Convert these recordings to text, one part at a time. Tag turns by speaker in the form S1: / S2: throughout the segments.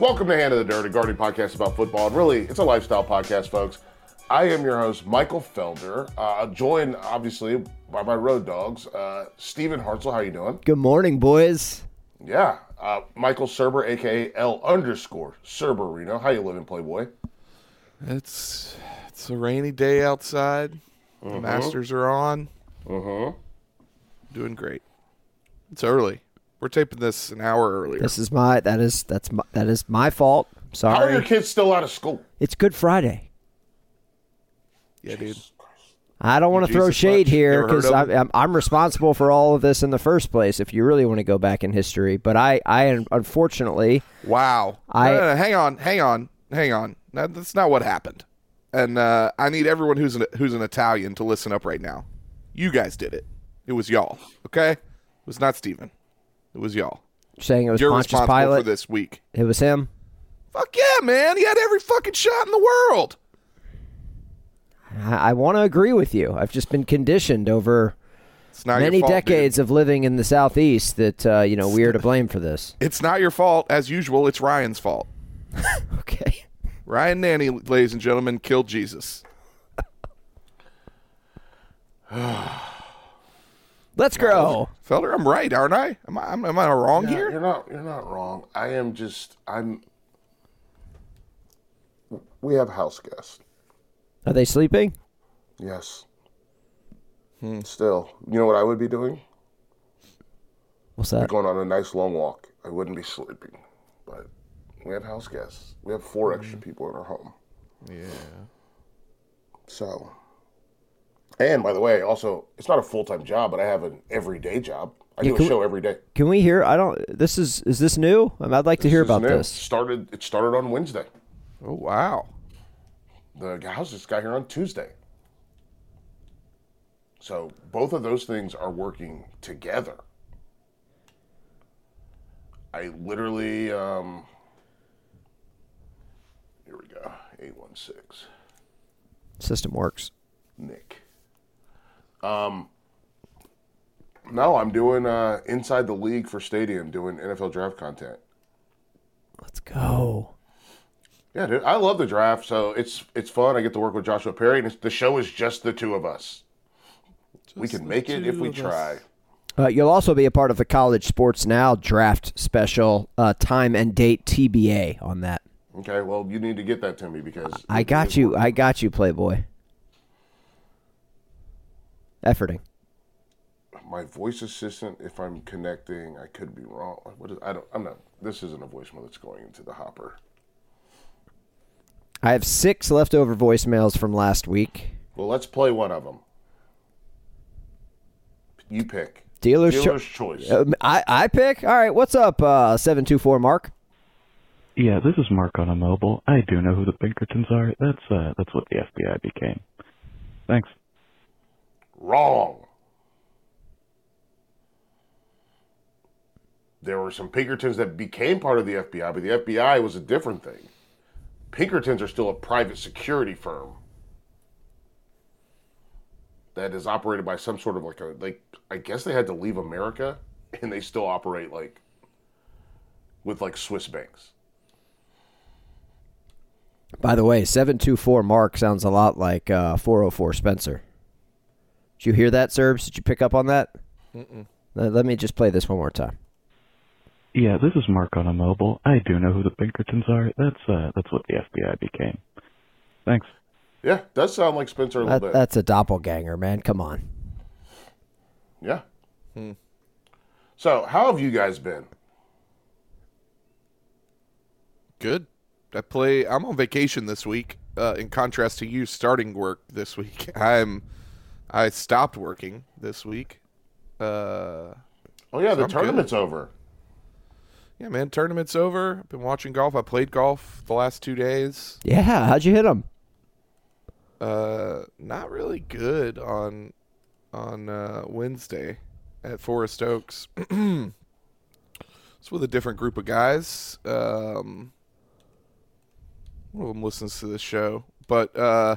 S1: Welcome to Hand of the Dirt, a gardening podcast about football. And really, it's a lifestyle podcast, folks. I am your host, Michael Felder, uh, joined obviously by my road dogs, uh, Stephen Hartzell. How you doing?
S2: Good morning, boys.
S1: Yeah, uh, Michael Serber, aka L underscore Serberino. How you living, Playboy?
S3: It's it's a rainy day outside. The Masters are on.
S1: Mm-hmm.
S3: Doing great. It's early. We're taping this an hour earlier.
S2: This is my that is that's my, that is my fault.
S1: How are your
S2: Sorry.
S1: kids still out of school?
S2: It's Good Friday.
S3: yeah, dude.
S2: I don't want to
S3: Jesus
S2: throw shade
S3: much.
S2: here
S3: Never heard
S2: because
S3: of
S2: I'm,
S3: it?
S2: I'm, I'm responsible for all of this in the first place. If you really want to go back in history, but I I unfortunately
S3: Wow.
S2: I-
S3: No, no, no, hang on, hang on, hang on. That, that's not what happened. And uh, I need everyone who's an, who's an Italian to listen up right now. You guys did it. It was y'all. Okay. It was not Steven. It was y'all.
S2: saying it was
S3: You're
S2: Pontius
S3: responsible
S2: Pilate.
S3: for this week.
S2: It was him.
S3: Fuck yeah, man. He had every fucking shot in the world.
S2: I, I want to agree with you. I've just been conditioned over
S3: It's not
S2: many
S3: your fault, dude.
S2: decades of living in the southeast that uh, you know we are to blame for this.
S3: It's not your fault, as usual. It's Ryan's fault.
S2: Okay.
S3: Ryan Nanny, ladies and gentlemen, killed Jesus.
S2: Let's grow.
S3: Felder, I'm right, aren't I? Am I, am I wrong
S1: Yeah,
S3: here?
S1: You're not. You're not wrong. I am just. I'm. We have house guests.
S2: Are they sleeping?
S1: Yes. Hmm, Still, you know what I would be doing?
S2: What's that?
S1: Going on a nice long walk. I wouldn't be sleeping, but we have house guests. We have four extra
S2: Mm-hmm.
S1: people in our home. Yeah. So. And by the way, also, it's not a full time job, but I have an everyday job. I do a
S2: can we-
S1: show every day.
S2: Can we hear? I don't. This is is this new? Um, I'd like to hear
S1: This is
S2: about
S1: new.
S2: this.
S1: Started. It started on Wednesday.
S3: Oh, wow.
S1: The house just got here on Tuesday. So both of those things are working together. I literally, um, here we go, 816,
S2: System works.
S1: Nick. Um, no, I'm doing uh, Inside the League for Stadium, doing NFL draft content.
S2: Let's go.
S1: Yeah, dude, I love the draft, so it's it's fun. I get to work with Joshua Perry, and it's, the show is just the two of us. we can make it if we try.
S2: Uh, you'll also be a part of the College Sports Now draft special. Uh, time and date TBA on that.
S1: Okay, well, you need to get that to me because
S2: I got you. I got you, Playboy. Efforting.
S1: my voice assistant. If I'm connecting, I could be wrong. What is? I don't. I'm not. This isn't a voicemail that's going into the hopper.
S2: I have six leftover voicemails from last week.
S1: Well, let's play one of them. You pick.
S2: Dealer's, cho-
S1: Dealer's choice.
S2: Um, I I pick. All right. What's up? Uh, seven two four Mark.
S4: Yeah, this is Mark on a mobile. I do know who the Pinkertons are. That's uh, that's what the FBI became. Thanks.
S1: Wrong. There were some Pinkertons that became part of the FBI, but the FBI was a different thing. Pinkertons are still a private security firm that is operated by some sort of like a like I guess they had to leave America and they still operate like with like Swiss banks.
S5: By the way, 724 Mark sounds a lot like uh, 404 Spencer. Did you hear that, Serbs? Did you pick up on that? Let- Let me just play this one more time.
S4: Yeah, this is Mark on a mobile. I do know who the Pinkertons are. That's uh, that's what the FBI became. Thanks.
S1: Yeah, does sound like Spencer a little
S5: That,
S1: bit.
S5: that's a doppelganger, man. Come on.
S1: Yeah. So, how have you guys been?
S3: Good. I play. I'm on vacation this week. Uh, in contrast to you starting work this week, I'm. I stopped working this week. Uh,
S1: Oh yeah, the
S3: I'm
S1: tournament's over.
S3: yeah, man. Tournament's over. I've been watching golf. I played golf the last two days.
S5: Yeah, how'd you hit him?
S3: Uh, not really good on on uh, Wednesday at Forest Oaks. it's with a different group of guys. Um, one of them listens to the show, but uh,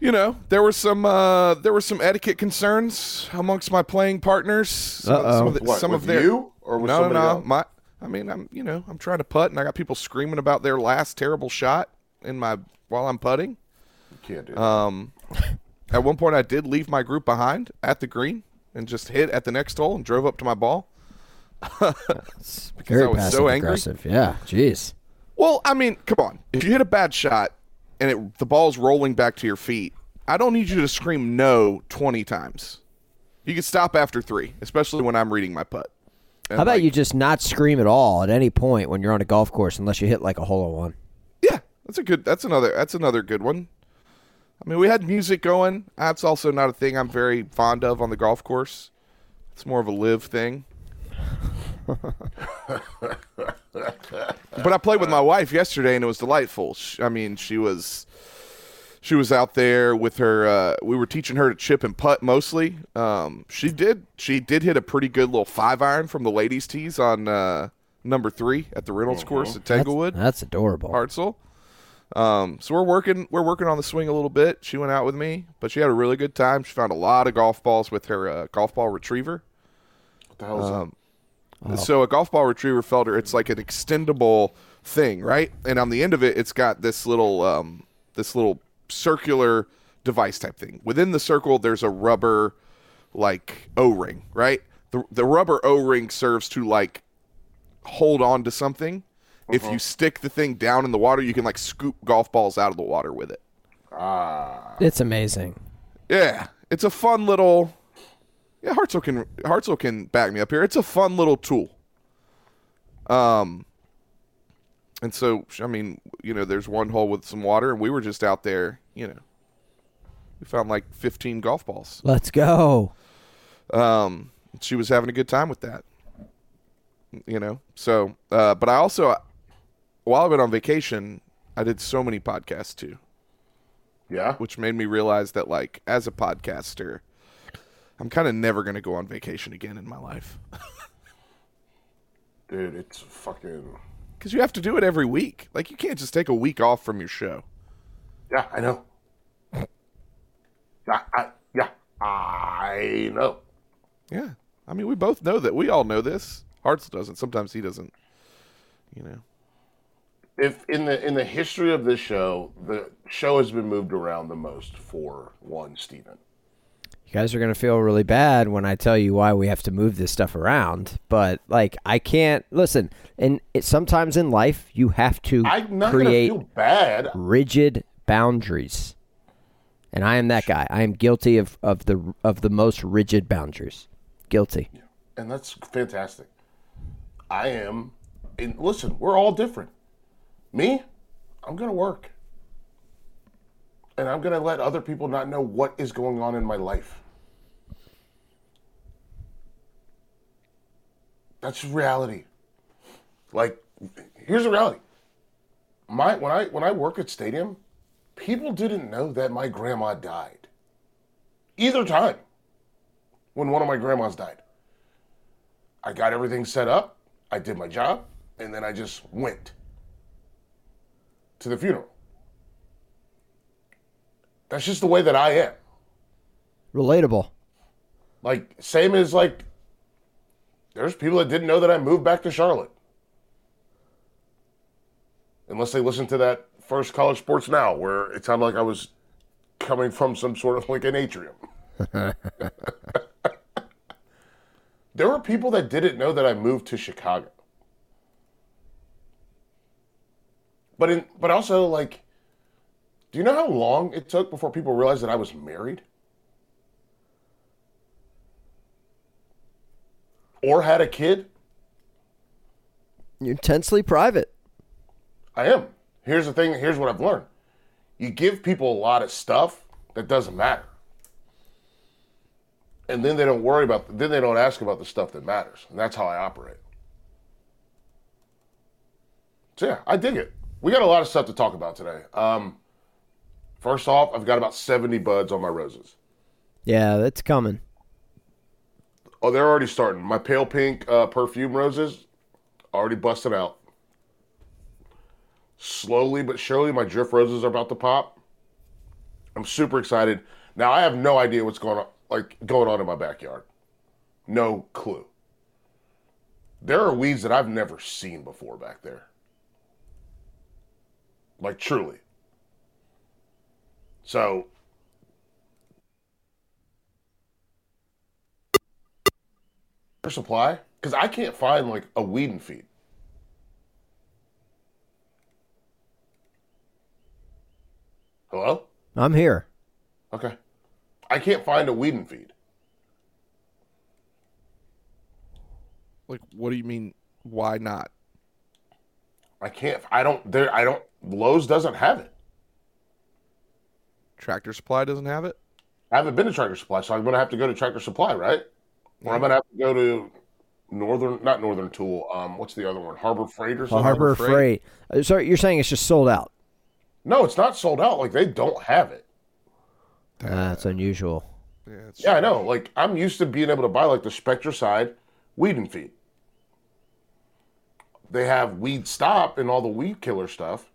S3: you know there were some uh, there were some etiquette concerns amongst my playing partners. Some,
S5: Uh-oh.
S3: some of, the,
S1: What,
S3: some
S1: with
S3: of their
S1: you or with
S3: no,
S1: somebody
S3: no,
S1: else?
S3: my. I mean, I'm you know I'm trying to putt, and I got people screaming about their last terrible shot in my while I'm putting.
S1: You can't do that.
S3: Um, at one point, I did leave my group behind at the green and just hit at the next hole and drove up to my ball.
S5: Very
S3: I was so angry.
S5: passive-aggressive. Yeah, jeez.
S3: Well, I mean, come on. If you hit a bad shot and it, the ball's rolling back to your feet, I don't need you to scream no 20 times. You can stop after three, especially when I'm reading my putt.
S5: How about you just not scream at all at any point when you're on a golf course unless you hit like a hole in one?
S3: Yeah, that's a good. That's another. That's another good one. I mean, we had music going. That's also not a thing I'm very fond of on the golf course. It's more of a live thing. but I played with my wife yesterday, and it was delightful. Sh I mean, she was she was out there with her. Uh, we were teaching her to chip and putt mostly. Um, she did she did hit a pretty good little five iron from the ladies' tees on uh, number three at the Reynolds course at
S5: That's-
S3: Tanglewood.
S5: That's adorable.
S3: Hartzell. Um, so we're working we're working on the swing a little bit. She went out with me, but she had a really good time. She found a lot of golf balls with her uh, golf ball retriever.
S1: what the hell is that?
S3: So a golf ball retriever felder, it's like an extendable thing, right? And on the end of it, it's got this little um, this little circular device type thing. Within the circle, there's a rubber like O ring, right? The the rubber O ring serves to like hold on to something. If you stick the thing down in the water, you can like scoop golf balls out of the water with it.
S5: It's amazing.
S3: Yeah, it's a fun little. Yeah, Hartzell can Hartzell can back me up here. It's a fun little tool. Um, and so I mean, you know, there's one hole with some water, and we were just out there. You know, we found like 15 golf balls.
S5: Let's go.
S3: Um, she was having a good time with that. You know, so uh, but I also, while I've been on vacation, I did so many podcasts too
S1: Yeah.
S3: which made me realize that like as a podcaster i'm kind of never going to go on vacation again in my life
S1: Dude, it's fucking
S3: because you have to do it every week like you can't just take a week off from your show
S1: Yeah, I know. Yeah, I, yeah, I know.
S3: yeah i mean we both know that we all know this hartzell doesn't sometimes he doesn't you know
S1: If in the in the history of this show, the show has been moved around the most for one Steven.
S5: You guys are going to feel really bad when I tell you why we have to move this stuff around, but like I can't listen. And it, sometimes in life you have to
S1: I'm not
S5: create
S1: gonna feel bad.
S5: rigid boundaries. And I am that guy. I am guilty of, of the of the most rigid boundaries. Guilty.
S1: And that's fantastic. I am and listen, we're all different. Me, I'm gonna work. And I'm gonna let other people not know what is going on in my life. That's reality. Like, here's the reality. My when I when I work at stadium, people didn't know that my grandma died. Either time. When one of my grandmas died. I got everything set up. I did my job, and then I just went to the funeral. That's just the way that I am.
S5: Relatable.
S1: Like, same as like, there's people that didn't know that I moved back to Charlotte. Unless they listened to that first college sports now, where it sounded like I was coming from some sort of like an atrium. there were people that didn't know that I moved to Chicago. But in but also like do you know how long it took before people realized that I was married? Or had a kid?
S5: You're intensely private.
S1: I am. Here's the thing, here's what I've learned. You give people a lot of stuff that doesn't matter. And then they don't worry about then they don't ask about the stuff that matters. And that's how I operate. So yeah, I dig it. We got a lot of stuff to talk about today. Um first off, I've got about 70 buds on my roses.
S5: Yeah, that's coming.
S1: Oh, they're already starting. My pale pink uh, perfume roses already busted out. Slowly but surely, my drift roses are about to pop. I'm super excited. Now I have no idea what's going on, like going on in my backyard. No clue. There are weeds that I've never seen before back there. Like truly. So Their supply because I can't find like a weed and feed. Hello?
S5: I'm here.
S1: Okay. I can't find a weed and feed.
S3: Like, what do you mean? Why not?
S1: I can't. I don't. There. I don't. Lowe's doesn't have it.
S3: Tractor Supply doesn't have it.
S1: I haven't been to Tractor Supply, so I'm going to have to go to Tractor Supply, right? Or I'm going to have to go to Northern, not Northern Tool. Um, what's the other one? Harbor Freight or something.
S5: Harbor Freight. Uh, So you're saying it's just sold out?
S1: No, it's not sold out. Like they don't have it.
S5: Uh, that's unusual.
S3: Yeah, it's,
S1: Yeah, I know. Like I'm used to being able to buy like the Spectracide weed and feed. They have weed stop and all the weed killer stuff.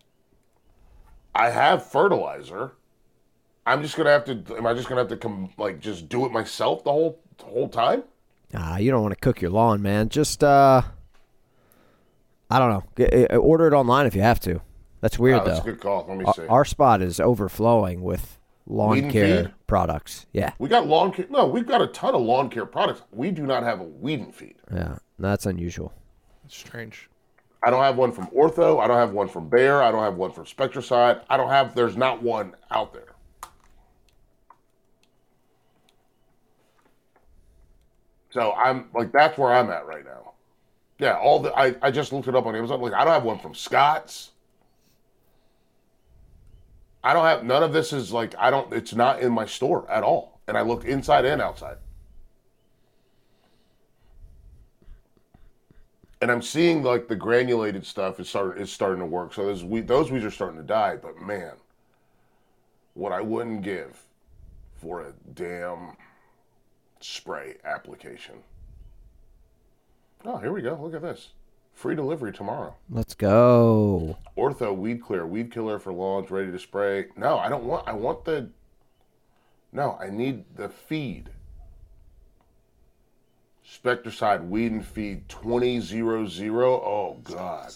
S1: I have fertilizer. I'm just gonna have to. Am I just gonna have to come like just do it myself the whole the whole time?
S5: Ah, you don't want to cook your lawn, man. Just uh, I don't know. G- uh, Order it online if you have to. That's weird
S1: Oh, that's a
S5: though.
S1: good call. Let me
S5: Our-
S1: see.
S5: Our spot is overflowing with
S1: Weed
S5: lawn
S1: and
S5: care
S1: feed?
S5: products. Yeah,
S1: we got lawn care. No, we've got a ton of lawn care products. We do not have a weed and feed.
S5: yeah, that's unusual.
S3: it's strange.
S1: I don't have one from Ortho. I don't have one from Bayer. I don't have one from Spectracide. I don't have. There's not one out there. So I'm like that's where I'm at right now. Yeah, all the I, I just looked it up on Amazon. Like I don't have one from Scotts. I don't have none of this is like I don't it's not in my store at all. And I looked inside and outside. and I'm seeing like the granulated stuff is start is starting to work. So those we those weeds are starting to die. But man, what I wouldn't give for a damn spray application. Oh, here we go. Look at this. Free delivery tomorrow.
S5: Let's go.
S1: Ortho Weed Clear, Weed Killer for lawns, ready to spray. No, I don't want. I want the. No, I need the feed. Spectracide Weed and Feed 2000. Oh, God.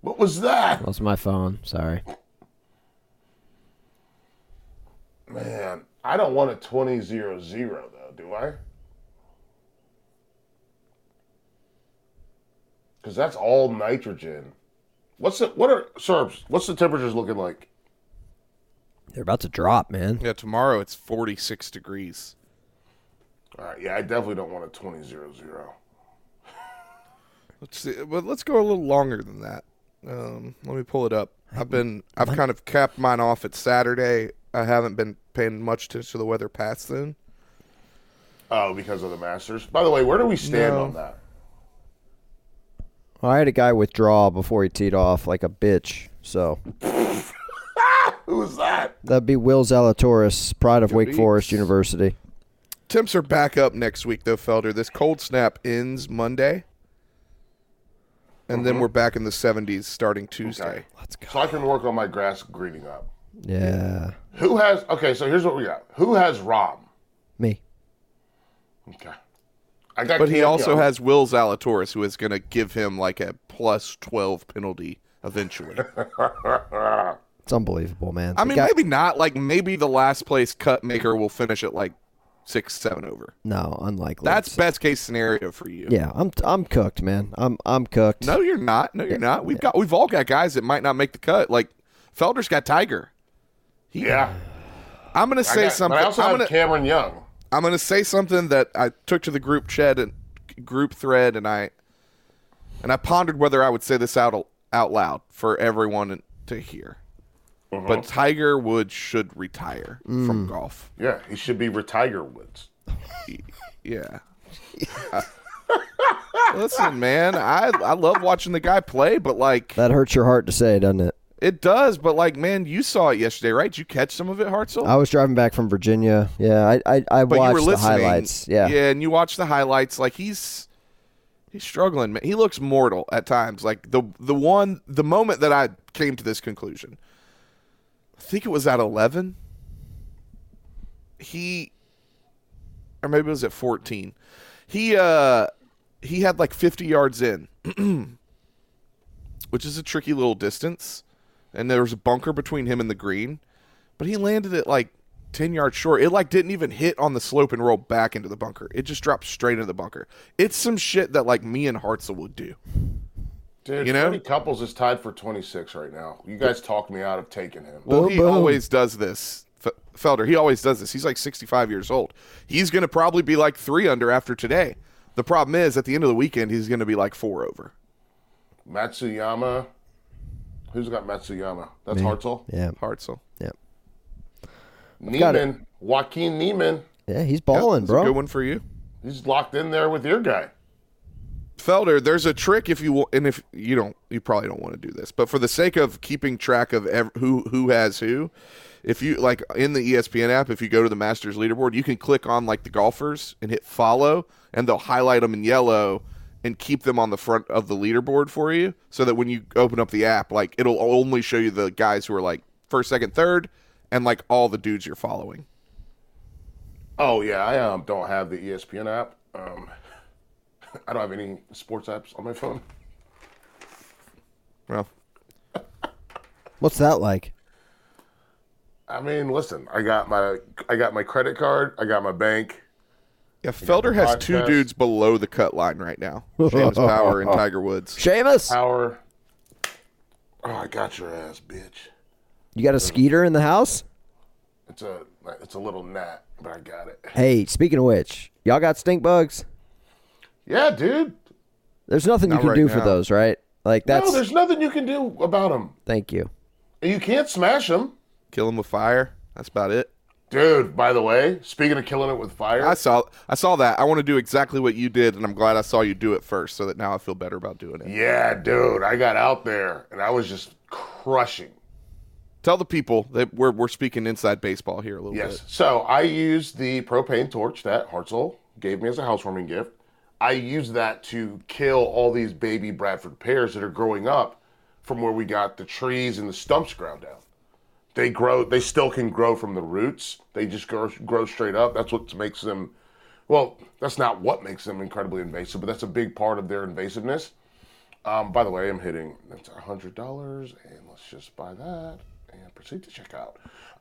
S1: What was that?
S5: Lost my phone. Sorry.
S1: Man, I don't want a 2000, though, do I? Because that's all nitrogen. What's the, what are, Serbs, what's the temperatures looking like?
S5: They're about to drop, man.
S3: Yeah, tomorrow it's 46 degrees.
S1: All right, yeah, I definitely don't want a 20 0
S3: Let's see, but let's go a little longer than that. Um, let me pull it up. I've been, I've kind of capped mine off at Saturday. I haven't been paying much attention to the weather past then.
S1: Oh, because of the Masters. By the way, where do we stand
S3: No.
S1: on that?
S5: I had a guy withdraw before he teed off like a bitch. So
S1: Who was that?
S5: that'd be Will Zalatoris, pride of Wake
S3: Yikes.
S5: Forest University.
S3: Temps are back up next week, though, Felder. This cold snap ends Monday. And then we're back in the 70s starting Tuesday.
S1: Okay.
S5: Let's go.
S1: So I can work on my grass greening up.
S5: Yeah.
S1: Who has? Okay, so here's what we got. Who has Rom?
S5: Me.
S1: Okay. I got.
S3: But he
S1: Cam
S3: also
S1: Young.
S3: has Will Zalatoris, who is going to give him like a plus 12 penalty eventually.
S5: It's unbelievable, man.
S3: I
S5: The
S3: mean,
S5: guy-
S3: maybe not. Like, maybe the last place cut maker will finish at like six, seven over.
S5: no, unlikely.
S3: That's best case scenario for you.
S5: yeah. I'm I'm cooked, man. I'm I'm cooked.
S3: No, you're not. No, you're not. We've got we've all got guys that might not make the cut. Like Felder's got Tiger.
S1: Yeah.
S3: I'm gonna
S1: I
S3: say
S1: got-
S3: something.
S1: But I also
S3: I'm
S1: have
S3: gonna
S1: Cameron Young.
S3: I'm gonna say something that I took to the group chat and group thread, and I and I pondered whether I would say this out out loud for everyone to hear.
S1: Uh-huh.
S3: But Tiger Woods should retire from golf.
S1: Yeah, he should be with Tiger Woods.
S3: Yeah. I- listen, man, I I love watching the guy play, but like
S5: That hurts your heart to say, doesn't it?
S3: it does. But like, man, you saw it yesterday, right? Did you catch some of it, Hartzell?
S5: I was driving back from Virginia. Yeah, I I, I
S3: but you were
S5: watched the
S3: listening.
S5: highlights. Yeah.
S3: yeah, and you watch the highlights. Like he's he's struggling. Man. He looks mortal at times. Like the the one the moment that I came to this conclusion, I think it was at eleven. He, or maybe it was at fourteen. He uh he had like fifty yards in, which is a tricky little distance, and there was a bunker between him and the green but he landed it like 10 yards short. It like didn't even hit on the slope and roll back into the bunker. It just dropped straight into the bunker. It's some shit that like me and Hartzell would do.
S1: Dude,
S3: You know?
S1: Freddie Couples is tied for 26 right now. You guys talked me out of taking him.
S3: Well,
S5: Boom,
S3: he
S5: boom.
S3: always does this. F- Felder, he always does this. He's like 65 years old. He's going to probably be like three under after today. The problem is at the end of the weekend, he's going to be like four over.
S1: Matsuyama. Who's got Matsuyama? That's Hartzell.
S5: Yeah.
S3: Hartzell.
S5: got it.
S1: Neiman. Joaquin Neiman.
S5: Yeah, he's balling,
S3: That's a
S5: bro.
S3: good one for you.
S1: He's locked in there with your guy.
S3: Felder, there's a trick if you wa- and if you don't, you probably don't want to do this, but for the sake of keeping track of ev- who who has who, if you like in the E ESPN app, if you go to the Masters leaderboard, you can click on like the golfers and hit follow, and they'll highlight them in yellow and keep them on the front of the leaderboard for you, so that when you open up the app, like it'll only show you the guys who are like first, second, third, and like all the dudes you're following.
S1: Oh yeah, I um, don't have the ESPN app. Um, I don't have any sports apps on my phone.
S3: Well,
S5: What's that like?
S1: I mean, listen, I got my I got my credit card, I got my bank.
S3: yeah, Felder has two
S1: podcast.
S3: dudes below the cut line right now: James Power and Tiger Woods.
S5: Seamus,
S1: Power. Oh, I got your ass, bitch.
S5: you got a skeeter in the house?
S1: It's a it's a little gnat, but I got it.
S5: Hey, speaking of which, y'all got stink bugs?
S1: Yeah, dude.
S5: There's nothing you
S3: Not
S5: can
S3: right
S5: do for
S3: now.
S5: those, right? Like that's
S1: No, there's nothing you can do about them.
S5: thank you.
S1: You can't smash them,
S3: kill him with fire. That's about it.
S1: dude. By the way, speaking of killing it with fire,
S3: I saw I saw that. I want to do exactly what you did, and I'm glad I saw you do it first, so that now I feel better about doing it.
S1: yeah, dude. I got out there and I was just crushing.
S3: Tell the people that we're we're speaking inside baseball here a little
S1: Yes.
S3: bit.
S1: So I used the propane torch that Hartzell gave me as a housewarming gift. I used that to kill all these baby Bradford pears that are growing up from where we got the trees and the stumps ground down. They grow. They still can grow from the roots. They just grow, grow straight up. That's what makes them. Well, that's not what makes them incredibly invasive, but that's a big part of their invasiveness. Um, by the way, I'm hitting that's hundred dollars, and let's just buy that and proceed to checkout.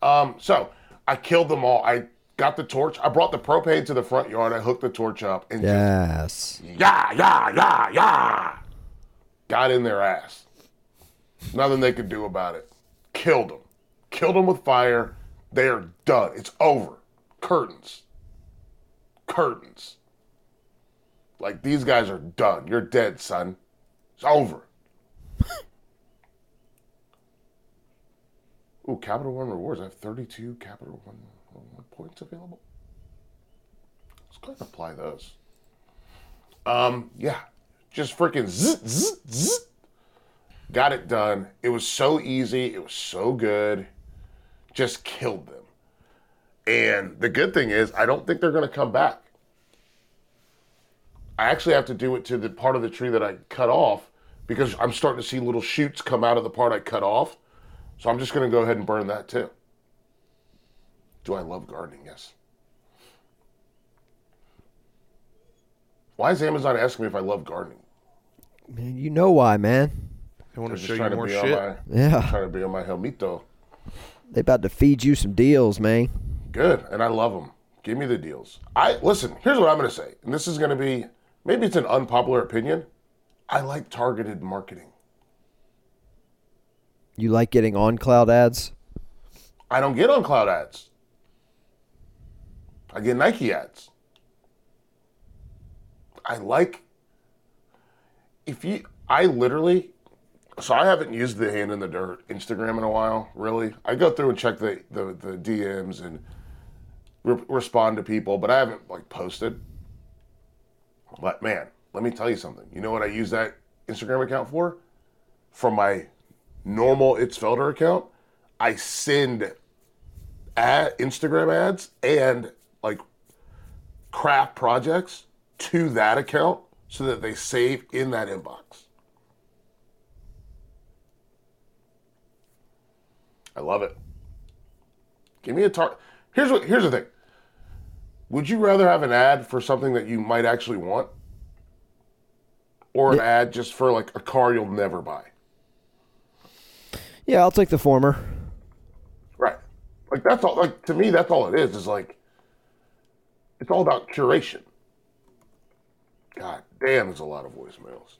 S1: Um, so I killed them all. I got the torch. I brought the propane to the front yard. I hooked the torch up and yeah.
S5: Yes.
S1: just yah yah yah yah got in their ass. Nothing they could do about it. Killed them. Killed them with fire. They are done. It's over. Curtains. Curtains. Like these guys are done. You're dead, son. It's over. Ooh, Capital One rewards. I have 32 Capital One, One points available. Let's go ahead and apply those. Um, yeah, just freaking zzz, zzz, zzz. got it done. It was so easy. It was so good. Just killed them. And the good thing is, I don't think they're going to come back. I actually have to do it to the part of the tree that I cut off because I'm starting to see little shoots come out of the part I cut off. So I'm just going to go ahead and burn that too. Do I love gardening? Yes. Why is Amazon asking me if I love gardening?
S2: Man, you know why, man?
S3: I want
S1: They're
S3: to
S1: just
S3: show you
S1: trying to
S3: more
S1: be
S3: shit.
S1: on my
S2: Yeah,
S1: trying to be on my helmito.
S2: they about to feed you some deals, man.
S1: Good, and I love them. Give me the deals. I listen. Here's what I'm going to say, and this is going to be maybe it's an unpopular opinion. I like targeted marketing.
S2: You like getting on cloud ads?
S1: I don't get on cloud ads. I get Nike ads. I like if you I literally so I haven't used the hand in the dirt Instagram in a while, really. I go through and check the the, the DMs and re- respond to people, but I haven't like posted. But man, let me tell you something. You know what I use that Instagram account for? From my normal It's Felder account, I send ad, Instagram ads and like craft projects to that account so that they save in that inbox. I love it. Give me a tar. Here's what. Here's the thing. Would you rather have an ad for something that you might actually want, or an ad just for like a car you'll never buy?
S2: Yeah, I'll take the former.
S1: Right. Like that's all. Like to me, that's all it is. Is like it's all about curation. God damn, there's a lot of voicemails.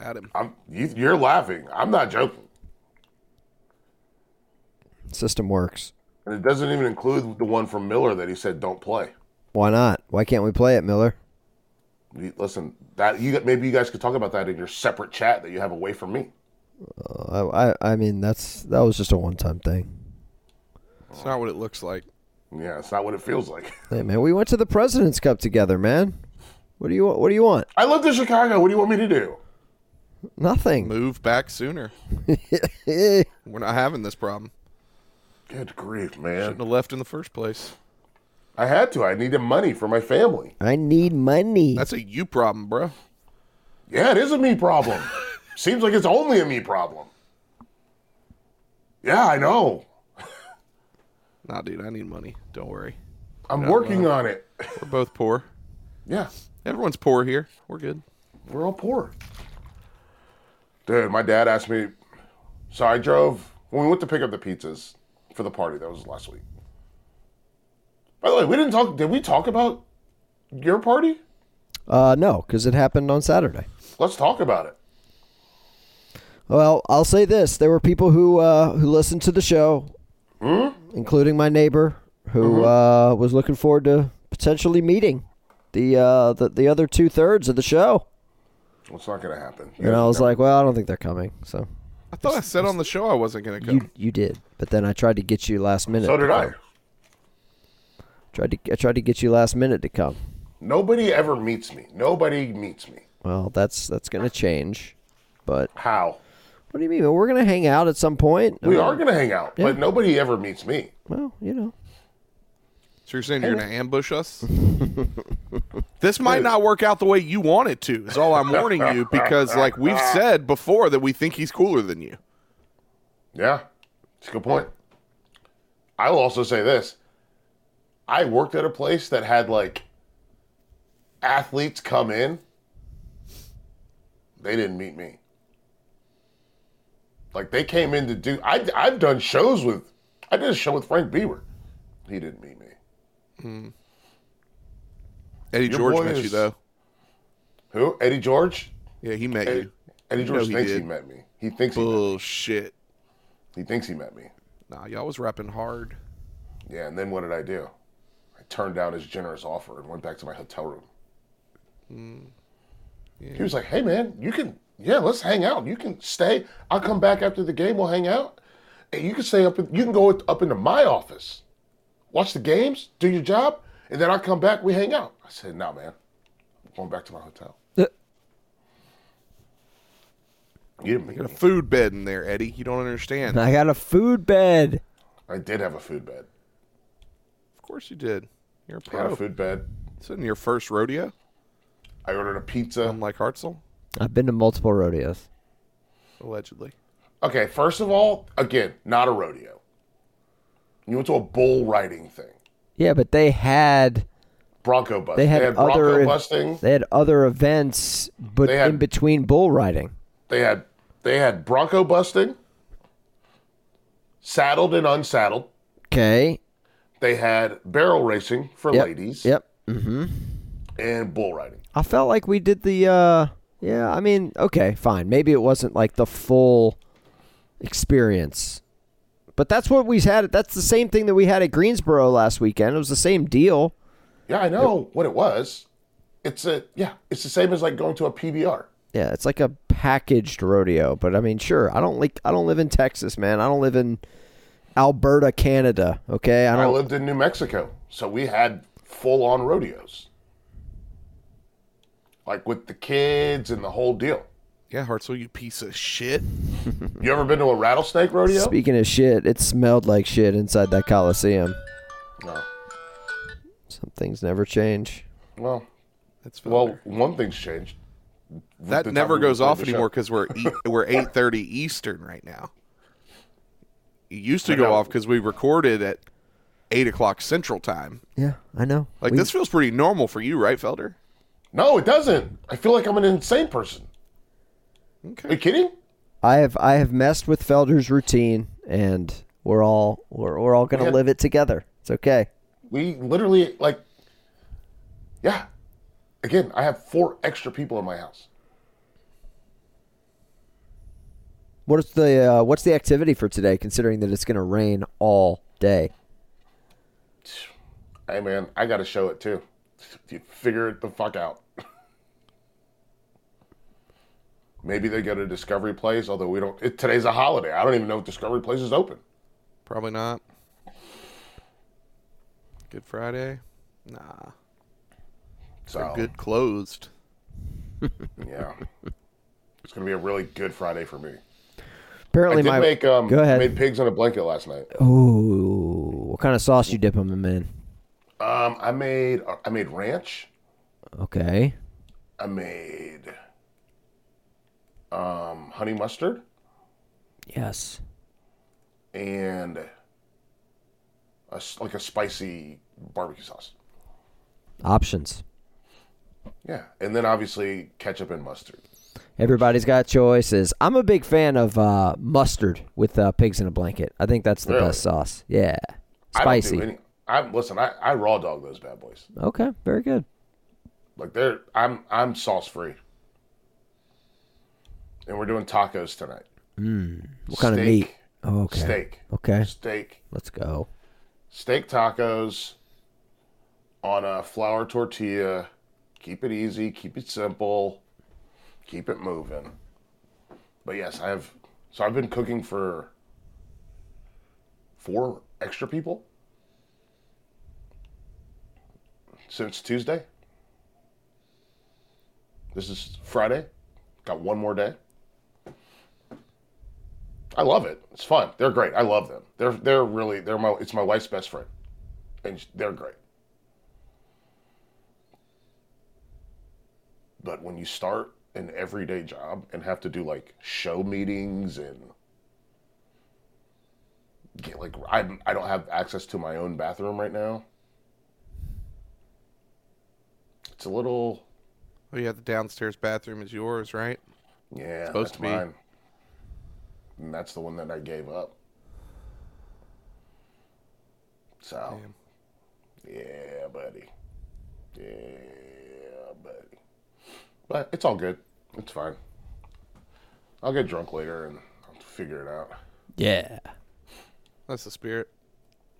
S3: Adam.
S1: I'm you, you're laughing. I'm not joking,
S2: System works.
S1: and it doesn't even include the one from Miller that he said don't play.
S2: Why not? Why can't we play it, Miller?
S1: You- Listen, that you maybe you guys could talk about that in your separate chat that you have away from me.
S2: Uh, I, I I mean that's that was just a one time thing.
S3: It's not what it looks like.
S1: Yeah, it's not what it feels like.
S2: Hey man, we went to the President's Cup together, man. What do you want? What do you want?
S1: I lived in Chicago. What do you want me to do?
S2: Nothing.
S3: Move back sooner.
S2: Eh.
S3: We're not having this problem.
S1: Good grief,
S3: Shouldn't
S1: man!
S3: have left in the first place.
S1: I had to. I needed money for my family.
S2: I need money.
S3: That's a you problem, bro.
S1: Yeah, it is a me problem. Seems like it's only a me problem. Yeah, I know.
S3: Nah, dude, I need money. Don't worry.
S1: I'm working on it.
S3: We're both poor.
S1: Yeah,
S3: Everyone's poor here. We're good.
S1: we're all poor. Dude, my dad asked me. So I drove when we went to pick up the pizzas for the party. That was last week. By the way, we didn't talk. Did we talk about your party?
S2: Uh, no, because it happened on Saturday.
S1: Let's talk about it.
S2: Well, I'll say this: there were people who uh, who listened to the show, including my neighbor, who uh, was looking forward to potentially meeting the uh, the, the other two thirds of the show.
S1: Well, it's not going to happen.
S2: And I was like, well, I don't think they're coming. So
S3: I thought I said on the show I wasn't going to come.
S2: you you did, but then I tried to get you last minute.
S1: so did I.
S2: Tried to I tried to get you last minute to come.
S1: Nobody ever meets me. Nobody meets me.
S2: Well, that's that's gonna change. But
S1: How?
S2: what do you mean? Well, we're gonna hang out at some point. Uh,
S1: We are going to hang out, but nobody ever meets me.
S2: Well, you know.
S3: So you're saying you're going to ambush us? this might not work out the way you want it to. Is all I'm warning you because, like we've said before, that we think he's cooler than you.
S1: Yeah, it's a good point. I will also say this: I worked at a place that had like athletes come in. They didn't meet me. Like they came in to do. I I've done shows with. I did a show with Frank Bieber. He didn't meet me.
S3: Eddie
S1: Your
S3: George
S1: boy
S3: met you
S1: is-
S3: though.
S1: Who? Eddie George.
S3: Yeah, he met
S1: Eddie,
S3: you.
S1: Eddie George
S3: he
S1: thinks he
S3: did.
S1: met me. He thinks he, met-
S3: Bullshit.
S1: he thinks he met me.
S3: Nah, y'all was rapping hard.
S1: Yeah, and then what did I do? I turned down his generous offer and went back to my hotel room. He was like, "Hey, man, you can yeah, let's hang out. You can stay. I'll come back after the game. We'll hang out. And you can stay up. In, you can go up into my office, watch the games, do your job, and then I'll come back. We hang out." I said, "No, man, I'm going back to my hotel."
S2: Uh.
S1: You didn't meet
S3: Got a
S1: me.
S3: food bed in there, Eddie. You don't understand.
S2: I got a food bed.
S1: I did have a food bed.
S3: Of course you did. You're
S1: I
S3: a
S1: had a
S3: pro.
S1: food bed.
S3: This isn't your first rodeo,
S1: I ordered a pizza.
S3: unlike Hartzell,
S2: I've been to multiple rodeos.
S3: allegedly.
S1: Okay, first of all, again, not a rodeo. You went to a bull riding thing.
S2: Yeah, but they had
S1: Bronco busting.
S2: they had,
S1: bronco
S2: other
S1: busting.
S2: they had other events, but
S1: They had-
S2: in between bull riding.
S1: They had they had bronco busting, saddled and unsaddled.
S2: Okay.
S1: They had barrel racing for
S2: Yep.
S1: ladies
S2: Yep.
S1: and bull riding.
S2: I felt like we did the uh yeah, I mean, okay, fine. Maybe it wasn't like the full experience. But that's what we had. That's the same thing that we had at Greensboro last weekend. It was the same deal.
S1: Yeah, I know what it was. It's a yeah, it's the same as like going to a PBR.
S2: Yeah, it's like a packaged rodeo, but I mean, sure. I don't like I don't live in Texas, man. I don't live in Alberta, Canada, okay? I
S1: I
S2: don't
S1: lived in New Mexico, so we had full on rodeos. Like with the kids and the whole deal.
S3: Yeah, Hartzell, you piece of shit.
S1: You ever been to a rattlesnake rodeo?
S2: Speaking of shit, it smelled like shit inside that Coliseum.
S1: No.
S2: Some things never change.
S1: Well,
S3: That's well,
S1: well, one thing's changed.
S3: that
S1: the
S3: never
S1: time we
S3: goes
S1: played
S3: off
S1: the show.
S3: anymore because we're e- we're eight thirty Eastern right now. It used to
S1: know.
S3: go off because we recorded at eight o'clock Central Time.
S2: Yeah, I know.
S3: Like
S2: We-
S3: this feels pretty normal for you, right, Felder?
S1: No, it doesn't. I feel like I'm an insane person.
S3: Okay.
S1: Are you kidding?
S2: I have I have messed with Felder's routine, and we're all we're, we're all gonna
S1: Yeah.
S2: live it together. It's okay.
S1: We literally like Yeah. Again, I have four extra people in my house.
S2: What's the uh, what's the activity for today? Considering that it's gonna rain all day.
S1: Hey man, I gotta show it too. You figure it the fuck out. Maybe they go to Discovery Place, although we don't. It, today's a holiday. I don't even know if Discovery Place is open.
S3: Probably not. Good Friday. Nah.
S1: So
S3: Good closed.
S1: yeah, it's gonna be a really good Friday for me. I
S2: Apparently,
S1: did
S2: my
S1: make um,
S2: go ahead.
S1: made pigs in a blanket last night.
S2: Ooh, what kind of sauce you dip 'em in?
S1: Um, I made I made ranch.
S2: Okay,
S1: I made um honey mustard
S2: yes,
S1: and a s like a spicy barbecue sauce.
S2: options.
S1: Yeah, and then obviously ketchup and mustard.
S2: Everybody's got choices. I'm a big fan of uh, mustard with uh, pigs in a blanket. I think that's the
S1: Really?
S2: best sauce. Yeah,
S1: I don't do
S2: spicy.
S1: any, I listen. I, I raw dog those bad boys.
S2: Okay, very good.
S1: Like they're I'm I'm sauce free. And we're doing tacos tonight.
S2: What kind of
S1: Steak.
S2: meat? Oh, okay.
S1: Steak,
S2: Okay,
S1: steak,
S2: let's go.
S1: steak tacos on a flour tortilla. Keep it easy. Keep it simple. Keep it moving. But yes, I have. So I've been cooking for four extra people since Tuesday. This is Friday. Got one more day. I love it. It's fun. They're great. I love them. They're they're really they're my it's my wife's best friend, and sh- they're great. But when you start an everyday job and have to do like show meetings and get like I I don't have access to my own bathroom right now. It's a little
S3: Oh yeah, the downstairs bathroom is yours, right?
S1: yeah,
S3: Supposed
S1: that's
S3: to be.
S1: mine. And that's the one that I gave up. So, yeah, buddy. Yeah, buddy. But it's all good. It's fine. I'll get drunk later and I'll figure it out.
S2: Yeah.
S3: That's the spirit.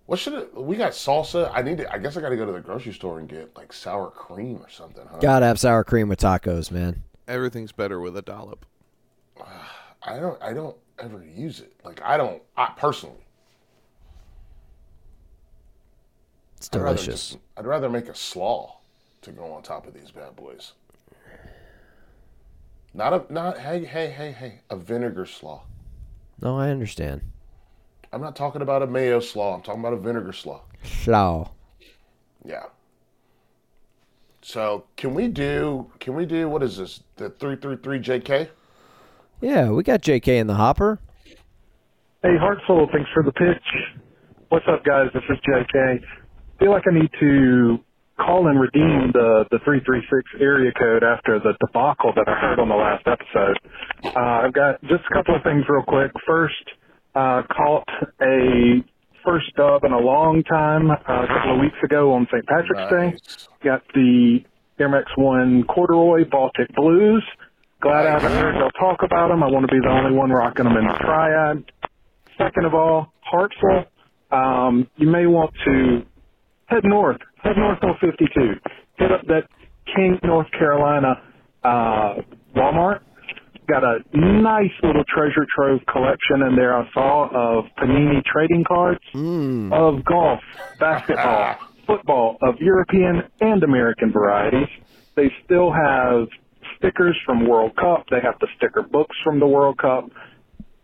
S1: What should it, we got salsa? I need to, I guess I got to go to the grocery store and get like sour cream or something, huh?
S2: Gotta have sour cream with tacos, man.
S3: Everything's better with a dollop.
S1: I don't I don't ever use it. Like I don't I personally
S2: It's
S1: I'd rather
S2: delicious.
S1: just- I'd rather make a slaw to go on top of these bad boys. Not a not hey hey hey hey a vinegar slaw.
S2: No, I understand.
S1: I'm not talking about a mayo slaw. I'm talking about a vinegar slaw.
S5: Slaw.
S1: Yeah. So can we do? Can we do? What is this? The three three three JK.
S5: Yeah, we got JK in the hopper.
S6: Hey, Hartsoul, thanks for the pitch. What's up, guys? This is JK. feel like I need to call and redeem the, the 336 area code after the debacle that I heard on the last episode. Uh, I've got just a couple of things real quick. First, uh, caught a first dub in a long time uh, a couple of weeks ago on St. Patrick's Day.
S1: Nice.
S6: Got the Air Max 1 corduroy Baltic Blues. Glad I haven't heard y'all talk about them. I want to be the only one rocking them in the triad. Second of all, Hartsville, um, you may want to head north. Head north on 52. Hit up that King, North Carolina uh, Walmart. Got a nice little treasure trove collection in there I saw of Panini trading cards, of golf, basketball, football, of European and American varieties. They still have stickers from World Cup. They have the sticker books from the World Cup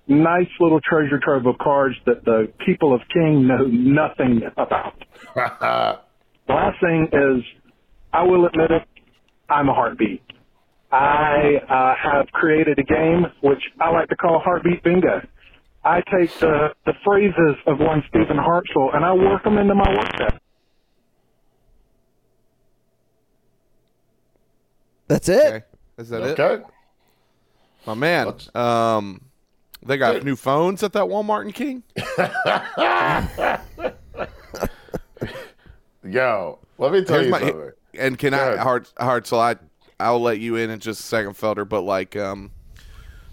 S6: nice little treasure trove of cards that the people of King know nothing about. the last thing is, I will admit it, I'm a heartbeat. I uh, have created a game which I like to call Heartbeat Bingo. I take the, the phrases of one Stephen Hartzell and I work them into my workshop.
S5: That's it.
S3: Okay. Is that it?
S1: Okay.
S3: My man. Um, they got new phones at that Walmart and King.
S1: Yo, let me tell
S3: Here's
S1: you
S3: my-
S1: something.
S3: and can I
S1: ahead.
S3: hard hard so I I'll let you in in just a second, Felder. But like, um,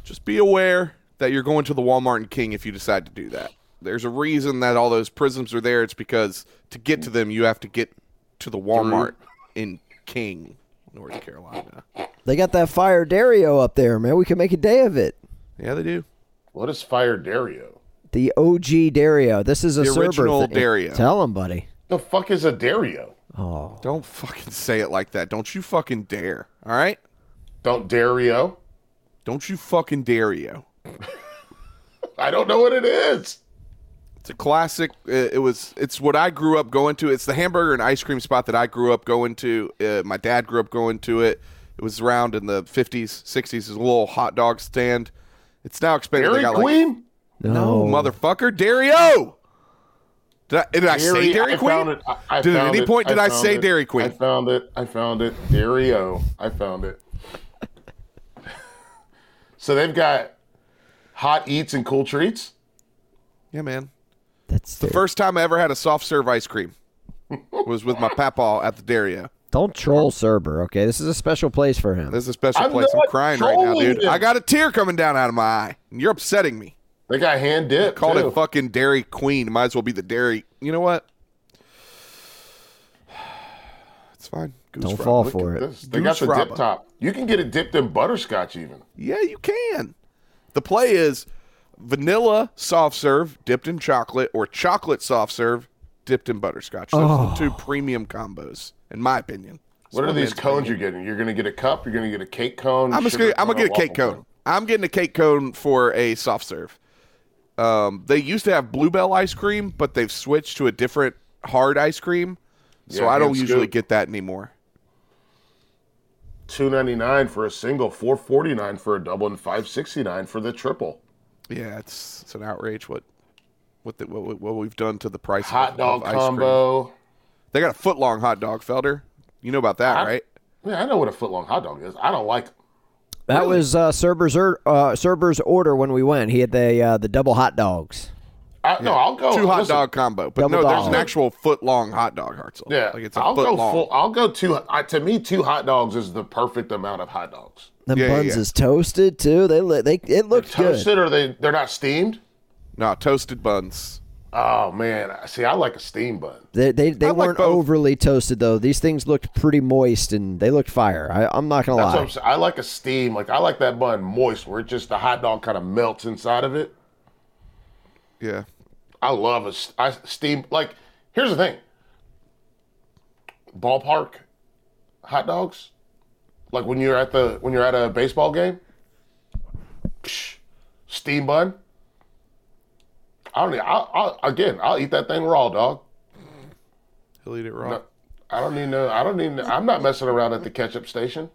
S3: just be aware that you're going to the Walmart and King if you decide to do that. There's a reason that all those prisms are there. It's because to get to them, you have to get to the Walmart in King, North Carolina.
S5: They got that fire Dario up there, man. We can make a day of it.
S3: Yeah, they do.
S1: What is fire Dario?
S5: The OG Dario. This is a
S3: The
S5: Cerber
S3: original
S5: thing.
S3: Dario.
S5: Tell him, buddy.
S1: The fuck is a Dario?
S5: Oh,
S3: Don't fucking say it like that. Don't you fucking dare. All right.
S1: Don't Dario?
S3: Don't you fucking dare you.
S1: I don't know what it is.
S3: It's a classic. Uh, It was. It's what I grew up going to. It's the hamburger and ice cream spot that I grew up going to. Uh, my dad grew up going to it. It was around in the fifties, sixties. It was a little hot dog stand. It's now expanded.
S1: Dairy
S3: they got
S1: Queen?
S5: no.
S3: like motherfucker Dario. Did I, did I say Dairy
S1: I
S3: Queen?
S1: found it. I- I
S3: did at
S1: found
S3: any
S1: it.
S3: point did I,
S1: found
S3: say
S1: it.
S3: Dairy
S1: I
S3: Queen?
S1: found it. I found it. Dario. I found it. so they've got hot eats and cool treats.
S3: yeah, man.
S5: That's the
S3: First time I ever had a soft serve ice cream was with my papaw at the Dario.
S5: Don't troll Cerber, okay? This is a special place for him.
S3: This is a special
S1: I'm
S3: place. I'm
S1: not
S3: crying right now,
S1: trolling
S3: dude.
S1: you.
S3: I got a tear coming down out of my eye. And you're upsetting me.
S1: They got hand dip.
S3: Called
S1: too.
S3: it fucking Dairy Queen. Might as well be the Dairy. You know what? It's fine. Goose
S5: Don't
S3: fry.
S5: fall
S3: Look
S5: for
S3: at
S5: it.
S1: This- They
S3: Goose
S1: got the dip
S3: Rabba.
S1: top. You can get it dipped in butterscotch even.
S3: Yeah, you can. The play is vanilla soft serve dipped in chocolate or chocolate soft serve dipped in butterscotch. Those
S5: Oh.
S3: are the two premium combos, in my opinion.
S1: What
S3: It's
S1: are
S3: one
S1: these
S3: man's
S1: cones you're getting? You're gonna get a cup. You're gonna get a cake cone.
S3: I'm just
S1: sugar
S3: gonna I'm
S1: cone,
S3: gonna get a cake
S1: waffle
S3: cone. I'm getting a cake cone for a soft serve. Um, they used to have bluebell ice cream, but they've switched to a different hard ice cream. So
S1: Yeah,
S3: I don't
S1: hand
S3: usually
S1: scoop.
S3: get that anymore.
S1: Two ninety nine for a single, four forty nine for a double, and five sixty nine for the triple.
S3: Yeah, it's it's an outrage what what the, what, what we've done to the price of-
S1: Hot dog
S3: of ice cream.
S1: combo.
S3: They got a foot long hot dog, Felder. You know about that, right?
S1: Yeah, I know what a foot long hot dog is. I don't like 'em.
S5: that was uh, Cerber's, er, uh, Cerber's order when we went. He had the uh, the double hot dogs.
S1: I, No, I'll go
S3: Two hot
S1: Oh, listen,
S3: dog combo, but
S5: Double
S3: no, there's an
S5: dog.
S3: actual foot long hot dog, Hartzell.
S1: Yeah,
S3: like it's a
S1: I'll
S3: foot
S1: go
S3: long.
S1: full. I'll go two. I, to me, two hot dogs is the perfect amount of hot dogs.
S5: Them
S3: Yeah, yeah,
S5: buns
S3: yeah.
S5: is toasted too. They li- they it looked good.
S1: Toasted or they they're not steamed.
S3: no, toasted buns.
S1: Oh man, I- see, I like a steam bun.
S5: They they, they
S3: I like
S5: weren't
S3: both.
S5: overly toasted though. These things looked pretty moist and they looked fire. I, I'm not gonna
S1: That's what
S5: lie.
S1: I'm saying. I like a steam. Like I like that bun moist, where it just the hot dog kind of melts inside of it.
S3: Yeah,
S1: I love a s- I steam. Like here's the thing. Ballpark hot dogs, like when you're at the when you're at a baseball game. Psh, steam bun. I don't. Need, I'll, I'll again. I'll eat that thing raw, dog.
S3: He'll eat it raw.
S1: No, I don't need no. I don't need. No, I'm not messing around at the ketchup station.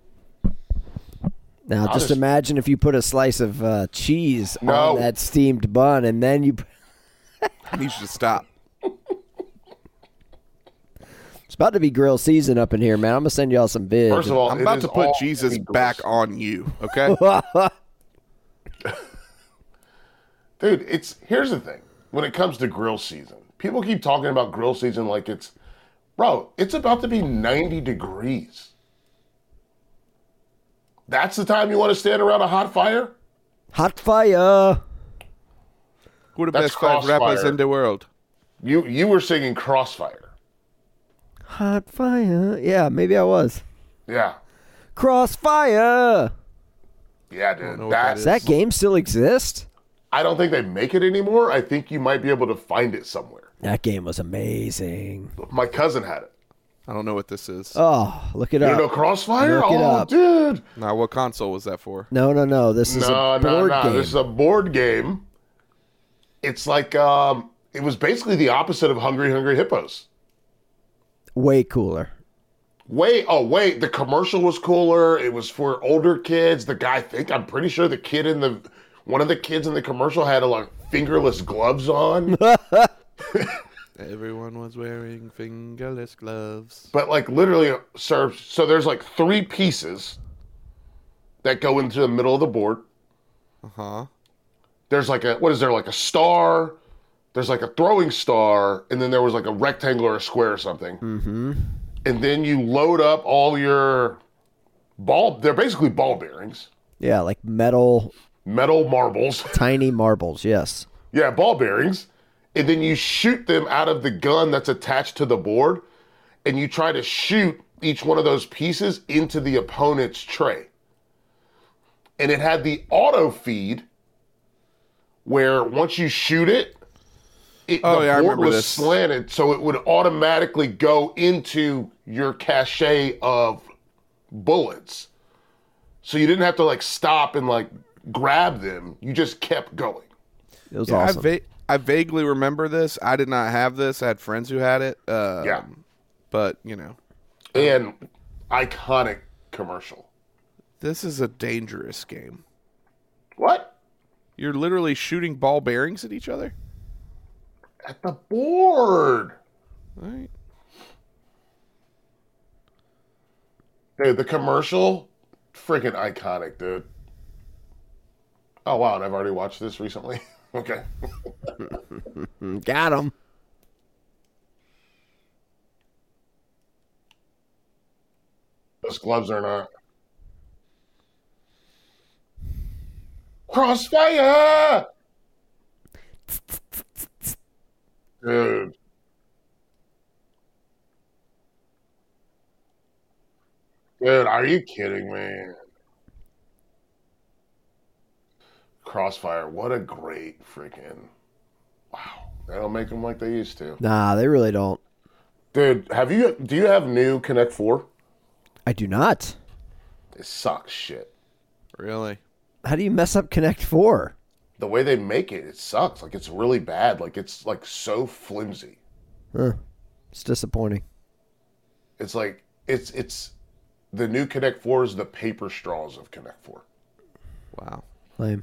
S5: Now, just,
S1: just-
S5: imagine if you put a slice of uh, cheese
S1: No.
S5: on that steamed bun, and then you.
S3: He needs you to stop.
S5: It's about to be grill season up in here, man. I'm gonna send y'all some vids.
S1: First of all,
S3: I'm
S1: it
S3: about
S1: is
S3: to put
S1: all
S3: Jesus
S1: Eagles.
S3: back on you. Okay.
S1: dude. It's here's the thing. When it comes to grill season, people keep talking about grill season like it's, bro. It's about to be 90 degrees. That's the time you want to stand around a hot fire.
S5: Hot fire.
S3: Who the
S1: That's
S3: best five rappers
S1: Crossfire.
S3: in the world?
S1: You you were singing Crossfire.
S5: Hot fire. Yeah, maybe I was.
S1: Yeah,
S5: Crossfire.
S1: yeah, dude.
S3: know what that
S1: That,
S5: Does that game still exist?
S1: I don't think they make it anymore. I think you might be able to find it somewhere.
S5: That game was amazing.
S1: My cousin had it.
S3: I don't know what this is.
S5: Oh, look it
S1: You know
S5: up.
S1: Crossfire?
S5: Look it
S1: oh,
S5: up.
S1: dude.
S3: now, what console was that for?
S5: No, no, no. This is
S1: no,
S5: a board
S1: no, no.
S5: game.
S1: This is a board game. It's like um, it was basically the opposite of Hungry Hungry Hippos.
S5: Way cooler.
S1: Way, oh wait, the commercial was cooler. It was for older kids. The guy, I think I'm pretty sure the kid in the one of the kids in the commercial had like fingerless gloves on.
S3: Everyone was wearing fingerless gloves.
S1: but like literally serves. So there's like three pieces that go into the middle of the board.
S3: Uh huh.
S1: There's like a what is there like a star? There's like a throwing star, and then there was like a rectangle or a square or something. Mm-hmm. And then you load up all your ball. They're basically ball bearings,
S5: Yeah, like metal
S1: metal marbles.
S5: tiny marbles. Yes.
S1: yeah, ball bearings. And then you shoot them out of the gun that's attached to the board, and you try to shoot each one of those pieces into the opponent's tray. And it had the auto feed where once you shoot it, it
S3: Oh,
S1: the
S3: yeah, I
S1: board
S3: remember
S1: was
S3: this.
S1: slanted, so it would automatically go into your cachet of bullets. So you didn't have to like stop and like grab them. You just kept going.
S5: It was
S3: I,
S5: awesome.
S3: va- I vaguely remember this. I did not have this. I had friends who had it. Uh,
S1: Yeah.
S3: But, you know,
S1: and iconic commercial.
S3: this is a dangerous game.
S1: What?
S3: You're literally shooting ball bearings at each other.
S1: At the board.
S3: All right.
S1: Dude, the commercial, freaking iconic, dude. Oh wow, and I've already watched this recently. okay.
S5: Mm, Got him.
S1: Those gloves are not. Crossfire! Dude. Dude, are you kidding me? Crossfire, what a great freaking. Wow. They don't make them like they used to.
S5: Nah, they really don't.
S1: Dude, have you do you have new Connect 4?
S5: I do not.
S1: It sucks shit.
S3: Really?
S5: How do you mess up Connect Four?
S1: the way they make it, it sucks. Like it's really bad. Like it's like so flimsy.
S5: Huh. It's disappointing.
S1: It's like it's it's the new Connect Four is the paper straws of Connect Four.
S3: Wow.
S5: Lame.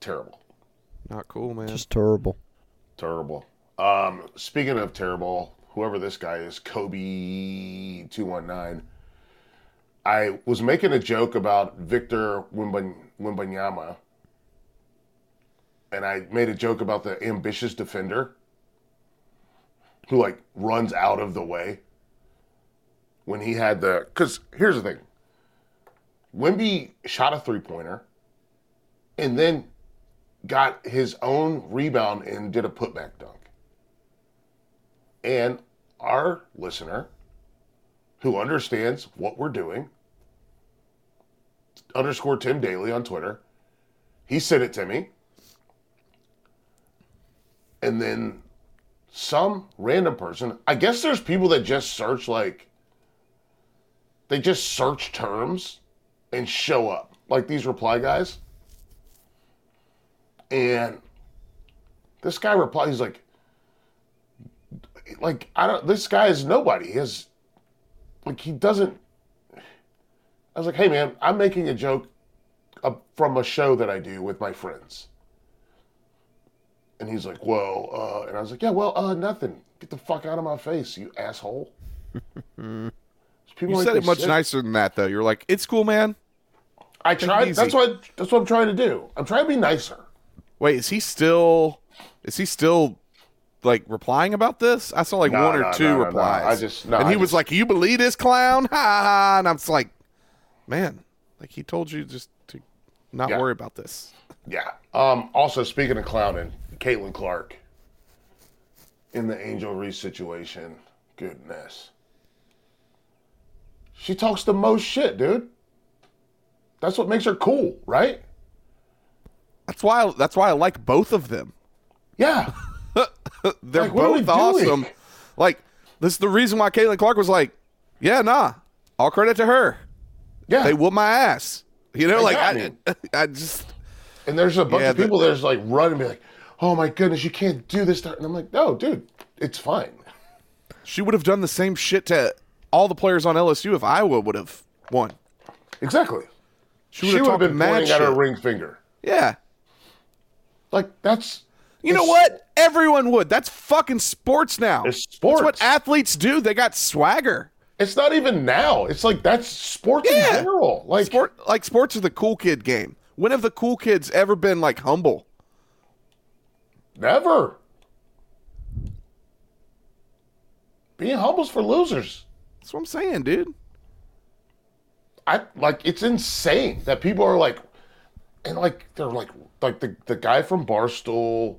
S1: Terrible,
S3: Not cool, man.
S5: Just terrible.
S1: terrible. Um, speaking of terrible, whoever this guy is, Kobe two one nine. I was making a joke about Victor Wimban- Wimbanyama, and I made a joke about the ambitious defender who like runs out of the way when he had the. Because here's the thing: Wimby shot a three pointer, and then got his own rebound and did a putback dunk. And our listener, who understands what we're doing, underscore Tim Daly on Twitter, he sent it to me. And then some random person, I guess there's people that just search like, they just search terms and show up, like these reply guys and This guy replies, he's like, like I don't. This guy is nobody. He has, like, he doesn't. I was like, hey man, I'm making a joke uh, from a show that I do with my friends. And he's like, well, uh, and I was like, yeah, well, uh, nothing. Get the fuck out of my face, you asshole. People
S3: You
S1: like
S3: said it
S1: this
S3: much
S1: shit.
S3: nicer than that, though. You're like, it's cool, man.
S1: I
S3: it
S1: tried.
S3: easy.
S1: That's what. That's what I'm trying to do. I'm trying to be nicer.
S3: Wait, is he still? Is he still like replying about this? I saw like
S1: No,
S3: one or
S1: no,
S3: two
S1: no, no, no.
S3: replies.
S1: I just- no,
S3: and he
S1: I
S3: was
S1: just-
S3: like, "You believe this clown?" Ha ha, ha! And I'm just like, "Man, like he told you just to not
S1: Yeah.
S3: worry about this."
S1: Yeah. Um, also, speaking of clowning, Caitlin Clark in the Angel Reese situation. Goodness. She talks the most shit, dude. That's what makes her cool, right?
S3: That's why. I, that's why I like both of them.
S1: Yeah.
S3: They're
S1: Like, what are we
S3: both awesome.
S1: doing?
S3: Like this is the reason why Caitlin Clark was like, "Yeah, nah, all credit to her.
S1: Yeah.
S3: They whoop my ass." You know, like
S1: got
S3: I,
S1: me.
S3: I just
S1: and there's a bunch
S3: Yeah,
S1: of people that's like run and be like, oh my goodness, you can't do this. And I'm like, no, dude, it's fine.
S3: She would have done the same shit to all the players on LSU if Iowa would have won.
S1: Exactly.
S3: She
S1: She would
S3: would have
S1: have
S3: talked
S1: been
S3: mad
S1: pointing at her
S3: shit.
S1: ring finger.
S3: Yeah.
S1: Like, that's.
S3: You know
S1: it's-
S3: what? Everyone would. That's fucking sports now.
S1: It's
S3: That's
S1: sports.
S3: what athletes do. They got swagger.
S1: It's not even now. It's like that's sports in
S3: Yeah.
S1: general. Like
S3: Sport like sports are the cool kid game. When have the cool kids ever been like humble?
S1: never. Being humble's for losers.
S3: That's what I'm saying, dude.
S1: I like it's insane that people are like and like they're like like the, the guy from Barstool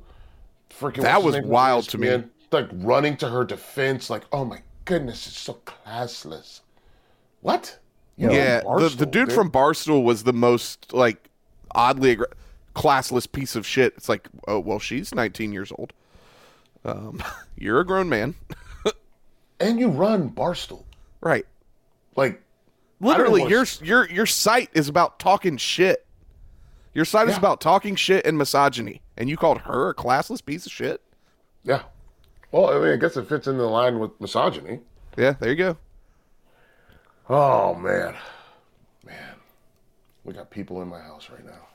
S1: freaking
S3: That
S1: what's his
S3: was
S1: name from E
S3: wild to me.
S1: ESPN, Like running to her defense, like, oh my goodness, it's so classless. What? You
S3: yeah.
S1: own
S3: the, the
S1: Barstool,
S3: dude, from Barstool was the most like oddly aggra- classless piece of shit. It's like, oh well, she's 19 years old. Um, you're a grown man,
S1: and you run Barstool.
S3: right?
S1: Like
S3: Literally,
S1: wanna
S3: your
S1: s-
S3: your your site is about talking shit. Your site is
S1: Yeah.
S3: about talking shit and misogyny, and you called her a classless piece of shit.
S1: Yeah. Well, I mean, I guess it fits in the line with misogyny.
S3: Yeah, there you go.
S1: Oh man, man, we got people in my house right now.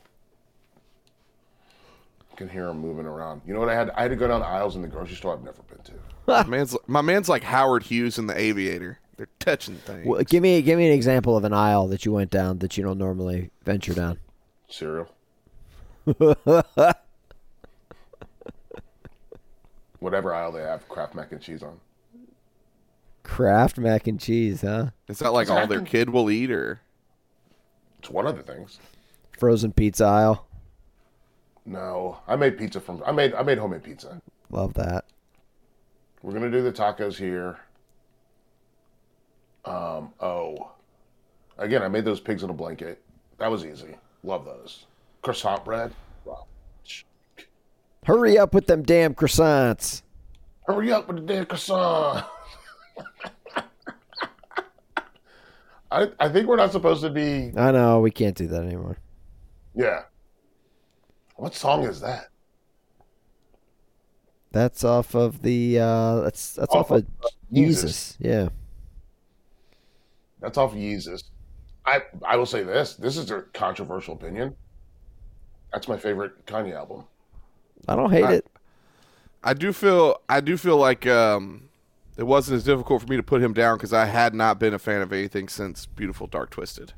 S1: I can hear them moving around. You know what I had? I had to go down aisles in the grocery store I've never been to.
S3: my man's my man's like Howard Hughes in The Aviator. They're touching things.
S5: Well, give me give me an example of an aisle that you went down that you don't normally venture down.
S1: Cereal. Whatever aisle they have Kraft mac and cheese on.
S5: Kraft mac and cheese, huh?
S3: Is that like all their kid will eat, or
S1: It's one of the things.
S5: Frozen pizza aisle.
S1: No, I made pizza from. I made I made homemade pizza.
S5: Love that.
S1: We're gonna do the tacos here. Um. Oh, again, I made those pigs in a blanket. That was easy. Love those croissant bread. Wow.
S5: Hurry up with them damn croissants.
S1: Hurry up with the damn croissant. I I think we're not supposed to be.
S5: I know we can't do that anymore.
S1: Yeah. What song is that?
S5: That's off of the uh that's that's off,
S1: Off
S5: of uh, Jesus.
S1: Jesus.
S5: Yeah.
S1: That's off Yeezus. I I will say this. This is a controversial opinion. That's my favorite Kanye album.
S5: I don't hate
S3: I-
S5: it.
S3: I do feel I do feel like um, it wasn't as difficult for me to put him down because I had not been a fan of anything since Beautiful Dark Twisted.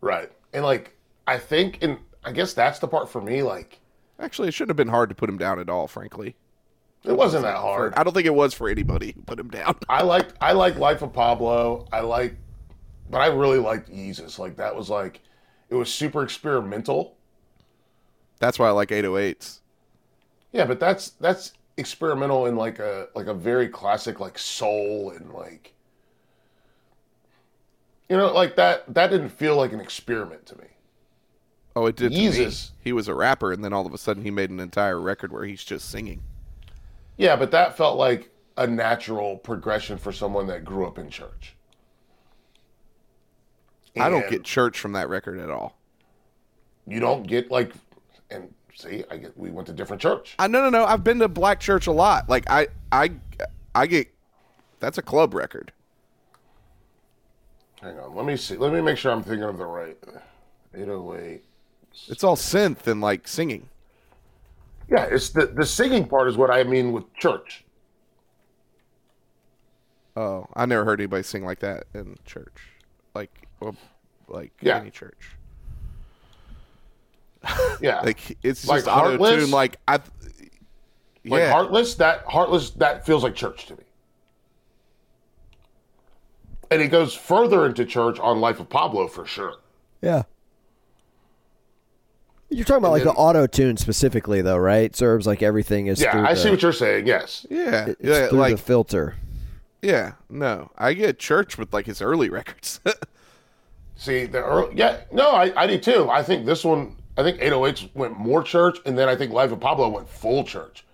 S1: Right. And like I think and I guess that's the part for me like
S3: Actually, it shouldn't have been hard to put him down at all. Frankly,
S1: it wasn't that hard.
S3: I don't think it was for anybody who put him down.
S1: I liked I like Life of Pablo. I like but I really liked Yeezus. Like that was like it was super experimental.
S3: That's why I like 808s.
S1: Yeah, but that's that's experimental in like a like a very classic like soul and like you know like that that didn't feel like an experiment to me.
S3: Oh, it did. to me.
S1: Yeezus.
S3: He was a rapper, and then all of a sudden he made an entire record where he's just singing.
S1: Yeah, but that felt like a natural progression for someone that grew up in church.
S3: I don't
S1: And
S3: get church from that record at all.
S1: you don't get like and See, I get, we went to different church.
S3: I no no no. I've been to black church a lot. Like I I I get that's a club record.
S1: Hang on, let me see. Let me make sure I'm thinking of the right. 808.
S3: It's all synth and like singing.
S1: Yeah, it's the the singing part is what I mean with church.
S3: Oh, I never heard anybody sing like that in church, like well, like
S1: Yeah.
S3: any church.
S1: Yeah, like,
S3: Like it's
S1: Like
S3: just auto
S1: Heartless?
S3: tune. Like I, yeah,
S1: heartless. That heartless. That feels like church to me. And it goes further into church on Life of Pablo for sure.
S5: Yeah. You're talking about like the auto tune specifically, though, right? Serbs like everything is.
S1: Yeah,
S5: through
S1: I
S5: the,
S1: see what you're saying. Yes,
S3: yeah,
S5: it's
S3: yeah.
S5: through
S3: Like
S5: the filter.
S3: yeah, no, I get church with like his early records.
S1: See the early, yeah, no, I, I do too. I think this one, I think 808s went more church, and then I think Life of Pablo went full church.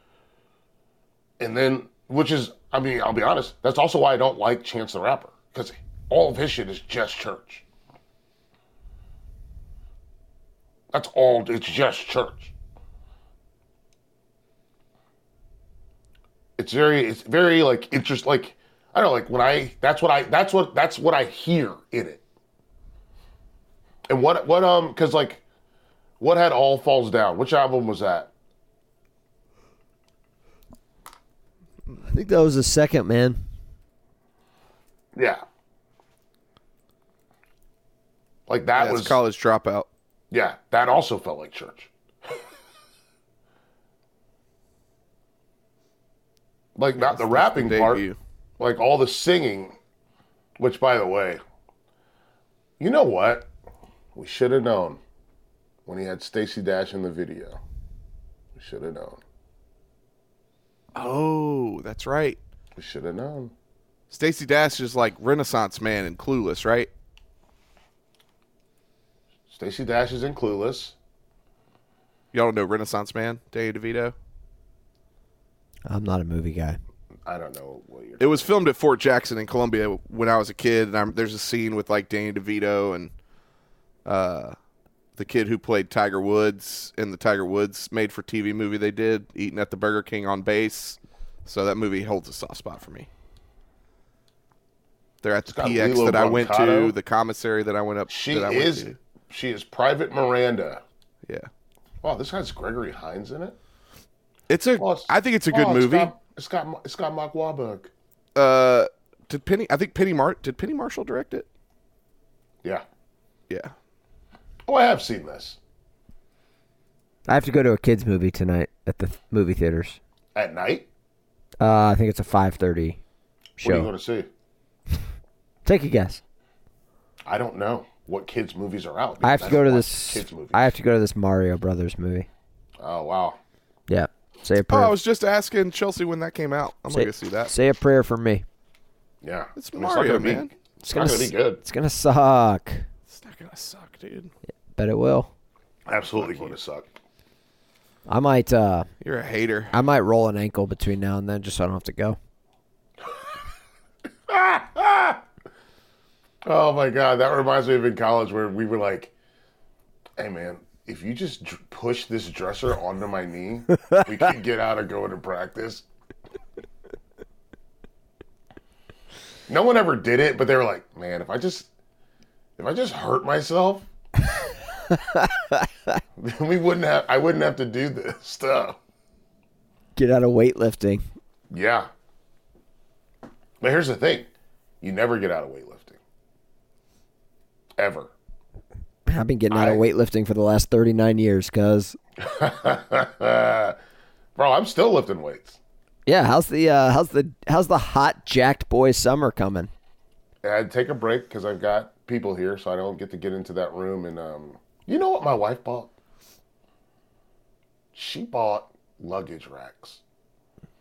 S1: And then, which is, I mean, I'll be honest, that's also why I don't like Chance the Rapper because all of his shit is just church. That's all. It's just church. It's very, it's very like interest, like I don't know, like when I. That's what I. That's what. That's what I hear in it. And what what um because like what had All Falls Down? Which album was that?
S5: I think that was the second man.
S1: Yeah. Like that
S3: That's
S1: was
S3: college dropout.
S1: yeah, that also felt like church. like not the rapping part,
S3: Debut.
S1: like all the singing, which by the way, you know what? We should have known when he had Stacy Dash in the video. We should have known.
S3: Oh, that's right.
S1: We should have known.
S3: Stacy Dash is like Renaissance man and clueless, right?
S1: Stacy Dash is in Clueless.
S3: Y'all know Renaissance man, Danny DeVito.
S5: I'm not a movie guy.
S1: I don't know what you're.
S3: It was filmed at Fort Jackson in Columbia when I was a kid, and I'm, there's a scene with like Danny DeVito and uh, the kid who played Tiger Woods in the Tiger Woods made-for-TV movie they did, eating at the Burger King on base. So that movie holds a soft spot for me. They're at the
S1: got
S3: PX
S1: Lilo
S3: that I went to,
S1: Brancato.
S3: the commissary that I went up.
S1: She
S3: that I
S1: is.
S3: Went
S1: She is Private Miranda.
S3: to. Yeah,
S1: Wow, this has Gregory Hines in it.
S3: it's a.
S1: Well, it's-
S3: I think it's a good
S1: Oh,
S3: movie.
S1: Got, it's got Ma- it's got Mark Wahlberg.
S3: Uh, did Penny? I think Penny Mart. Did Penny Marshall direct it?
S1: Yeah.
S3: Yeah.
S1: Oh, I have seen this
S2: I have to go to a kids movie tonight at the th- movie theaters.
S1: at night.
S2: Uh, I think it's a
S1: What are
S2: 5:30
S1: you
S2: show.
S1: going to see?
S2: Take a guess.
S1: I don't know what kids movies are out.
S2: I have to
S1: don't
S2: go to
S1: watch
S2: this.
S1: kids movie.
S2: I have to go to this Mario Brothers movie.
S1: Oh wow.
S2: Yeah. Say a
S3: Oh,
S2: prayer.
S3: I was just asking Chelsea when that came out. I'm
S2: say,
S3: gonna go see that.
S2: Say a prayer for me.
S1: Yeah.
S3: It's
S1: not
S3: Mario,
S1: gonna be-
S3: man.
S1: It's not going to
S2: s-
S1: be good.
S2: It's gonna suck.
S3: It's not gonna suck, dude.
S2: Bet it will.
S1: Absolutely going to suck.
S2: I might. Uh,
S3: You're a hater.
S2: I might roll an ankle between now and then, just so I don't have to go.
S1: Oh my god, that reminds me of in college where we were like, "Hey man, if you just dr- push this dresser onto my knee, we can get out of going to practice." No one ever did it, but they were like, "Man, if I just if I just hurt myself, then we wouldn't have I wouldn't have to do this stuff."
S5: Get out of weightlifting.
S1: Yeah. But here's the thing. You never get out of weightlifting. Ever.
S5: I've been getting out
S1: I-
S5: of weightlifting for the last 39 years, cause
S1: Bro, I'm still lifting weights.
S5: yeah, how's the uh, how's the how's the hot jacked boy summer coming?
S1: And I take a break because I've got people here, so I don't get to get into that room. And um, you know what my wife bought? She bought luggage racks.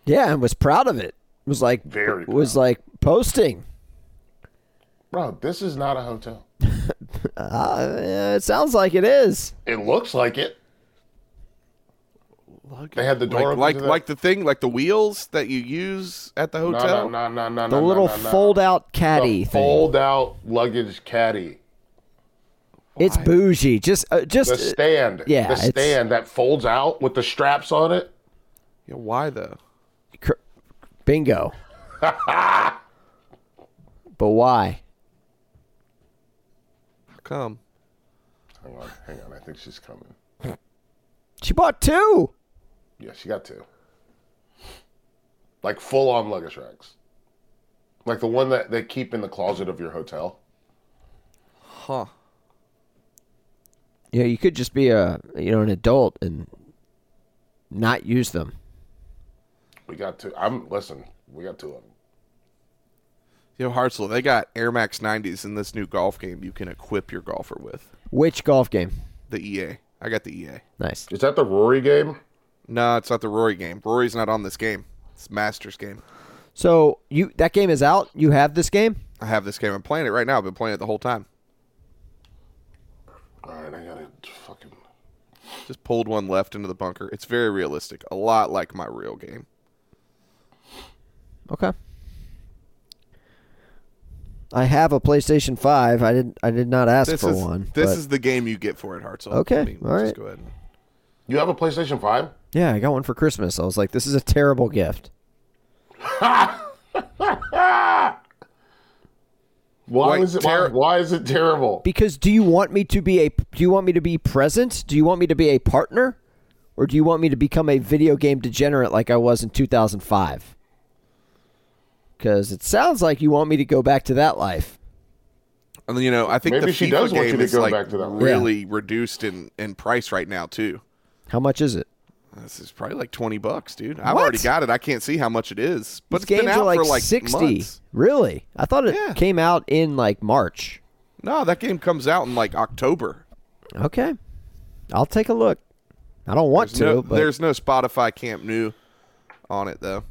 S5: Yeah, and was proud of it. Was like
S1: Very
S5: was like posting.
S1: Bro, this is not a hotel.
S5: Uh, yeah, it sounds like it is.
S1: It looks like it. They had the door open
S3: Like like,
S1: to the-
S3: like the thing, like the wheels that you use at the
S1: No,
S3: hotel.
S1: no, no, no, no,
S5: The
S1: no,
S5: little
S1: no, no.
S5: fold out caddy
S1: The
S5: thing.
S1: fold out luggage caddy.
S2: It's bougie. Just, uh, just
S1: The stand.
S2: yeah,
S1: The
S2: it's-
S1: stand that folds out with the straps on it.
S3: Yeah, why though?
S2: cr- bingo. but why?
S3: How come?
S1: Hang on, hang on. I think she's coming.
S2: She bought two.
S1: Yeah, she got two. Like full on luggage racks. Like the one that they keep in the closet of your hotel.
S3: Huh?
S2: Yeah, you could just be a you know an adult and not use them.
S1: We got two. I'm listen. We got two of them.
S3: Yo, Hartzell, they got Air Max 90s in this new golf game you can equip your golfer with.
S2: Which golf game?
S3: The EA. I got the EA.
S2: Nice.
S1: Is that the Rory game?
S3: No, it's not the Rory game. Rory's not on this game. It's Masters game.
S2: So you that game is out. You have this game.
S3: I have this game. I'm playing it right now. I've been playing it the whole time.
S1: All right, I gotta fucking.
S3: Just pulled one left into the bunker. It's very realistic. A lot like my real game.
S2: Okay. I have a PlayStation Five. I didn't. I did not ask
S3: This
S2: for
S3: is
S2: one.
S3: this
S2: but-
S3: is the game you get for it, Hartzell.
S2: Okay, all
S3: let's
S2: right.
S3: Just go ahead. and-
S1: You have a PlayStation Five?
S2: yeah. I got one for Christmas. I was like, this is a terrible gift.
S1: Why
S3: Wait,
S1: is it? why-
S3: ter-
S1: why is it terrible?
S2: Because do you want me to be a? Do you want me to be present? Do you want me to be a partner, or do you want me to become a video game degenerate like I was in 2005? Because it sounds like you want me to go back to that life.
S3: And you know, I think
S1: Maybe
S3: the
S1: she
S3: FIFA
S1: does want
S3: game
S1: you to
S3: is
S1: go
S3: like
S1: back to that one.
S3: really reduced in in price right now too.
S2: How much is it?
S3: This is probably like twenty bucks, dude. I've
S2: What?
S3: already got it. I can't see how much it is, but
S2: These
S3: it's been
S2: games
S3: out
S2: are like,
S3: for like
S2: 60.
S3: months.
S2: Really? I thought it
S3: Yeah.
S2: came out in like March.
S3: No, that game comes out in like October.
S2: Okay, I'll take a look. I don't want
S3: There's
S2: to,
S3: no,
S2: but
S3: there's no Spotify Camp New on it though.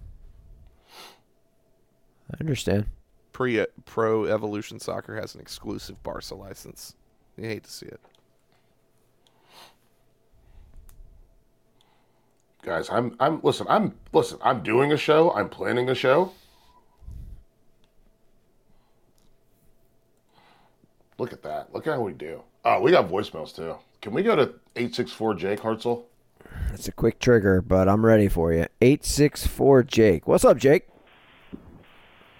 S2: I understand.
S3: Pre uh, Pro Evolution Soccer has an exclusive Barca license. You hate to see it.
S1: Guys, I'm I'm listen. I'm listen. I'm doing a show. I'm planning a show. Look at that. Look at how we do. Oh, we got voicemails too. Can we go to eight six four Jake Hartzell?
S2: That's a quick trigger, but I'm ready for you. Eight six four Jake. What's up, Jake?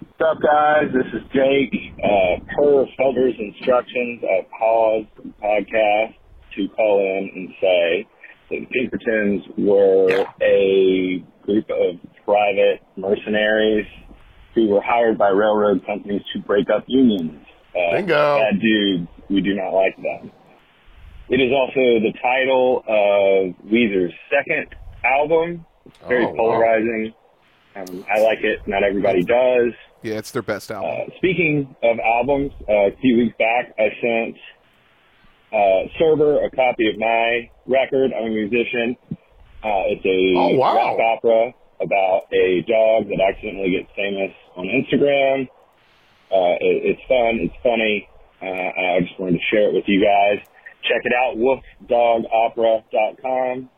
S7: What's up, guys? This is Jake. Uh, per Felder's instructions, I paused the podcast to call in and say that the Pinkertons were a group of private mercenaries who were hired by railroad companies to break up unions. Uh,
S1: Bingo.
S7: Bad dudes. We do not like them. It is also the title of Weezer's second album. Very
S1: Oh, wow.
S7: polarizing. Um, I like it. Not everybody does.
S3: Yeah, it's their best album.
S7: Uh, speaking of albums, uh, a few weeks back, I sent uh, Server a copy of my record. I'm a musician. Uh, it's a
S1: Oh, wow.
S7: rock opera about a dog that accidentally gets famous on Instagram. Uh, it, it's fun. It's funny. Uh, I just wanted to share it with you guys. Check it out, wolfdogopera.com.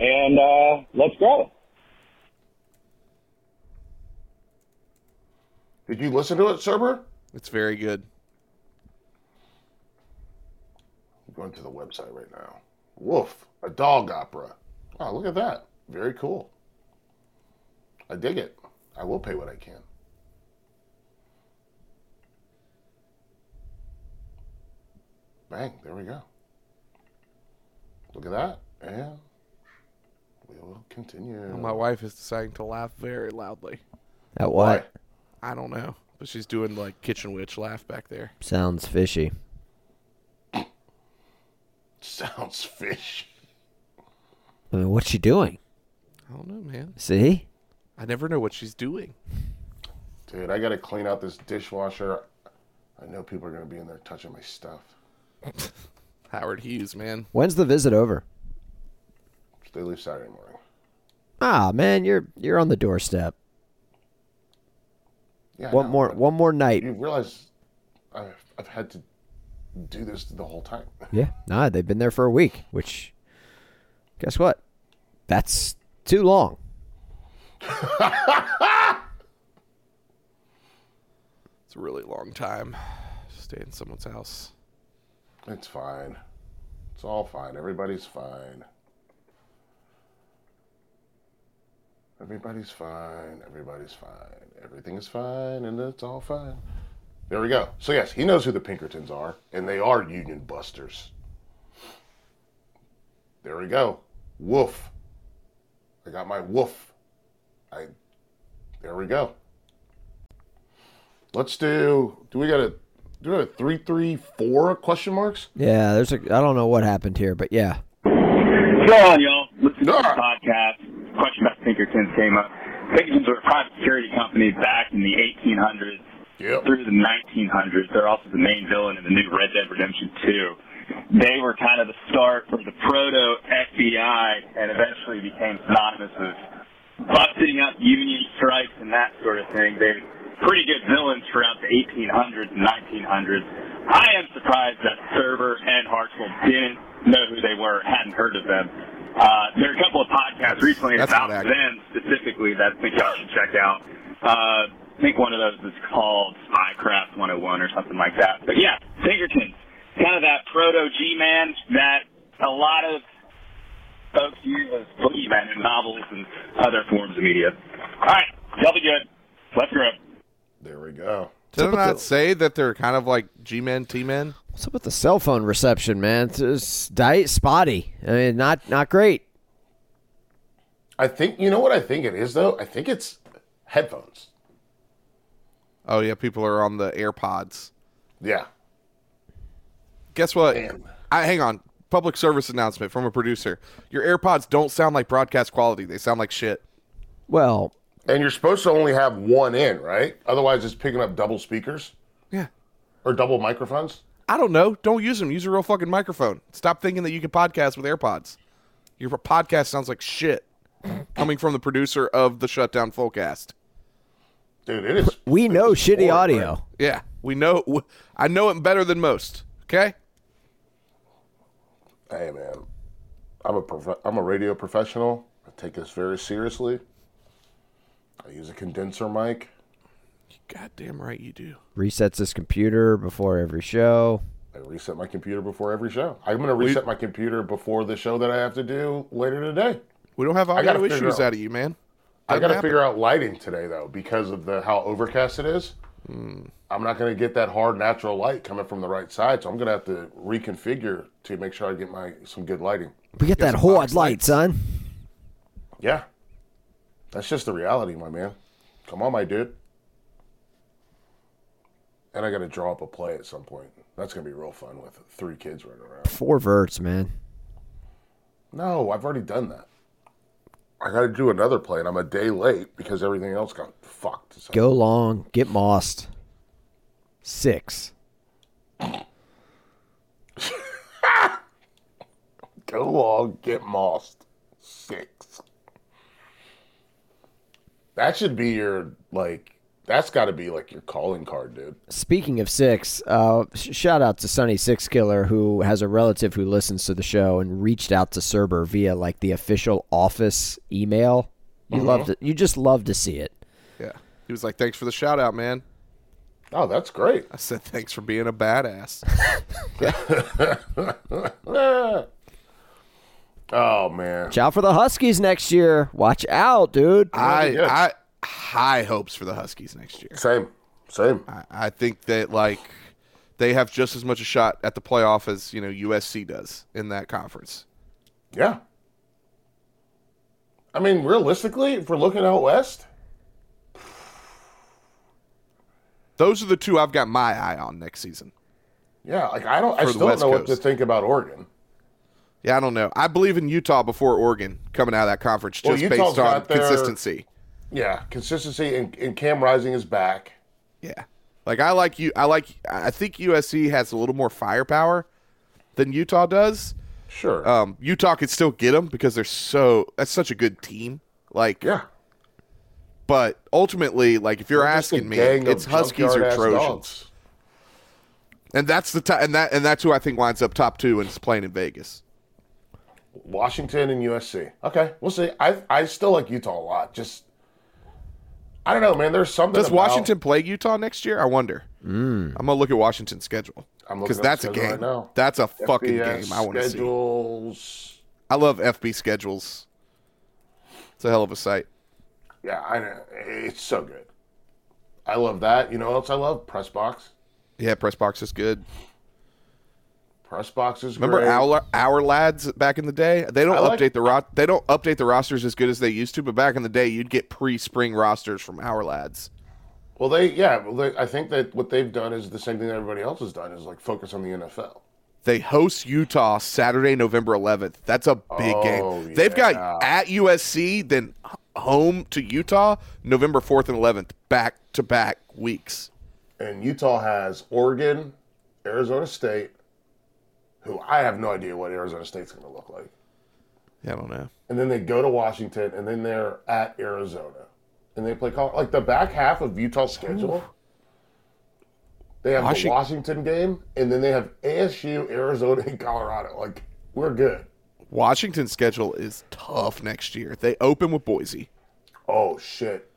S7: And uh, let's grow.
S1: Did you listen to it, Cerber?
S3: It's very good.
S1: I'm going to the website right now. Woof, a dog opera. Oh, look at that. Very cool. I dig it. I will pay what I can. Bang, there we go. Look at that. And we will continue.
S3: My wife is deciding to laugh very loudly.
S2: At what?
S3: I don't know, but she's doing like kitchen witch laugh back there.
S2: Sounds fishy.
S1: Sounds fish.
S2: I mean, what's she doing?
S3: I don't know, man.
S2: See?
S3: I never know what she's doing.
S1: Dude, I got to clean out this dishwasher. I know people are going to be in there touching my stuff.
S3: Howard Hughes, man.
S2: When's the visit over?
S1: They leave Saturday morning.
S2: Ah, man, you're you're on the doorstep.
S1: Yeah, I
S2: One
S1: know,
S2: more
S1: but-
S2: one more night.
S1: you realize I've, I've had to do this the whole time.
S2: Yeah. Nah, they've been there for a week, which guess what? That's too long.
S3: It's a really long time. Stay in someone's house.
S1: It's fine. It's all fine. Everybody's fine. Everybody's fine. Everybody's fine. Everything is fine, and it's all fine. There we go. So yes, he knows who the Pinkertons are, and they are union busters. There we go. Woof. I got my woof. I. There we go. Let's do. Do we got a? Do we have a three three four question marks?
S5: Yeah, there's a. I don't know what happened here, but yeah.
S7: Go on, y'all. Listen to the
S1: Ah.
S7: podcast. Question about Pinkertons came up. Pinkertons were a private security company back in the 1800s
S1: Yep.
S7: through the 1900s. They're also the main villain in the new Red Dead Redemption 2. They were kind of the start for the proto FBI and eventually became synonymous with busting up union strikes and that sort of thing. They're pretty good villains throughout the 1800s and 1900s. I am surprised that Server and Hartsville didn't know who they were, hadn't heard of them. Uh, there are a couple of podcasts recently
S3: That's
S7: about
S3: not accurate.
S7: them them specifically that I think y'all should check out. Uh, I think one of those is called Spycraft 101 or something like that. But yeah, Pinkertons, kind of that proto G-man that a lot of folks use as boogeyman in novels and other forms of media. All right, y'all be good. Let's grow.
S1: There we go.
S3: Did I
S5: up with
S3: not
S5: the-
S3: say that they're kind of like G men, T men?
S5: What's up with the cell phone reception, man? It's just di- spotty. I mean, not not great.
S1: I think you know what I think it is though. I think it's headphones.
S3: Oh yeah, people are on the AirPods.
S1: Yeah.
S3: Guess what?
S1: Damn.
S3: I hang on. Public service announcement from a producer. Your AirPods don't sound like broadcast quality. They sound like shit.
S5: Well,
S1: And you're supposed to only have one in, right? Otherwise, it's picking up double speakers
S3: Yeah.
S1: or double microphones.
S3: I don't know. Don't use them. Use a real fucking microphone. Stop thinking that you can podcast with AirPods. Your podcast sounds like shit. Coming from the producer of the Shutdown Fullcast.
S1: Dude, it is.
S5: we know
S1: it's
S5: shitty
S1: boring,
S5: audio.
S1: right?
S3: Yeah, we know. w- I know it better than most. Okay.
S1: Hey, man. I'm a, prof- I'm a radio professional. I take this very seriously. I use a condenser mic.
S3: Goddamn right you do.
S5: Resets his computer before every show.
S1: I reset my computer before every show. I'm going to reset my computer before the show that I have to do later today.
S3: We don't have audio
S1: gotta figure
S3: issues
S1: out-
S3: out of you, man.
S1: I
S3: Doesn't
S1: got to
S3: happen.
S1: figure out lighting today, though, because of the how overcast it is. I'm not going to get that hard natural light coming from the right side, so I'm going to have to reconfigure to make sure I get my some good lighting.
S5: We got that hard light, son.
S1: Yeah, that's just the reality, my man. Come on, my dude. And I got to draw up a play at some point. That's going to be real fun with three kids running around.
S5: Four verts, man.
S1: No, I've already done that. I got to do another play, and I'm a day late because everything else got fucked. So-
S5: Go long, get mossed. Six.
S1: Go on, get mossed. Six. That should be your like. That's got to be like your calling card, dude.
S5: Speaking of six, uh, sh- shout out to Sunny Six Killer, who has a relative who listens to the show and reached out to Cerber via like the official office email.
S3: Mm-hmm.
S5: You loved it. You just love to see it.
S3: Yeah. He was like, "Thanks for the shout out, man."
S1: Oh, that's great.
S3: I said, "Thanks for being a badass."
S1: Ah. Oh man,
S5: Watch out for the Huskies next year. Watch out, dude.
S3: I
S1: good.
S3: I high hopes for the Huskies next year.
S1: same, same.
S3: I, I think that like they have just as much a shot at the playoff as you know USC does in that conference.
S1: Yeah. I mean, realistically, if we're looking out west,
S3: Those are the two I've got my eye on next season.
S1: yeah. Like I don't, I
S3: For the
S1: still don't
S3: West
S1: know what to
S3: Coast.
S1: think about Oregon.
S3: Yeah, I don't know. I believe in Utah before Oregon coming out of that conference
S1: Well,
S3: just
S1: Utah's
S3: based on
S1: got their-
S3: consistency.
S1: Yeah, consistency and, and Cam Rising is back.
S3: Yeah. Like I like you I like I think USC has a little more firepower than Utah does.
S1: Sure.
S3: Um Utah could still get them because they're so that's such a good team. Like
S1: yeah.
S3: but ultimately like if you're
S1: Just a
S3: asking me
S1: gang of
S3: it's Huskies or
S1: junkyard-ass
S3: Trojans.
S1: dogs.
S3: And that's the t- and that and that's who I think winds up top 2 and is playing in Vegas.
S1: Washington and USC. Okay, we'll see. I I still like Utah a lot. Just I don't know, man. There's something.
S3: Does
S1: about-
S3: Washington play Utah next year? I wonder. I'm going to look at Washington's schedule.
S1: I'm looking
S3: because
S1: at
S3: that's
S1: the
S3: a
S1: schedule
S3: game.
S1: right now.
S3: That's a fucking
S1: FBS
S3: game. I want to see.
S1: schedules.
S3: I love FB schedules. It's a hell of a site.
S1: Yeah, I know. It's so good. I love that. You know what else I love? Press box.
S3: Yeah, press box is good.
S1: Press box is
S3: Remember
S1: great.
S3: our our lads back in the day? They don't
S1: I
S3: update
S1: like-
S3: the ro- they don't update the rosters as good as they used to, but back in the day you'd get pre-spring rosters from our lads.
S1: Well, they yeah. Well, they, I think that what they've done is the same thing that everybody else has done is like focus on the NFL.
S3: They host Utah Saturday, November 11th. That's a big
S1: Oh,
S3: game. They've got
S1: yeah.
S3: at USC, then h- home to Utah, November 4th and 11th, back to back weeks.
S1: And Utah has Oregon, Arizona State, who I have no idea what Arizona State's going to look like.
S3: Yeah, I don't know.
S1: and then they go to Washington, and then they're at Arizona, and they play Col- like the back half of Utah's schedule. They have
S3: Washing-
S1: the Washington game, and then they have ASU, Arizona, and Colorado. Like we're good.
S3: Washington's schedule is tough next year. They open with Boise.
S1: Oh shit!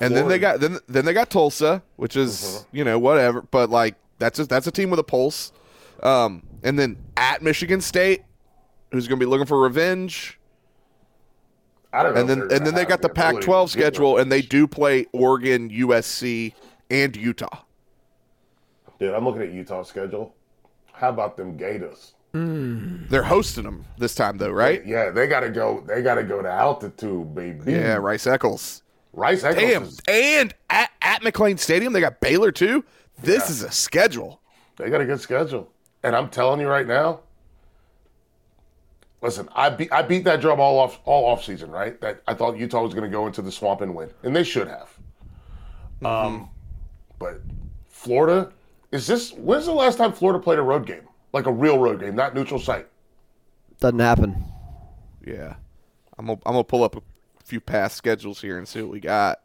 S3: And then
S1: Florida.
S3: they
S1: Mm-hmm.
S3: got then then they got Tulsa, which is you know whatever, but like that's a, that's a team with a pulse. Um, and then at Michigan State, who's going to be looking for revenge,
S1: I don't know.
S3: and then and then they got the Pac-12 schedule, and they do play Oregon, USC, and Utah.
S1: Dude, I'm looking at Utah's schedule. How about them Gators?
S3: They're hosting them this time though, right?
S1: Yeah, they gotta go. They gotta go to altitude, baby.
S3: Yeah, Rice Eccles.
S1: Rice Eccles
S3: Damn,
S1: is-
S3: and at, at McLean Stadium, they got Baylor too. This is a schedule.
S1: They got a good schedule. And I'm telling you right now, listen, I beat I beat that drum all off all off season, right? That I thought Utah was gonna go into the swamp and win. And they should have. Um but Florida, is this when's the last time Florida played a road game? Like a real road game, not neutral site.
S2: Doesn't happen.
S3: Yeah, I'm gonna, I'm gonna pull up a few past schedules here and see what we got.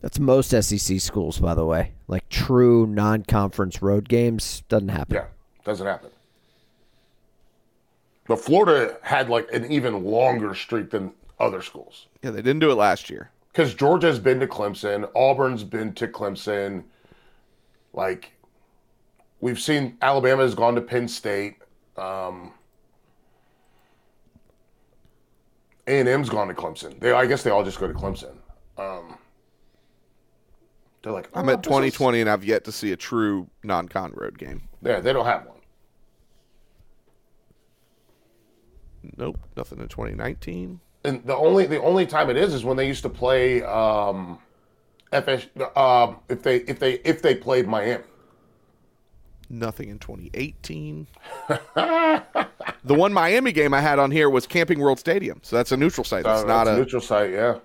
S2: That's most
S5: E
S2: SEC schools, by the way. Like true non-conference road games doesn't happen.
S1: Yeah, doesn't happen. But Florida had like an even longer streak than other schools.
S3: Yeah, they didn't do it last year.
S1: because Georgia's been to Clemson, Auburn's been to Clemson. Like, we've seen Alabama has gone to Penn State. Um, A&M's gone to Clemson. They, I guess they all just go to Clemson. Um, they're like,
S3: I'm
S1: "Oh,
S3: at
S1: this is-"
S3: 2020 and I've yet to see a true non-con road game.
S1: Yeah, they don't have one.
S3: Nope, nothing in 2019.
S1: And the only the only time it is is when they used to play um, FS. Um, if they if they if they played Miami.
S3: Nothing in 2018. the one Miami game I had on here was Camping World Stadium, so that's a neutral site. That's
S1: Uh,
S3: not
S1: it's
S3: a,
S1: neutral site. Yeah.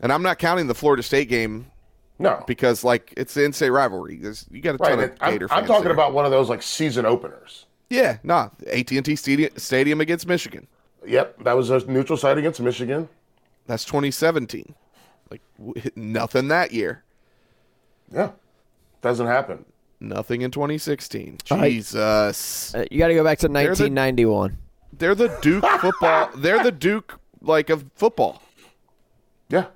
S3: and I'm not counting the Florida State game
S1: No.
S3: because like it's the in-state rivalry. There's, you got a ton
S1: Right.
S3: of
S1: and I'm,
S3: Gator
S1: I'm
S3: fans
S1: talking
S3: there.
S1: about one of those like season openers.
S3: yeah, nah, AT&T stadium, stadium against Michigan.
S1: Yep, that was a neutral site against Michigan.
S3: That's 2017. Like w- nothing that year.
S1: Yeah, doesn't happen.
S3: Nothing in 2016.
S2: I-
S3: Jesus.
S2: Uh, you got to go back to
S3: They're the-
S2: 1991.
S3: They're the Duke football. They're the Duke like of football.
S1: Yeah.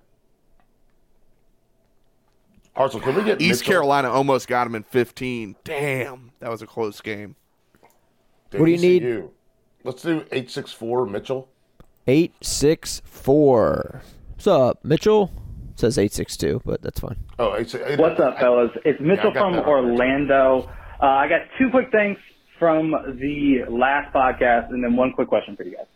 S1: Hartzell, can we get
S3: East
S1: Mitchell-
S3: Carolina almost got him in 15. Damn, that was a close game.
S1: Dude,
S2: What do you need?
S1: ECU. Let's do eight six four Mitchell.
S2: Eight six four. What's up, Mitchell? It says eight six two, but that's fine.
S1: Oh, eight, eight,
S7: What's up, fellas? It's Mitchell
S1: got
S7: from
S1: that.
S7: Orlando. Uh, I got two quick things from the last podcast, and then one quick question for you guys.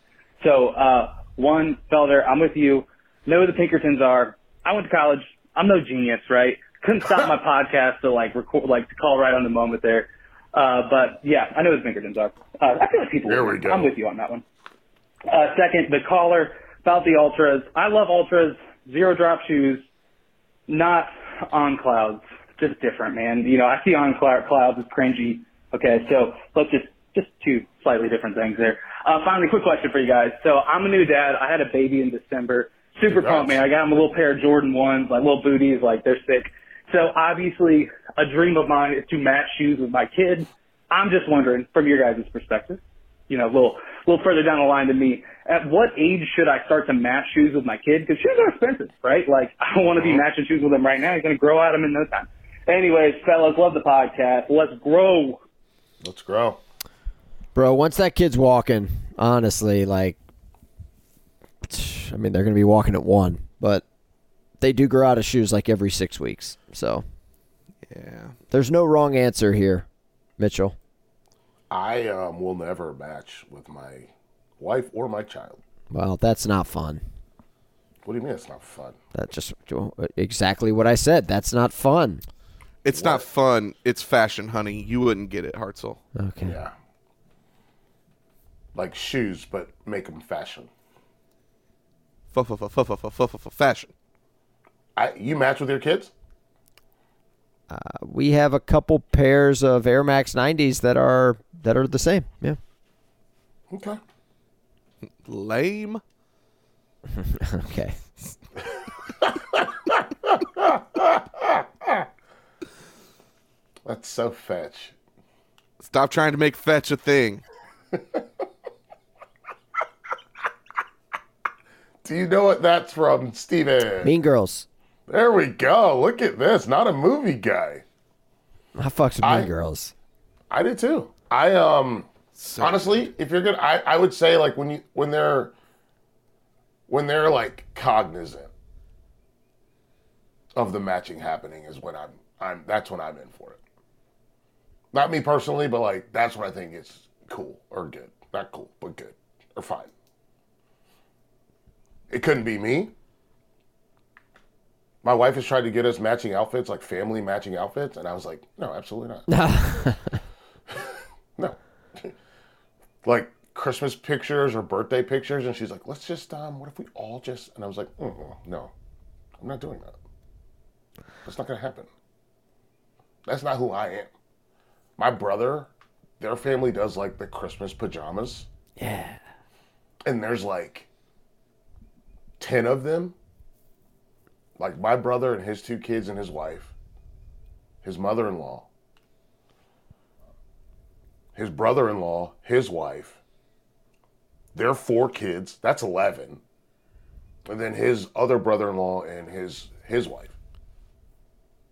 S7: So, uh, one, Felder, I'm with you. Know who the Pinkertons are. I went to college. I'm no genius, right? Couldn't stop my podcast to like record, like to call right on the moment there. Uh, but yeah, I know who the Pinkertons are. Uh, I feel like people.
S1: There we go.
S7: I'm with you on that one. Uh, second, the caller about the ultras. I love ultras. Zero drop shoes not on clouds, just different, man. You know, I see on cloud, clouds as cringy. Okay, so let's just just two slightly different things there. Uh, finally, quick question for you guys. So I'm a new dad. I had a baby in December. Super pumped, man. I got him a little pair of Jordan ones, like little booties, like they're sick. So obviously, a dream of mine is to match shoes with my kid. I'm just wondering, from your guys' perspective, you know, a little, little further down the line than me. At what age should I start to match shoes with my kid? Because shoes are expensive, right? Like, I don't want to be matching shoes with him right now. He's going to grow out of them in no time. Anyways, fellas, love the podcast. Let's grow.
S1: Let's grow.
S2: Bro, once that kid's walking, honestly, like, I mean, they're going to be walking at one, but they do grow out of shoes like every six weeks. So
S3: Yeah.
S2: there's no wrong answer here, Mitchell.
S1: I um, will never match with my wife or my child.
S2: Well, that's not fun.
S1: What do you mean it's not fun?
S2: That just exactly what I said. That's not fun.
S3: It's not fun. It's fashion, honey. You wouldn't get it, Hartzell.
S2: Okay.
S1: Yeah. Like shoes, but make them fashion.
S3: Fa- fa- fa- fa- fa- fa- fa- fa- fa- Fashion.
S1: I, you match with your kids?
S2: We have a couple pairs of Air Max 90s that are that are the same. Yeah.
S1: Okay.
S3: Lame.
S2: Okay.
S1: That's so fetch.
S3: Stop trying to make fetch a thing.
S1: Do you know what that's from, Steven?
S2: Mean Girls.
S1: There we go. Look at this. Not a movie guy.
S2: I fucks with Mean
S1: I-
S2: Girls.
S1: I did too. I um honestly, if you're gonna, I, I would say like when you when they're when they're like cognizant of the matching happening is when I'm I'm that's when I'm in for it. Not me personally, but like that's when I think it's cool or good. Not cool, but good or fine. It couldn't be me. My wife has tried to get us matching outfits, like family matching outfits, and I was like, no, absolutely not. No. like Christmas pictures or birthday pictures, and she's like, "Let's just um, what if we all just?" And I was like, Mm-mm, "No, I'm not doing that. That's not gonna happen. That's not who I am." My brother, their family does like the Christmas pajamas. Yeah. And there's like ten of them. Like my brother and his two kids and his wife, his mother-in-law, his brother in law, his wife, their four kids, that's 11. And then his other brother in law and his his wife.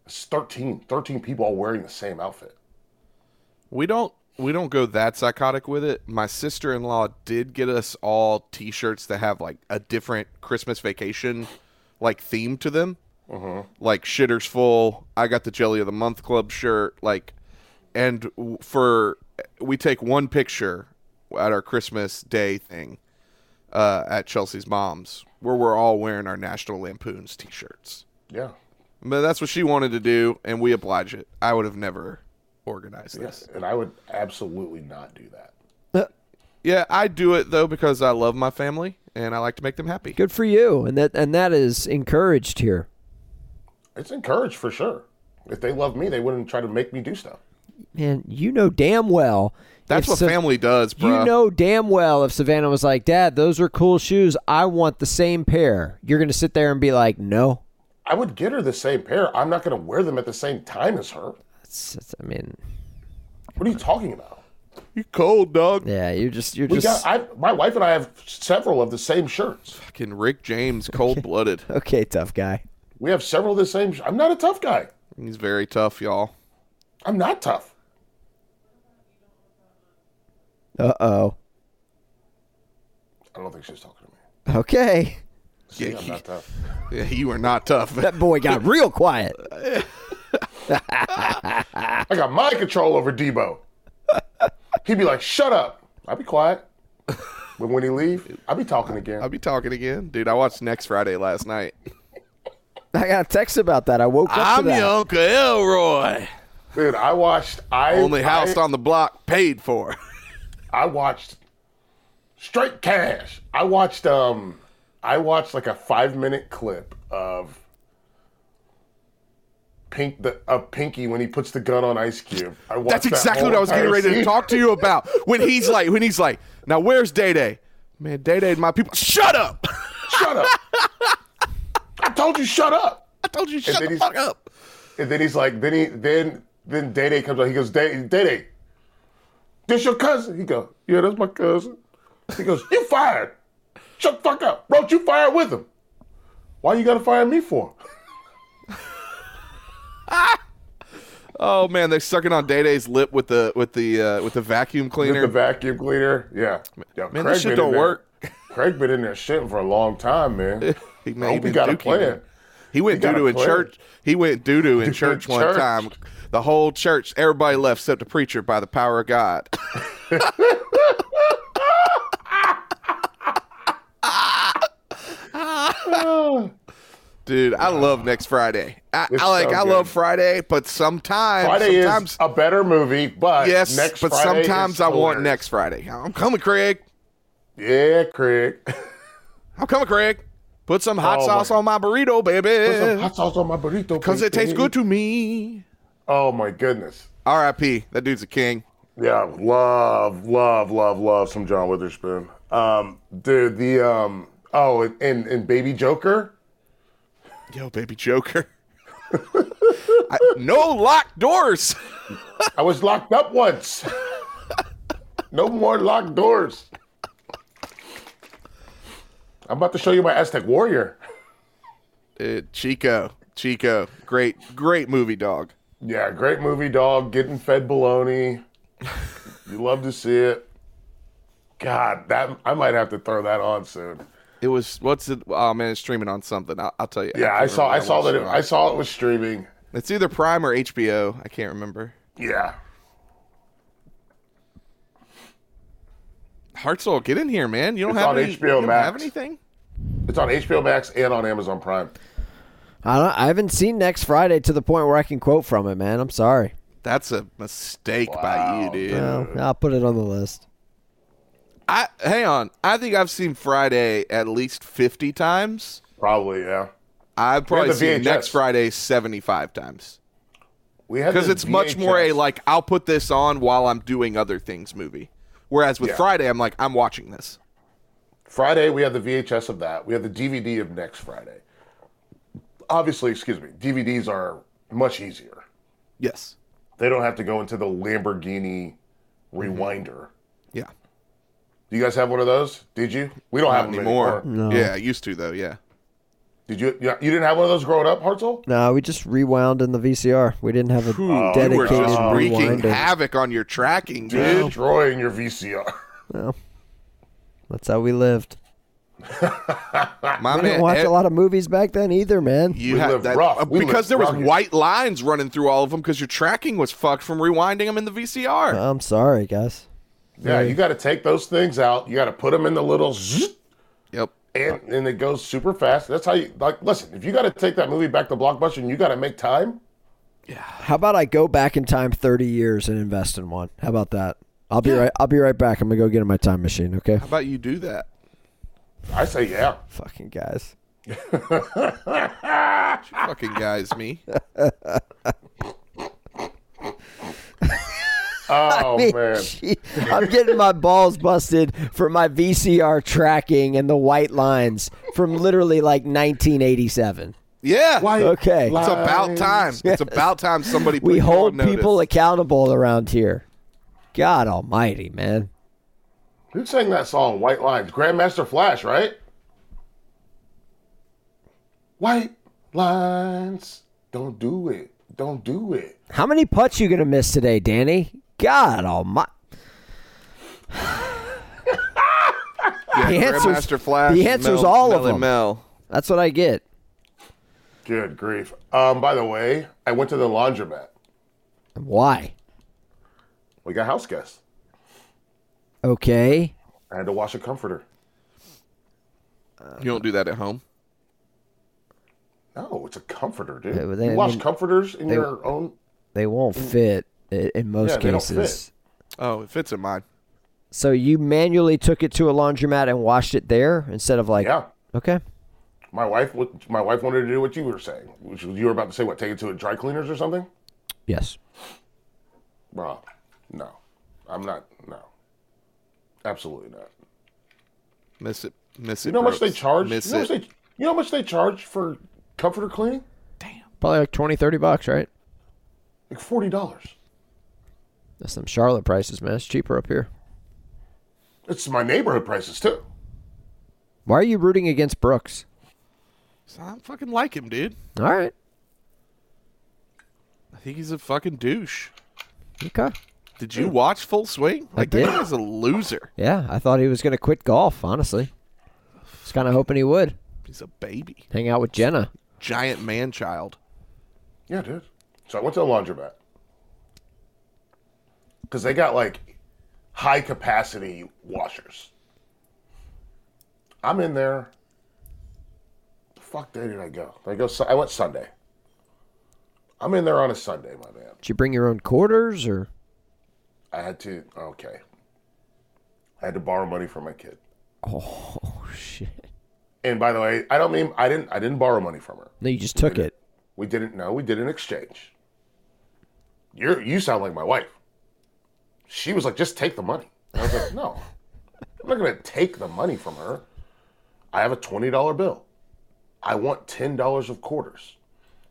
S1: It's 13. 13 people all wearing the same outfit.
S3: We don't we don't go that psychotic with it. My sister in law did get us all t shirts that have like a different Christmas vacation like theme to them. Like shitters full. I got the jelly of the month club shirt. Like, and w- for we take one picture at our Christmas day thing uh, at Chelsea's mom's where we're all wearing our National Lampoons t shirts.
S1: Yeah.
S3: But that's what she wanted to do, and we oblige it. I would have never organized this.
S1: And I would absolutely not do that.
S3: Yeah, I do it though because I love my family and I like to make them happy.
S2: Good for you. And that and that is encouraged here.
S1: It's encouraged for sure. If they loved me, they wouldn't try to make me do stuff.
S2: Man, you know damn well.
S3: That's
S2: if
S3: what
S2: Sav-
S3: family does,
S2: You
S3: bro.
S2: know damn well if Savannah was like, "Dad, those are cool shoes. I want the same pair." You're going to sit there and be like, "No."
S1: I would get her the same pair. I'm not going to wear them at the same time as her.
S2: That's, that's, I mean,
S1: What are you talking about?
S3: you cold dog.
S2: yeah, you're just you're
S1: We
S2: just
S1: got, I, my wife and I have several of the same shirts.
S3: Fucking Rick James, cold blooded.
S2: okay, tough guy.
S1: We have several of the same. Sh- I'm not a tough guy.
S3: He's very tough, y'all.
S1: I'm not tough.
S2: Uh-oh.
S1: I don't think she's talking to me.
S2: Okay.
S1: See, I'm not tough.
S3: Yeah, you are not tough.
S2: That boy got real quiet.
S1: I got my control over Debo. He'd be like, "Shut up." I'd be quiet. But when he leave, I'd be talking
S3: I'll
S1: again.
S3: be talking again, dude. I watched Next Friday last night.
S2: I got a text about that. I woke up
S3: I'm
S2: to that.
S3: your Uncle Elroy.
S1: Dude, I watched. I
S3: Only house
S1: I,
S3: on the block paid for.
S1: I watched straight cash. I watched. Um, I watched like a five minute clip of Pink the of Pinky when he puts the gun on Ice Cube. I watched
S3: That's
S1: that
S3: exactly
S1: whole
S3: what I was getting
S1: entire
S3: ready to
S1: scene.
S3: talk to you about. When he's like, when he's like, now where's Day Day? Man, Day Day, my people. Shut up!
S1: Shut up! I told you, shut up.
S3: I told you, shut
S1: then
S3: the
S1: he's-
S3: fuck up.
S1: And then he's like, then he then then Day Day comes out. He goes, Day Day Day, this your cousin? He goes, yeah, that's my cousin. He goes, you fired. Shut the fuck up, bro. You fired with him. Why you gotta fire me for?
S3: Oh man, they're sucking on Day Day's lip with the with the uh, with the vacuum
S1: With the
S3: cleaner.
S1: vacuum cleaner. Yeah. yeah
S3: Man, this shit
S1: been in
S3: don't
S1: there-
S3: work.
S1: Craig been in there shitting for a long time, man.
S3: He,
S1: I
S3: man,
S1: hope he Oh, got a
S3: dookie,
S1: plan.
S3: man. He went
S1: He got
S3: doo
S1: a
S3: doo in
S1: plan.
S3: church. He went doo doo in church one
S1: church.
S3: time. The whole church, everybody left except the preacher by the power of God. Dude, I love next Friday. I,
S1: It's
S3: I like.
S1: so
S3: I
S1: good.
S3: love Friday, but sometimes,
S1: Friday
S3: sometimes,
S1: is a better movie, but
S3: yes,
S1: next
S3: but
S1: Friday is
S3: sometimes I want
S1: hilarious.
S3: next Friday. I'm coming, Craig.
S1: Yeah, Craig. Put
S3: I'm coming, Craig. Put some hot
S1: Oh,
S3: sauce
S1: my-
S3: on my burrito,
S1: some
S3: baby,
S1: hot sauce on my burrito
S3: because it
S1: please,
S3: tastes
S1: baby.
S3: good to me.
S1: Oh my goodness.
S3: R.I.P. That dude's a king.
S1: Yeah, love, love, love, love some John Witherspoon. Um, dude, the um, oh, and and, and Baby Joker.
S3: Yo, baby Joker. I, no locked doors.
S1: I was locked up once. no more locked doors. I'm about to show you my Aztec warrior.
S3: Uh, Chico, Chico, great, great movie, dog.
S1: Yeah, great movie, dog. Getting fed baloney. You love to see it. God, that I might have to throw that on soon.
S3: It was what's it? Oh man, it's streaming on something. I'll, I'll tell you.
S1: Yeah,
S3: can't
S1: I saw, I
S3: remember
S1: saw
S3: what
S1: that,
S3: it
S1: it,
S3: was.
S1: I saw it was streaming.
S3: It's either Prime or HBO. I can't remember.
S1: Yeah,
S3: Heartsoul, get in here, man. You don't
S1: It's
S3: have
S1: on
S3: any,
S1: HBO
S3: you don't have
S1: Max.
S3: anything.
S1: it's on HBO Max and on Amazon Prime.
S2: I don't. I haven't seen Next Friday to the point where I can quote from it, man. I'm sorry.
S3: That's a mistake by you,
S1: Wow,
S3: dude.
S2: No, I'll put it on the list.
S3: I hang on. I think I've seen Friday at least fifty times.
S1: Probably, yeah.
S3: I've probably
S1: the
S3: seen
S1: VHS.
S3: next Friday seventy-five times.
S1: We had
S3: because
S1: this
S3: it's much more a
S1: VHS.
S3: like I'll put this on while I'm doing other things movie. Whereas with
S1: Yeah.
S3: Friday, I'm like I'm watching this.
S1: Friday, we have the VHS of that. We have the DVD of next Friday. Obviously, excuse me, DVDs are much easier.
S3: Yes.
S1: They don't have to go into the Lamborghini rewinder.
S3: Yeah.
S1: Do you guys have one of those? Did you? We don't have
S3: Not
S1: them
S3: anymore.
S1: anymore.
S3: Yeah, I used to though. Yeah.
S1: Did you? You you didn't have one of those growing up, Hartzell?
S2: No, we just rewound in the VCR. We didn't have a
S3: you were
S2: dedicated
S3: just wreaking
S2: rewinder.
S3: havoc on your tracking, dude.
S1: Destroying your VCR.
S2: That's how we lived.
S3: My
S2: I didn't
S3: man,
S2: watch
S3: eh,
S2: a lot of movies back then either, man.
S3: you
S1: We
S3: had
S1: lived
S3: that
S1: rough.
S3: uh,
S1: We lived
S3: because there was
S1: rugged.
S3: white lines running through all of them because your tracking was fucked from rewinding them in the VCR.
S2: I'm sorry, guys.
S1: Yeah, you got to take those things out. You got to put them in the little zzz,
S3: Yep.
S1: and and it goes super fast. That's how you like. Listen, if you got to take that movie back to Blockbuster, and you got to make time.
S2: How about I go back in time 30 years and invest in one? How about that? I'll be right. I'll be right back. I'm gonna go get in my time machine. Okay.
S3: How about you do that?
S1: I say yeah.
S2: Fucking guys.
S3: Fucking guys, me.
S1: Oh man.
S2: Gee, I'm getting my balls busted for my VCR tracking and the white lines from literally like 1987.
S3: Yeah.
S2: Okay.
S3: It's about time. It's about time somebody. put
S2: We
S3: you
S2: hold
S3: on notice.
S2: people accountable around here. God Almighty, man.
S1: Who sang that song, White Lines? Grandmaster Flash, right? White lines. Don't do it. Don't do it.
S2: How many putts you gonna miss today, Danny? God Almighty.
S3: Yeah,
S2: The answer's-
S3: Grandmaster Flash.
S2: the answer's
S3: Mel-
S2: all of
S3: Mel and
S2: them.
S3: Mel.
S2: That's what I get.
S1: Good grief. Um, by the way, I went to the laundromat.
S2: Why?
S1: We got house guests.
S2: Okay.
S1: I had to wash a comforter.
S3: You don't do that at home.
S1: No, it's a comforter, dude.
S2: Yeah, but they-
S1: you wash
S2: I mean,
S1: comforters in your own.
S2: They won't fit i- in most
S1: Mm. Yeah, they don't
S2: cases.
S1: fit.
S3: Oh, it fits in mine.
S2: So you manually took it to a laundromat and washed it there instead of like
S1: Yeah.
S2: okay.
S1: My wife, wa- my wife wanted to do what you were saying, which was you were about to say, what, take it to a dry cleaners or something?
S2: Yes.
S1: Bro, no. I'm not, no. Absolutely not.
S3: Miss it. Miss it.
S1: You know how much they
S3: Brooks.
S1: charge?
S3: Miss
S1: you, know how
S3: it.
S1: much they, you know how much they charge for comforter cleaning?
S2: Probably like 20, 30 bucks, right?
S1: Like forty dollars.
S2: That's some Charlotte prices, man. It's cheaper up here.
S1: It's my neighborhood prices too.
S2: Why are you rooting against Brooks?
S3: I fucking like him, dude.
S2: All right.
S3: I think he's a fucking douche.
S5: Okay.
S3: Did you watch Full Swing? Like
S5: did.
S3: that guy's a loser.
S5: Yeah, I thought he was going to quit golf, honestly. was kind of hoping he would.
S3: He's a baby,
S5: Hang out with Jenna.
S3: giant man child.
S1: Yeah, dude. So I went to the laundromat because they got like high capacity washers. I'm in there. The fuck day did I go? Did I go. Su- I went Sunday. I'm in there on a Sunday, my man.
S5: Did you bring your own quarters or?
S1: I had to. Okay. I had to borrow money from my kid.
S5: Oh, shit.
S1: And by the way, I don't mean I didn't. I didn't borrow money from her.
S5: No, you just took it.
S1: We didn't know. We did an exchange. You you sound like my wife. She was like, just take the money. I was like, no, I'm not gonna take the money from her. I have a twenty dollar bill. I want ten dollars of quarters.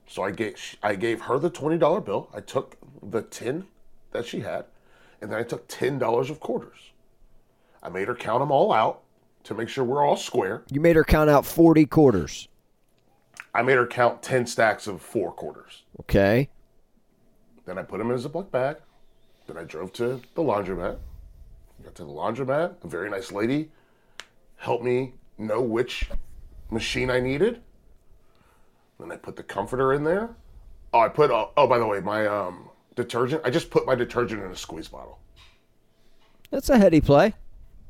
S1: So I gave sh- I gave her the twenty dollar bill. I took the ten that she had, and then I took ten dollars of quarters. I made her count them all out to make sure we're all square.
S5: You made her count out 40 quarters.
S1: I made her count ten stacks of four quarters.
S5: Okay.
S1: Then I put them in a Ziploc bag. Then I drove to the laundromat. Got to the laundromat. A very nice lady helped me know which machine I needed. Then I put the comforter in there. Oh, I put uh, oh by the way my um detergent. I just put my detergent in a squeeze bottle.
S5: That's a heady play.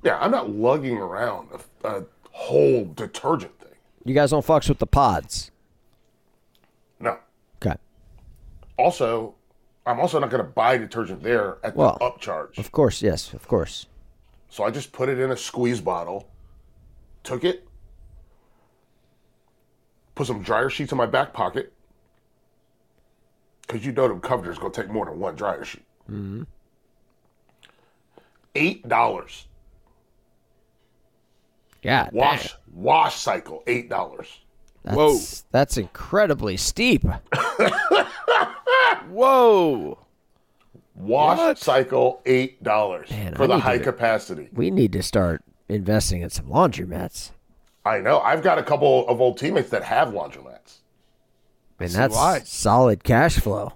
S1: Yeah, I'm not lugging around a, a whole detergent thing.
S5: You guys don't fucks with the pods.
S1: No.
S5: Okay.
S1: Also, I'm also not going to buy detergent there at
S5: Well,
S1: the upcharge.
S5: Of course, yes, of course.
S1: So I just put it in a squeeze bottle, took it, put some dryer sheets in my back pocket, because you know them comforters gonna take more than one dryer sheet.
S5: Mm-hmm.
S1: Eight dollars
S5: Yeah.
S1: wash wash cycle. Eight dollars.
S5: That's,
S3: Whoa.
S5: That's incredibly steep.
S3: Whoa!
S1: Wash
S3: What?
S1: cycle. Eight dollars
S5: Man,
S1: for
S5: I
S1: the
S5: need to
S1: high
S5: get-
S1: capacity.
S5: We need to start investing in some laundromats.
S1: I know. I've got a couple of old teammates that have laundromats.
S5: I mean,
S3: why.
S5: that's solid cash flow.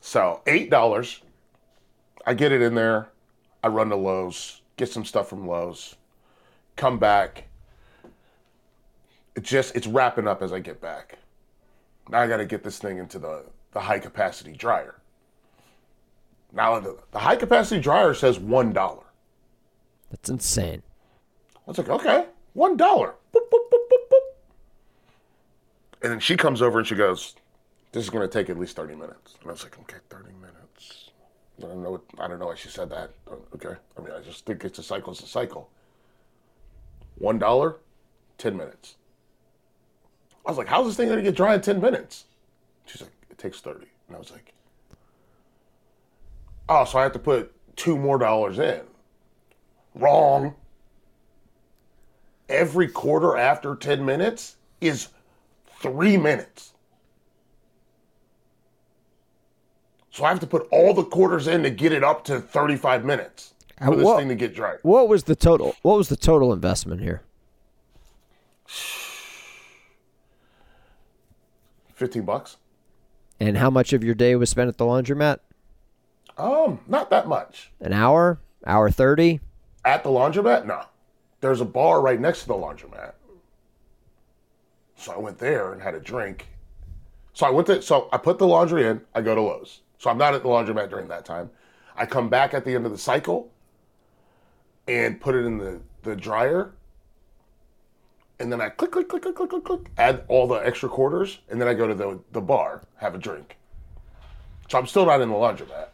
S1: So eight dollars. I get it in there. I run to Lowe's, get some stuff from Lowe's, come back. It just it's wrapping up as I get back. Now I gotta get this thing into the, the high capacity dryer. Now the, the high capacity dryer says one dollar.
S5: That's insane.
S1: I was like, okay, one dollar. Boop, boop, boop, boop, boop. And then she comes over and she goes, "This is going to take at least thirty minutes." And I was like, "Okay, thirty minutes." I don't know. I don't know why she said that. Okay, I mean, I just think it's a cycle. It's a cycle. One dollar, ten minutes. I was like, "How's this thing going to get dry in ten minutes?" She's like, "It takes 30. And I was like, "Oh, so I have to put two more dollars in." Wrong every quarter after 10 minutes is three minutes. So I have to put all the quarters in to get it up to 35 minutes for
S5: Uh,
S1: this
S5: wha-
S1: thing to get dry.
S5: What was the total? What was the total investment here?
S1: 15 bucks?
S5: And how much of your day was spent at the laundromat?
S1: Um, not that much.
S5: An hour? Hour 30?
S1: At the laundromat? No. There's a bar right next to the laundromat. So I went there and had a drink. So I went to so I put the laundry in, I go to Lowe's. So I'm not at the laundromat during that time. I come back at the end of the cycle and put it in the, the dryer. And then I click, click, click, click, click, click, click, add all the extra quarters, and then I go to the the bar, have a drink. So I'm still not in the laundromat.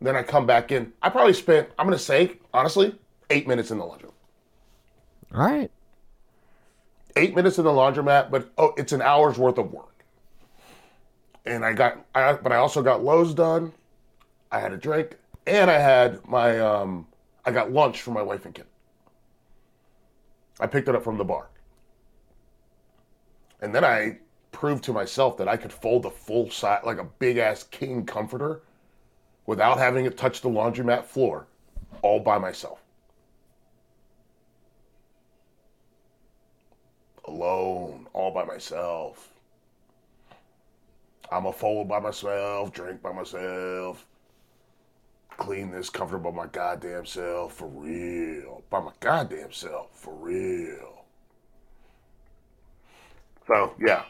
S1: Then I come back in. I probably spent, I'm gonna say, honestly, eight minutes in the laundromat.
S5: All right.
S1: Eight minutes in the laundromat, but oh, it's an hour's worth of work. And I got, I, but I also got Lowe's done. I had a drink, and I had my, um, I got lunch for my wife and kid. I picked it up from the bar, and then I proved to myself that I could fold a full size, like a big ass king comforter, without having it touch the laundromat floor, all by myself. alone, all by myself. I'm a fold by myself, drink by myself, clean this comfortable by my goddamn self for real, by my goddamn self for real. So yeah,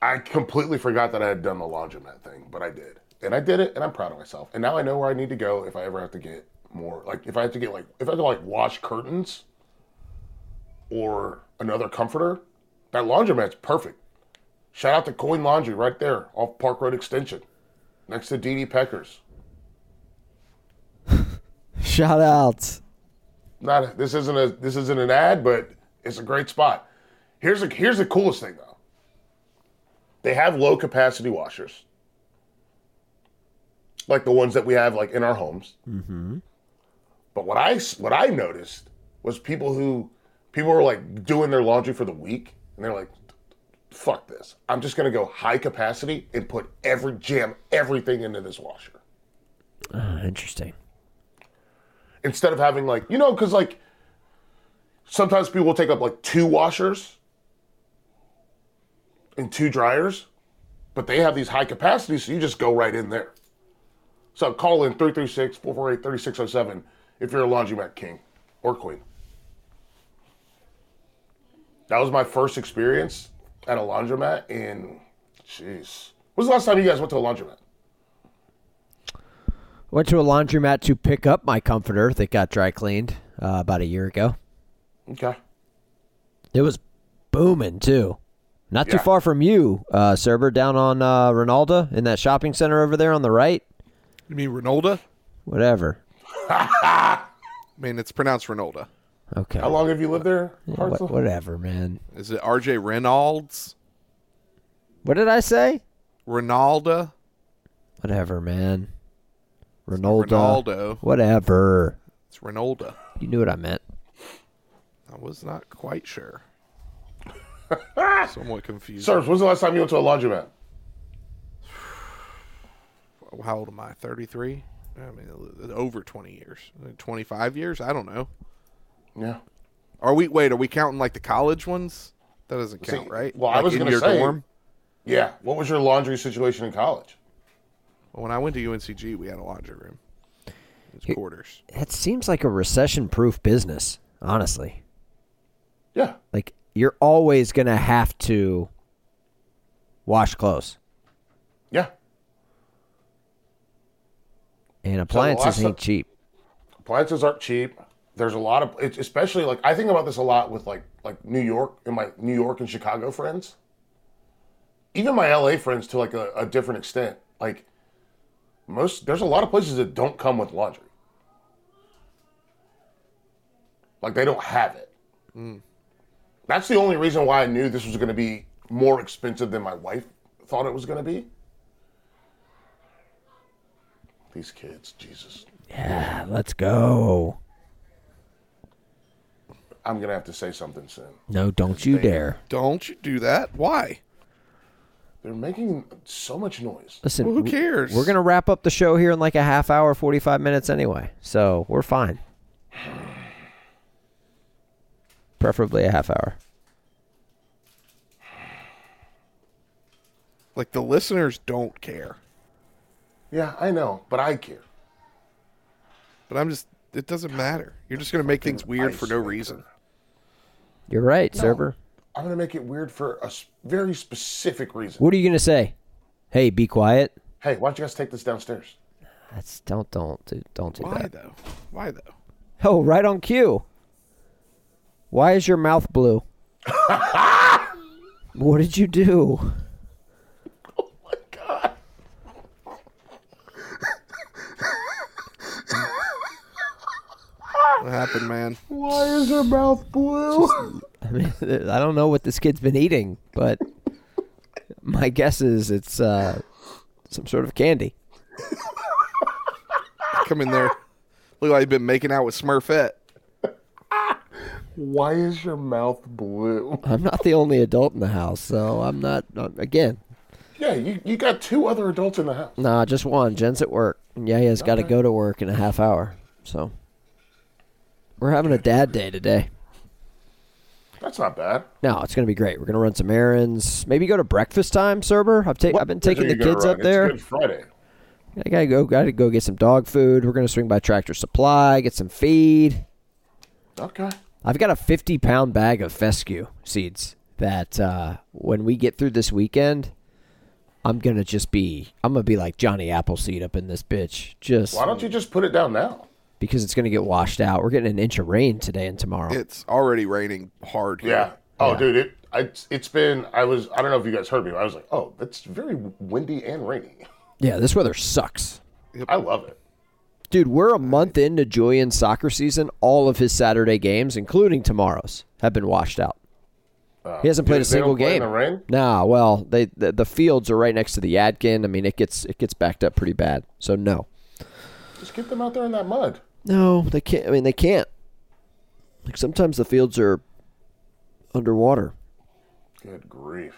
S1: I completely forgot that I had done the laundromat thing, but I did, and I did it, and I'm proud of myself. And now I know where I need to go if I ever have to get more, like if I have to get like if I have to like wash curtains or another comforter. That laundromat's perfect. Shout out to Coin Laundry right there off Park Road Extension, next to DD Peckers.
S5: Shout out.
S1: Not a- this isn't a this isn't an ad, but it's a great spot. Here's a here's the coolest thing though. They have low capacity washers, like the ones that we have like in our homes.
S2: Mm-hmm.
S1: But what I s- what I noticed was people who people were like doing their laundry for the week, and they're like, "Fuck this! I'm just gonna go high capacity and put every jam everything into this washer."
S2: Ah, interesting.
S1: instead of having like you know because like sometimes people will take up like two washers and two dryers but they have these high capacities so you just go right in there so call in 336-448-3607 if you're a laundromat king or queen that was my first experience at a laundromat in jeez when's the last time you guys went to a laundromat
S2: Went to a laundromat to pick up my comforter that got dry cleaned uh, about a year ago.
S1: okay
S2: It was booming too. Not too
S1: Yeah.
S2: far from you, uh, server down on uh, Ronalda in that shopping center over there on the right.
S3: You mean Ronalda?
S2: Whatever.
S3: I mean, it's pronounced Ronalda.
S2: Okay.
S1: how long have you lived there
S2: Yeah,
S1: Hartzell?
S2: wha- whatever, man.
S3: Is it RJ Reynolds?
S2: What did I say?
S3: Ronalda?
S2: Whatever, man. Ronaldo.
S3: Ronaldo.
S2: Whatever.
S3: It's Ronalda.
S2: You knew what I meant.
S3: I was not quite sure. Somewhat confused.
S1: Sirs, when's the last time you went to a laundromat
S3: How old am I? 33? I mean, over 20 years. 25 years? I don't know.
S1: yeah
S3: Are we, wait, are we counting like the college ones? That doesn't count,
S1: See,
S3: right?
S1: well, I
S3: like
S1: was
S3: in
S1: gonna
S3: your
S1: say-
S3: dorm?
S1: Yeah. What was your laundry situation in college?
S3: When I went to UNCG, we had a laundry room. It was quarters.
S2: That seems like a recession proof business, honestly.
S1: Yeah.
S2: Like, you're always going to have to wash clothes.
S1: Yeah.
S2: And appliances
S1: last
S2: ain't
S1: ti-
S2: cheap.
S1: Appliances aren't cheap. There's a lot of, it's especially like, I think about this a lot with like, like New York and my New York and Chicago friends. Even my LA friends to like a, a different extent. Like, most, there's a lot of places that don't come with laundry. Like, they don't have it. That's the only reason why I knew this was going to be more expensive than my wife thought it was going to be. These kids, Jesus.
S2: Yeah, let's go.
S1: I'm gonna have to say something soon.
S2: No, don't you dare.
S3: Don't you do that? Why?
S1: They're making so much noise.
S2: Listen,
S3: Well, who
S2: w-
S3: cares?
S2: We're going to wrap up the show here in like a half hour, 45 minutes anyway. So we're fine. Preferably a half hour.
S3: Like the listeners don't care.
S1: Yeah, I know, but I care.
S3: But I'm just, it doesn't matter. You're just going to make things weird for no
S1: icebreaker.
S3: reason.
S2: You're right, server.
S1: I'm gonna make it weird for a s- very specific reason.
S2: What are you going to say? Hey, be quiet.
S1: Hey, why don't you guys take this downstairs?
S2: That's don't don't do, don't do
S3: Why
S2: that.
S3: though? Why though?
S2: Oh, right on cue. Why is your mouth blue? what did you do?
S1: My God,
S3: What happened, man?
S1: why is her mouth blue?
S2: I mean, I don't know what this kid's been eating, but my guess is it's uh, some sort of candy.
S3: Come in there. Look like you've been making out with Smurfette.
S1: why is your mouth blue?
S2: I'm not the only adult in the house, so I'm not. not- Again,
S1: Yeah, you, you got two other adults in the house.
S2: nah, just one. Jen's at work, and Yaya's got to go to work in a half hour. So we're having a dad day today.
S1: That's not bad.
S2: No, it's going to be great. We're going to run some errands. Maybe go to breakfast time, Cerber. I've, ta- I've been taking the
S1: You're gonna
S2: kids
S1: run.
S2: up there.
S1: It's Good Friday.
S2: I gotta go. Gotta go get some dog food. We're gonna swing by Tractor Supply, get some feed.
S1: Okay.
S2: I've got a fifty-pound bag of fescue seeds that uh, when we get through this weekend, I'm gonna just be. I'm gonna be like Johnny Appleseed up in this bitch, just
S1: Why don't you just put it down now?
S2: because it's gonna get washed out. We're getting an inch of rain today and tomorrow.
S3: It's already raining hard. here.
S1: Yeah. Oh, dude, it I, it's been. I was. I don't know if you guys heard me. But I was like, oh, it's very windy and rainy.
S2: yeah, this weather sucks.
S1: I love it.
S2: Dude, we're a month into Julian's soccer season. All of his Saturday games, including tomorrow's, have been washed out. he hasn't played
S1: Uh, They
S2: a single
S1: don't play
S2: game.
S1: in the rain.
S2: Nah, well, they the, the fields are right next to the Yadkin. I mean, it gets it gets backed up pretty bad. So no,
S1: Just get them out there in that mud.
S2: no, they can't. I mean, they can't. Like sometimes the fields are underwater.
S1: Good grief.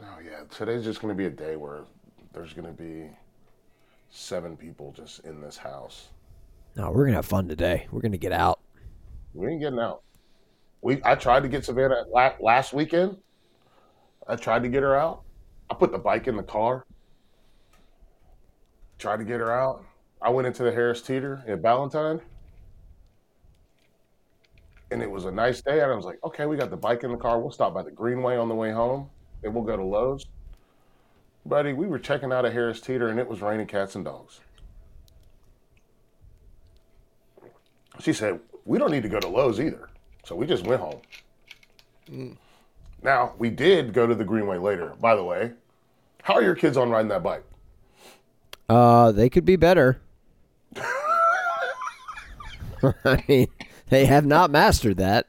S1: Oh yeah, today's just gonna be a day where there's gonna be seven people just in this house.
S2: No, we're gonna have fun today. We're gonna get out.
S1: We ain't getting out. We I tried to get Savannah la- last weekend. I tried to get her out. I put the bike in the car. Tried to get her out. I went into the Harris Teeter at Ballantyne. And it was a nice day. And I was like, okay, we got the bike in the car. We'll stop by the Greenway on the way home. Then we'll go to Lowe's. Buddy, we were checking out of Harris Teeter and it was raining cats and dogs. She said, We don't need to go to Lowe's either. So we just went home. Now, we did go to the Greenway later, by the way. How are your kids on riding that bike?
S2: Uh, they could be better. I mean, they have not mastered that.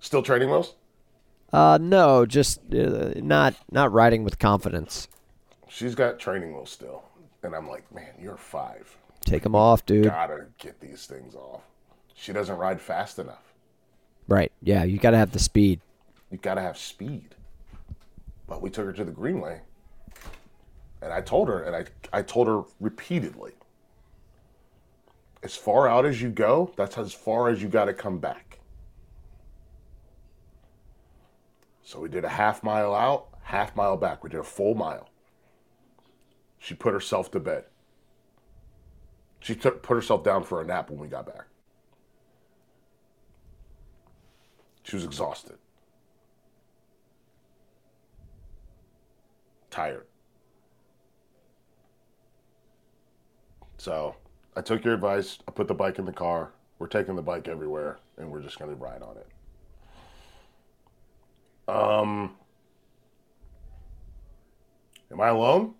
S1: Still training wheels?
S2: Uh, no, just uh, not not riding with confidence.
S1: She's got training wheels still. And I'm like, Man, you're five.
S2: Take them off, dude.
S1: Gotta get these things off. She doesn't ride fast enough.
S2: Right? Yeah, you gotta have the speed.
S1: you got to have speed. But we took her to the Greenway, and I told her, and I, I told her repeatedly, as far out as you go, that's as far as you got to come back. So we did a half mile out, half mile back. We did a full mile. She put herself to bed. She took, put herself down for a nap when we got back. She was exhausted. tired. So I took your advice. I put the bike in the car. We're taking the bike everywhere, and we're just going to ride on it. Um, am I alone?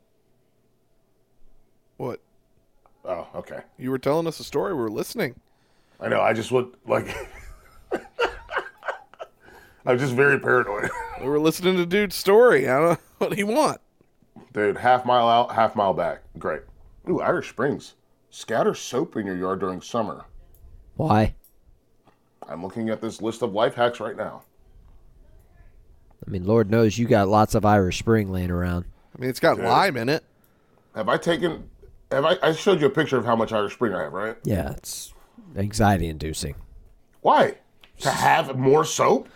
S3: What?
S1: Oh, okay.
S3: You were telling us a story. We were listening.
S1: I know. I just would like. I'm just very paranoid,
S3: We were listening to dude's story. I don't know what do you want.
S1: dude. Half mile out, half mile back. Great. Ooh, Irish Springs. Scatter soap in your yard during summer.
S2: Why?
S1: I'm looking at this list of life hacks right now.
S2: I mean, Lord knows you got lots of Irish Spring laying around.
S3: I mean, it's got lime in it.
S1: Have I taken? Have I? I showed you a picture of how much Irish Spring I have, right?
S2: Yeah, it's anxiety inducing.
S1: Why? To have more soap?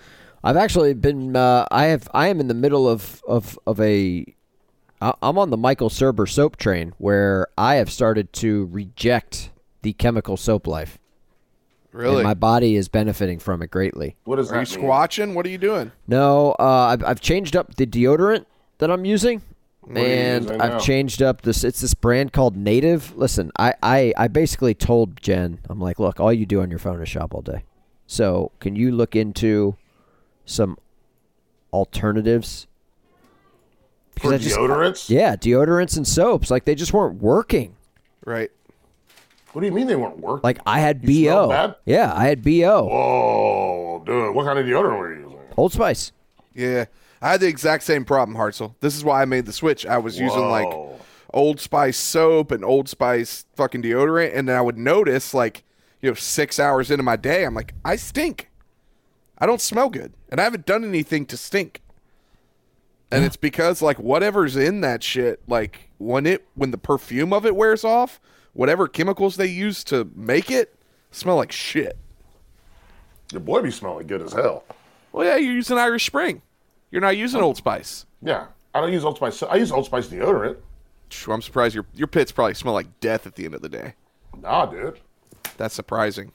S2: I've actually been. Uh, I have. I am in the middle of of of a. I- I'm on the Michael Serber soap train where I have started to reject the chemical soap life,
S3: Really?
S2: and my body is benefiting from it greatly.
S1: What does
S3: Are you
S1: that mean?
S3: squatching? What are you doing?
S2: No, uh, I've, I've changed up the deodorant that I'm using,
S1: are you
S2: and
S1: using
S2: I've
S1: now?
S2: changed up this. It's this brand called Native. Listen, I, I, I basically told Jen, I'm like, look, all you do on your phone is shop all day. So can you look into some alternatives?
S1: For
S2: I just-
S1: deodorants?
S2: Yeah, deodorants and soaps, like they just weren't working.
S3: Right.
S1: What do you mean they weren't working?
S2: Like I had
S1: You smell
S2: bo.
S1: bad?
S2: Yeah, I had bo.
S1: oh, dude, what kind of deodorant were you using?
S2: Old Spice.
S3: Yeah. I had the exact same problem, Hartzell. This is why I made the switch. I was using like
S1: Whoa.
S3: Old Spice soap and Old Spice fucking deodorant, and then I would notice like you know six hours into my day, I'm like, I stink. I don't smell good, and I haven't done anything to stink. And it's because like whatever's in that shit, like when it when the perfume of it wears off, whatever chemicals they use to make it smell like shit.
S1: Your boy be smelling good as hell.
S3: Well, yeah, you're using Irish Spring. You're not using Old Spice.
S1: Yeah, I don't use Old Spice. I use Old Spice deodorant.
S3: Phew, I'm surprised your your pits probably smell like death at the end of the day.
S1: Nah, dude,
S3: That's surprising.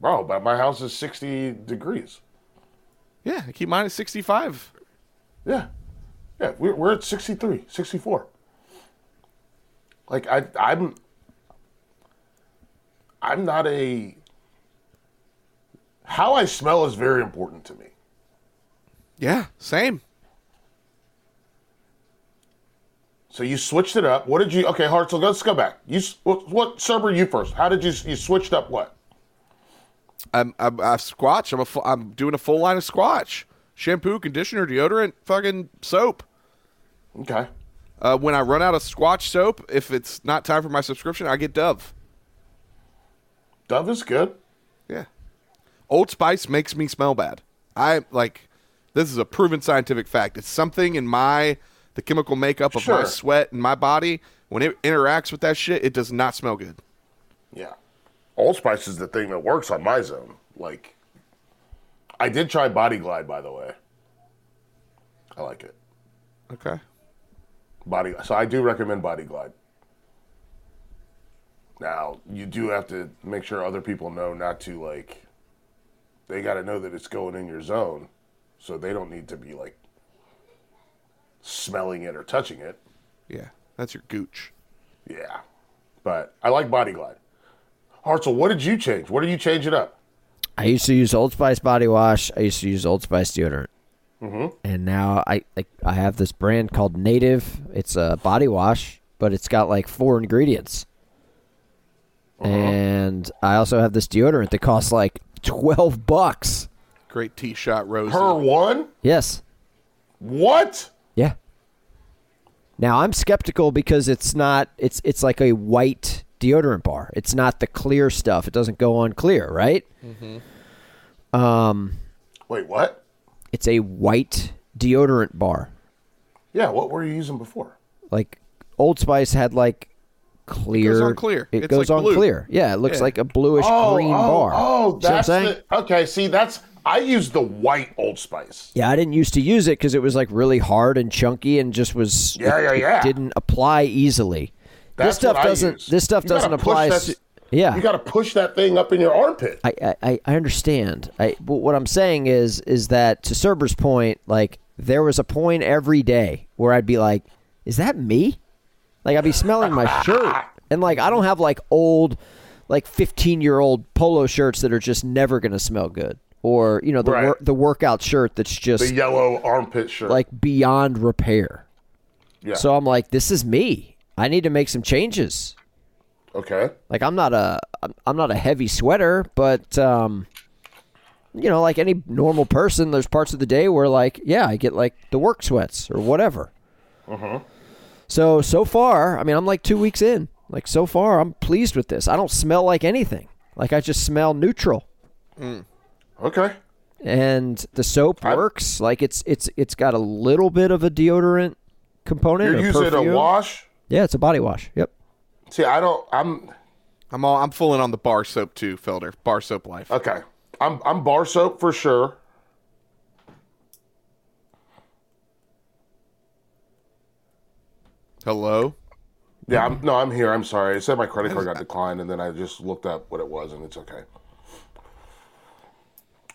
S1: bro. But my house is sixty degrees.
S3: Yeah, I keep mine at 65.
S1: Yeah, yeah. We're we're at 63, 64. Like I, I'm, I'm not a. How I smell is very important to me.
S3: Yeah, same.
S1: So you switched it up. What did you? Okay, Hartzell, let's go back. You s- what? what server you first? How did you? You switched up what?
S3: I'm I'm I squatch. I'm a fu- I'm doing a full line of squatch. Shampoo, conditioner, deodorant, fucking soap.
S1: Okay.
S3: Uh, when I run out of squatch soap, if it's not time for my subscription, I get Dove.
S1: Dove is good.
S3: Yeah. Old Spice makes me smell bad. I like this is a proven scientific fact. It's something in my the chemical makeup of my
S1: Sure.
S3: sweat and my body when it interacts with that shit, it does not smell good.
S1: Yeah. Old Spice is the thing that works on my zone. Like, I did try Body Glide, by the way. I like it.
S3: Okay.
S1: Body. So I do recommend Body Glide. Now you do have to make sure other people know not to like. They got to know that it's going in your zone, so they don't need to be like smelling it or touching it.
S3: Yeah. That's your gooch.
S1: Yeah, but I like Body Glide. Hartzell, what did you change? What did you change it up?
S2: I used to use Old Spice body wash. I used to use Old Spice deodorant. And now I, I I have this brand called Native. It's a body wash, but it's got like four ingredients. And I also have this deodorant that costs like twelve bucks.
S3: Great T shot roses.
S1: Per one?
S2: Yes.
S1: What?
S2: Yeah. Now I'm skeptical because it's not it's it's like a white deodorant bar. It's not the clear stuff. It doesn't go on clear, right? Um
S1: Wait, what?
S2: it's a white deodorant bar.
S1: Yeah, what were you using before?
S2: Like Old Spice had like clear
S3: on clear.
S2: It
S3: It's
S2: goes
S3: like
S2: on
S3: blue.
S2: clear. Yeah, it looks
S3: Yeah.
S2: like a bluish green
S1: oh,
S2: bar.
S1: oh,
S2: See what I'm
S1: that's
S2: saying?
S1: the, okay. See, that's I used the white Old Spice.
S2: Yeah, I didn't used to use it because it was like really hard and chunky and just was.
S1: Yeah,
S2: it-
S1: yeah,
S2: it
S1: yeah.
S2: didn't apply easily.
S1: That's
S2: this stuff
S1: what I
S2: doesn't.
S1: use.
S2: This stuff
S1: You gotta
S2: doesn't
S1: push
S2: apply.
S1: that
S2: s-
S1: s-
S2: yeah,
S1: You got to push that thing up in your armpit.
S2: I, I- I, I understand. I but what I'm saying is is that to Cerber's point, like there was a point every day where I'd be like, "Is that me?" Like I'd be smelling my shirt, and like I don't have like old, like 15 year old polo shirts that are just never gonna smell good, or you know the
S1: Right.
S2: wor- the workout shirt that's
S1: The
S2: just
S1: yellow armpit shirt.
S2: like beyond repair.
S1: yeah.
S2: So I'm like, this is me. I need to make some changes.
S1: okay.
S2: Like I'm not a I'm- I'm not a heavy sweater, but um you know, like any normal person, there's parts of the day where like, yeah, I get like the work sweats or whatever.
S1: Uh-huh.
S2: So so far, I mean, I'm like 2 weeks in. Like so far, I'm pleased with this. I don't smell like anything. Like I just smell neutral.
S1: Okay.
S2: And the soap
S1: I-
S2: works. Like it's it's it's got a little bit of a deodorant component.
S1: You're
S2: or
S1: using
S2: perfume.
S1: a wash.
S2: Yeah, it's a body wash. Yep.
S1: See, I don't. I'm
S3: I'm all I'm fooling on the bar soap too, Felder. Bar soap life.
S1: okay. I'm I'm bar soap for sure.
S3: Hello?
S1: Yeah. I'm, no, I'm here. I'm sorry. It said my credit card got declined, and then I just looked up what it was, and it's okay.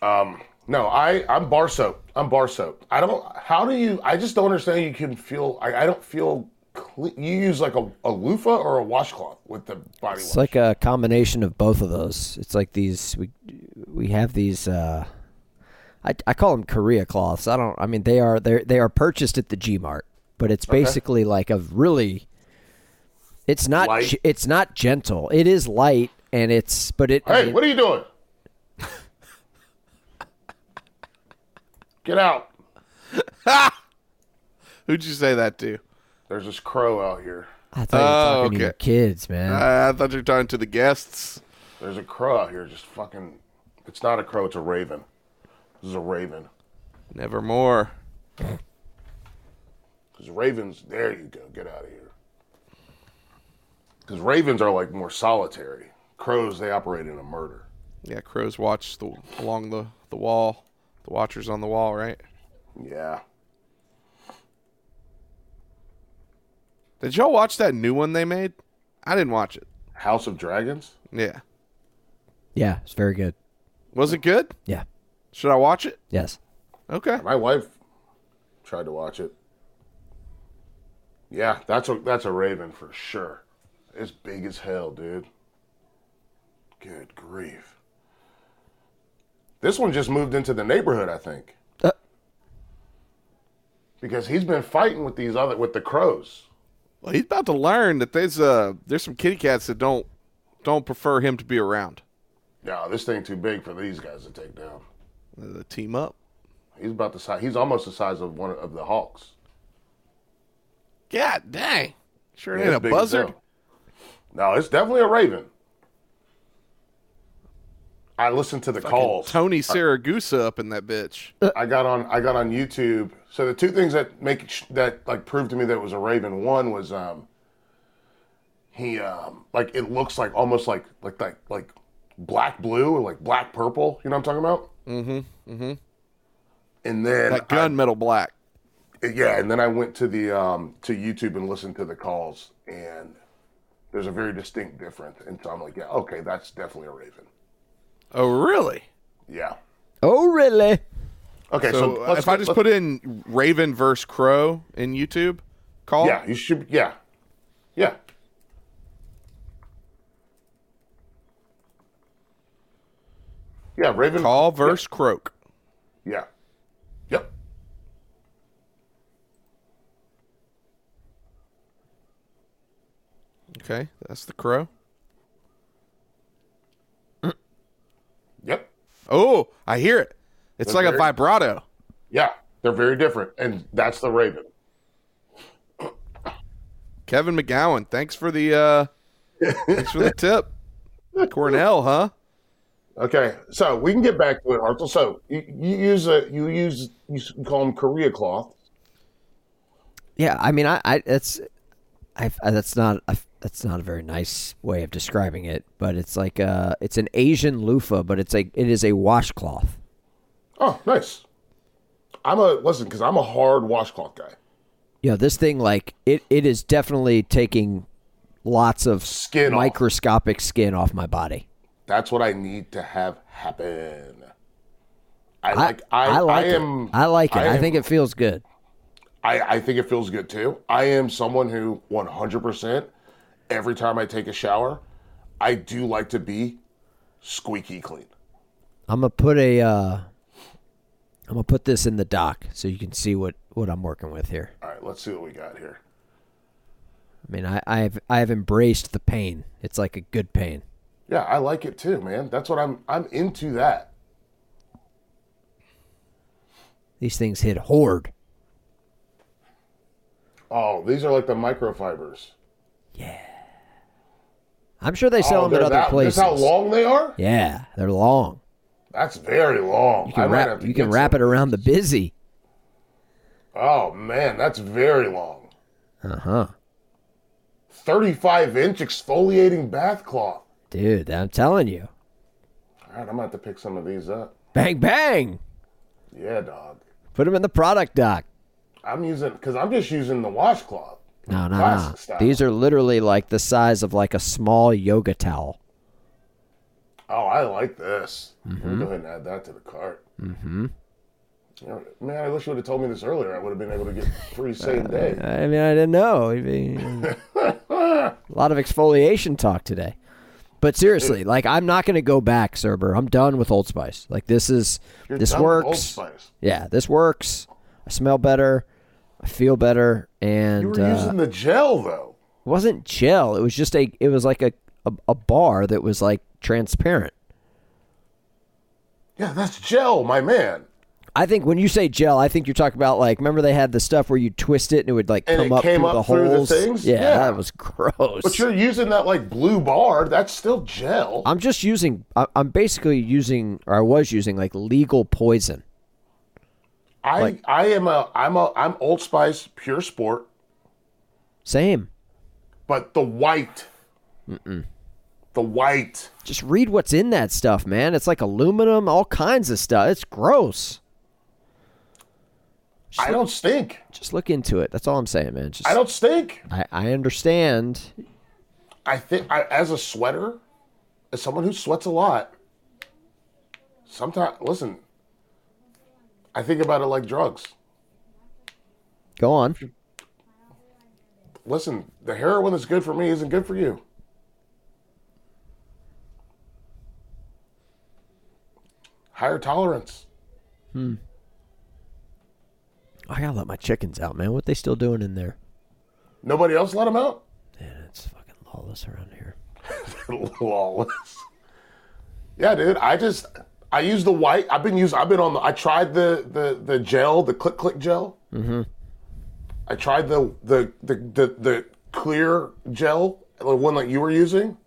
S1: Um. No, I I'm bar soap. I'm bar soap. I don't. How do you? I just don't understand. You can feel. I, I don't feel. Cle- you use like a, a loofah or a washcloth with the body
S2: It's
S1: wash.
S2: like a combination of both of those. It's like these we we have these uh I, I call them Korea cloths. I don't I mean they are they they are purchased at the G Mart, but it's basically like a really it's not
S1: Light.
S2: g- it's not gentle. It is light and it's but it I
S1: Hey,
S2: mean,
S1: what are you doing? Get out.
S3: Who'd you say that to?
S1: There's this crow out here.
S2: I thought you were
S3: Oh,
S2: talking to your
S3: okay.
S2: kids, man.
S3: Uh, I thought you were talking to the guests.
S1: There's a crow out here just fucking. It's not a crow, it's a raven. This is a raven.
S3: Nevermore.
S1: Because ravens, there you go, get out of here. Because ravens are like more solitary. Crows, they operate in a murder.
S3: Yeah, crows watch the along the the wall. The watchers on the wall, right?
S1: Yeah.
S3: Did y'all watch that new one they made? I didn't watch it.
S1: House of Dragons?
S3: Yeah.
S2: Yeah, it's very good.
S3: Was it good?
S2: Yeah.
S3: Should I watch it?
S2: Yes.
S3: Okay.
S1: My wife tried to watch it. Yeah, that's a that's a raven for sure. It's big as hell, dude. Good grief. This one just moved into the neighborhood, I think.
S2: Uh.
S1: Because he's been fighting with these other with the crows.
S3: Well, he's about to learn that there's uh there's some kitty cats that don't don't prefer him to be around.
S1: Yeah, this thing too big for these guys to take down.
S3: The Uh, team up.
S1: He's about the size. He's almost the size of one of the hawks.
S3: God dang. Sure
S1: Yeah,
S3: ain't
S1: it's
S3: a
S1: big as
S3: buzzard.
S1: hell. No, it's definitely a raven. I listened to the calls.
S3: Tony Saragusa up in that bitch.
S1: I got on I got on YouTube. So the two things that make that like proved to me that it was a raven. One was um he um like it looks like almost like like like like black blue or like black purple. You know what I'm talking about?
S3: Mm-hmm. Mm-hmm.
S1: And then
S3: That gunmetal black.
S1: I- yeah, and then I went to the um to YouTube and listened to the calls, and there's a very distinct difference. And so I'm like, yeah, okay, that's definitely a raven.
S3: Oh really?
S1: Yeah.
S2: Oh, really?
S1: Okay, so,
S3: So, uh,
S1: let's
S3: if
S1: go-
S3: I just
S1: let's-
S3: put in Raven versus Crow in YouTube, call
S1: Yeah, you should. Yeah, yeah. Yeah, Raven.
S3: call versus Croak.
S1: Yeah. Yep.
S3: Okay, that's the Crow.
S1: Yep.
S3: Oh, I hear it. It's
S1: They're
S3: like a
S1: very-
S3: vibrato.
S1: Yeah, they're very different, and that's the Raven.
S3: Kevin McGowan, thanks for the uh thanks for the tip. Cornell, huh?
S1: Okay, so we can get back to it, Hartzell. So you, you use a you use you s- call them Korea cloth.
S2: Yeah, I mean, I, I it's, I, I- that's not, a, that's not a very nice way of describing it, but it's like, uh, it's an Asian loofah, but it's like, it is a washcloth.
S1: Oh, nice. I'm a listen because I'm a hard washcloth guy.
S2: You know, this thing, like, it, it is definitely taking lots of
S1: Skin off.
S2: microscopic skin off my body.
S1: That's what I need to have happen. I like I,
S2: I like
S1: I am
S2: it. I like it. I,
S1: am-
S2: think it feels good.
S1: I, I think it feels good too. I am someone who 100% every time I take a shower, I do like to be squeaky clean.
S2: I'm gonna put a, uh, I'm gonna put this in the dock so you can see what what I'm working with here.
S1: All right, let's see what we got here.
S2: I mean, I, I've I've embraced the pain. It's like a good pain.
S1: Yeah, I like it too, man. That's what I'm I'm into that.
S2: These things hit hard.
S1: Oh, these are like the microfibers.
S2: I'm sure they sell
S1: oh,
S2: them
S1: they're
S2: at other
S1: that,
S2: places.
S1: That's how long they are?
S2: Yeah, they're long.
S1: That's very long.
S2: You can
S1: I might have
S2: wrap
S1: to
S2: you can
S1: get
S2: wrap
S1: some.
S2: it around the busy.
S1: Oh man, that's very long.
S2: Uh huh.
S1: 35 inch exfoliating bath cloth.
S2: Dude, I'm telling you,
S1: All right, I'm gonna have to pick some of these up.
S2: bang bang.
S1: Yeah, dog.
S2: Put them in the product dock.
S1: I'm using because I'm just using the washcloth.
S2: No, no, no.
S1: Classic style.
S2: These are literally like the size of like a small yoga towel.
S1: Oh, I like this.
S2: Mm-hmm.
S1: We'll go ahead and add that to the cart. Mm-hmm. Man, I wish you would have told me this earlier. I would have been able to get free same day.
S2: I mean, I didn't know. I mean, a lot of exfoliation talk today. But seriously, like I'm not going to go back, Cerber. I'm done with Old Spice. Like this is
S1: You're
S2: this
S1: done with Old
S2: works.
S1: Spice.
S2: Yeah, this works. I smell better. I feel better.
S1: You
S2: And
S1: were
S2: uh,
S1: using the gel though.
S2: it wasn't gel. It was just a. It was like a, a a bar that was like transparent.
S1: Yeah, that's gel, my man.
S2: I think when you say gel, I think you're talking about like. Remember they had the stuff where you twist it and it would like
S1: And
S2: come
S1: it
S2: up
S1: came
S2: through
S1: up
S2: the
S1: through the
S2: holes.
S1: things?
S2: Yeah,
S1: Yeah.
S2: that was gross.
S1: But you're using that like blue bar. That's still gel.
S2: I'm just using. I- I'm basically using, or I was using, like legal poison.
S1: I I am a I'm a I'm Old Spice pure sport,
S2: Same.
S1: but the white. The white.
S2: Just read what's in that stuff, man. It's like aluminum, all kinds of stuff. It's gross.
S1: I don't stink.
S2: Just look into it. That's all I'm saying, man. Just
S1: I don't stink.
S2: I, I understand.
S1: I think I, as a sweater, as someone who sweats a lot, sometimes listen. I think about it like drugs.
S2: Go on.
S1: Listen, the heroin that's good for me isn't good for you. Higher tolerance.
S2: I gotta let my chickens out, man. What they still doing in there?
S1: Nobody else let them out.
S2: Man, it's fucking lawless around here.
S1: Lawless. Yeah, dude. I just I use the white. I've been using. I've been on. The, I tried the the the gel, the click click gel. Mm-hmm. I tried the the the the, the clear gel, the one that you were using.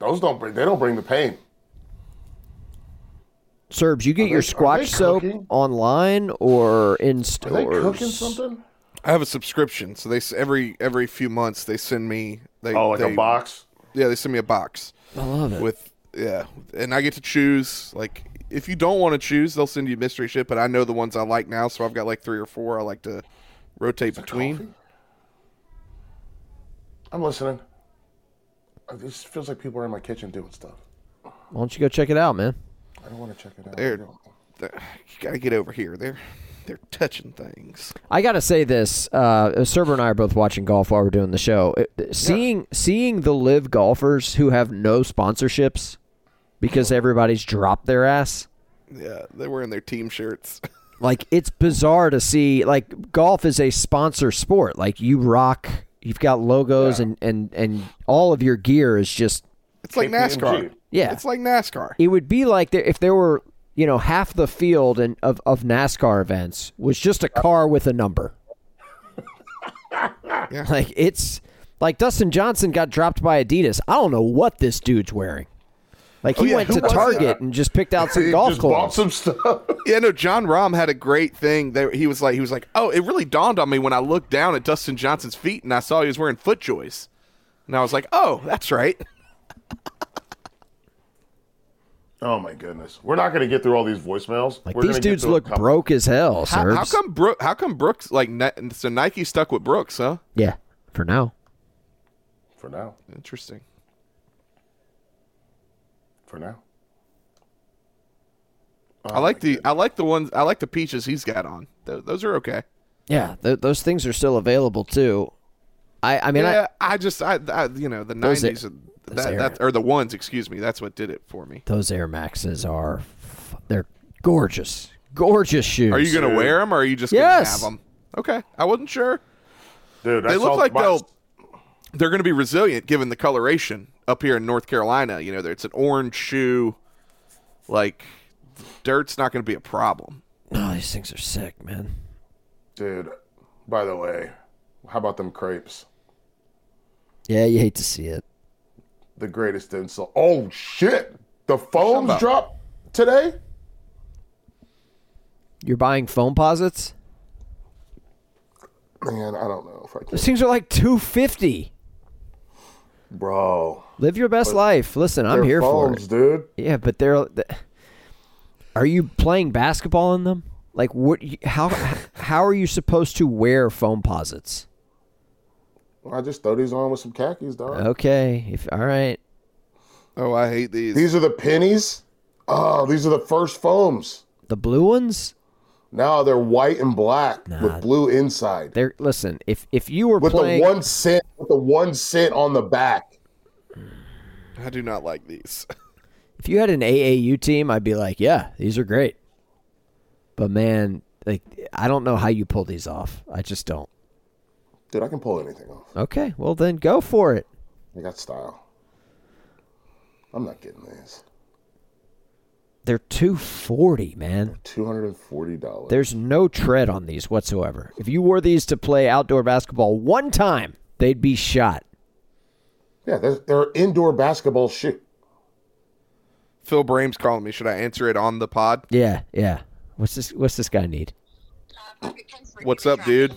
S1: Those don't bring. They don't bring the pain.
S2: Serbs, you get your
S1: they- are they
S2: squash soap
S1: cooking?
S2: online or in
S1: Are
S2: stores?
S1: they cooking something?
S3: I have a subscription, so they s- every every few months they send me they
S1: Oh, like
S3: they,
S1: a box.
S3: Yeah, they send me a box
S2: I love it.
S3: with yeah, and I get to choose. Like if you don't want to choose, they'll send you mystery shit. But I know the ones I like now, so I've got like three or four I like to rotate
S1: coffee?
S3: between.
S1: I'm listening. Uh, This feels like people are in my kitchen doing stuff.
S2: Why don't you go check it out, man?
S1: I don't want to check it out.
S3: There. Th- You gotta get over here. They're they're touching things.
S2: I gotta say this. Uh, Serber and I are both watching golf while we're doing the show. It- it- seeing seeing the live golfers who have no sponsorships because everybody's dropped their ass.
S3: Yeah, they're wearing their team shirts.
S2: Like it's bizarre to see. Like golf is a sponsor sport. Like you rock. You've got logos and and and all of your gear is just
S3: It's like
S1: KPMG.
S3: NASCAR.
S2: Yeah.
S3: it's like NASCAR.
S2: it would be like there, if there were you know half the field and of, of NASCAR events was just a car with a number. Like it's like Dustin Johnson got dropped by Adidas. I don't know what this dude's wearing. Like
S1: Oh,
S2: he
S3: yeah,
S2: went
S3: who
S2: to
S3: was
S2: Target and just picked out some
S1: He
S2: golf
S1: just bought
S2: clubs.
S1: some stuff.
S3: Yeah, no, John Rahm had a great thing. That he was like, he was like, oh, it really dawned on me when I looked down at Dustin Johnson's feet and I saw he was wearing foot joys, and I was like, oh, that's right.
S1: oh my goodness, we're not going to get through all these voicemails.
S2: Like
S1: We're
S2: these
S1: gonna get
S2: dudes
S1: to a
S2: look
S1: couple.
S2: broke as hell,
S3: How,
S2: Serbs.
S3: how come Brooke? How come Brooks? Like, Ni- so Nike stuck with Brooks, huh?
S2: Yeah, for now.
S1: for now.
S3: Interesting.
S1: For now.
S3: I like the I like the ones I like the peaches he's got on. Th- those are okay.
S2: Yeah, th- those things are still available too. I I mean I,
S3: yeah, I, just I, I you know the
S2: Those are-
S3: nineties that, that or the ones excuse me that's what did it for me.
S2: those Air Maxes are f- they're gorgeous, gorgeous shoes.
S3: Are you gonna wear them or are you just gonna
S2: Yes.
S3: have them? Okay, I wasn't sure.
S1: Dude,
S3: they
S1: I saw
S3: look like
S1: my-
S3: they'll they're going to be resilient given the coloration up here in North Carolina. You know, there- it's an orange shoe. Like dirt's not going to be a problem.
S2: Oh, these things are sick, man.
S1: Dude, by the way, how about them crepes?
S2: Yeah, you hate to see it.
S1: The greatest insult. Oh shit! The phones
S3: about-
S1: dropped today.
S2: You're buying foam posits?
S1: Man, I don't know if I can.
S2: Those things are like 250.
S1: Bro,
S2: Live your best life. Listen, I'm
S1: they're
S2: here for
S1: phones,
S2: it.
S1: dude.
S2: Yeah, but they're th- Are you playing basketball in them? Like what you- how how are you supposed to wear foam posits?
S1: I just throw these on with some khakis, dog.
S2: Okay, if all right.
S3: Oh, I hate these.
S1: These are the pennies. Oh, these are the first foams.
S2: The blue ones?
S1: Now they're white and black with blue inside.
S2: They're listen, if if you were
S1: With
S2: playing
S1: the one cent, with the one cent on the back.
S3: I do not like these.
S2: if you had an AAU team, I'd be like, yeah, these are great. But man, like I don't know how you pull these off. I just don't.
S1: Dude, I can pull anything off.
S2: Okay, well then go for it.
S1: They got style. I'm not getting these.
S2: They're 240, man.
S1: Two hundred and forty dollars.
S2: There's no tread on these whatsoever. If you wore these to play outdoor basketball one time, they'd be shot.
S1: Yeah, they're, they're indoor basketball shoe.
S3: Phil Brame's calling me. Should I answer it on the pod?
S2: Yeah, yeah. What's this what's this guy need?
S3: What's up, dude?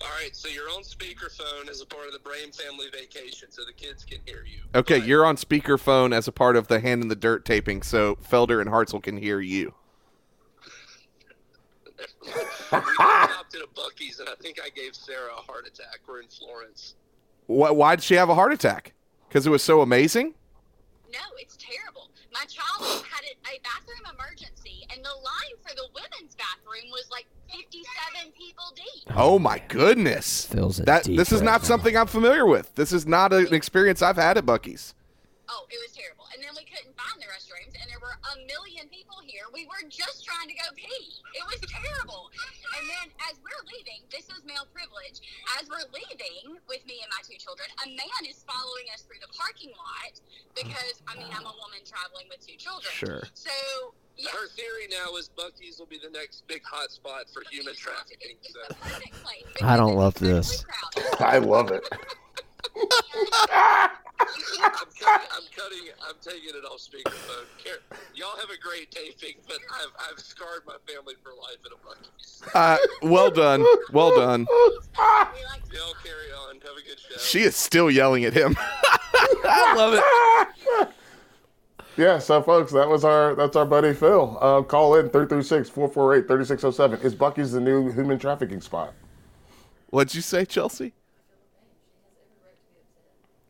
S8: All right, so your own speakerphone is a part of the Brain family vacation, so the kids can hear you.
S3: Okay, you're on speakerphone as a part of the Hand in the Dirt taping, so Felder and Hartzell can hear you.
S8: we stopped at a Bucky's, and I think I gave Sarah a heart attack. We're in Florence.
S3: Why, why did she have a heart attack? Because it was so amazing?
S9: No, it's terrible. My child had a, a bathroom emergency, and the line for the women's bathroom was like 57 people deep.
S3: Oh, my goodness.
S2: Phil's in
S3: That
S2: deep
S3: This is
S2: right
S3: not
S2: now.
S3: something I'm familiar with. This is not a, an experience I've had at Bucky's.
S9: Oh, it was terrible. And then we couldn't find the restrooms, and there were a million people here. We were just trying to go pee. It was terrible. And then as we're leaving, this is male privilege. As we're leaving with me and my two children, a man is following us through the parking lot because, I mean, I'm a woman traveling with two children.
S3: Sure.
S9: So, yeah.
S8: Her theory now is Bucky's will be the next big hot spot for human trafficking. So.
S9: perfect place
S2: I
S9: because
S2: don't love
S9: it's
S2: this.
S9: perfectly crowded.
S1: I love it.
S8: I'm cutting, I'm cutting. I'm taking it off speakerphone. Care- Y'all have a great taping, but I've, I've scarred my family for life at a Bucky's.
S3: Uh, well done. Well done.
S9: We like to
S8: Y'all carry on. Have a good show.
S3: She is still yelling at him. I love it.
S1: Yeah, so folks, that was our that's our buddy Phil. Uh, call in 336-448-3607. Is Bucky's the new human trafficking spot?
S3: What'd you say, Chelsea?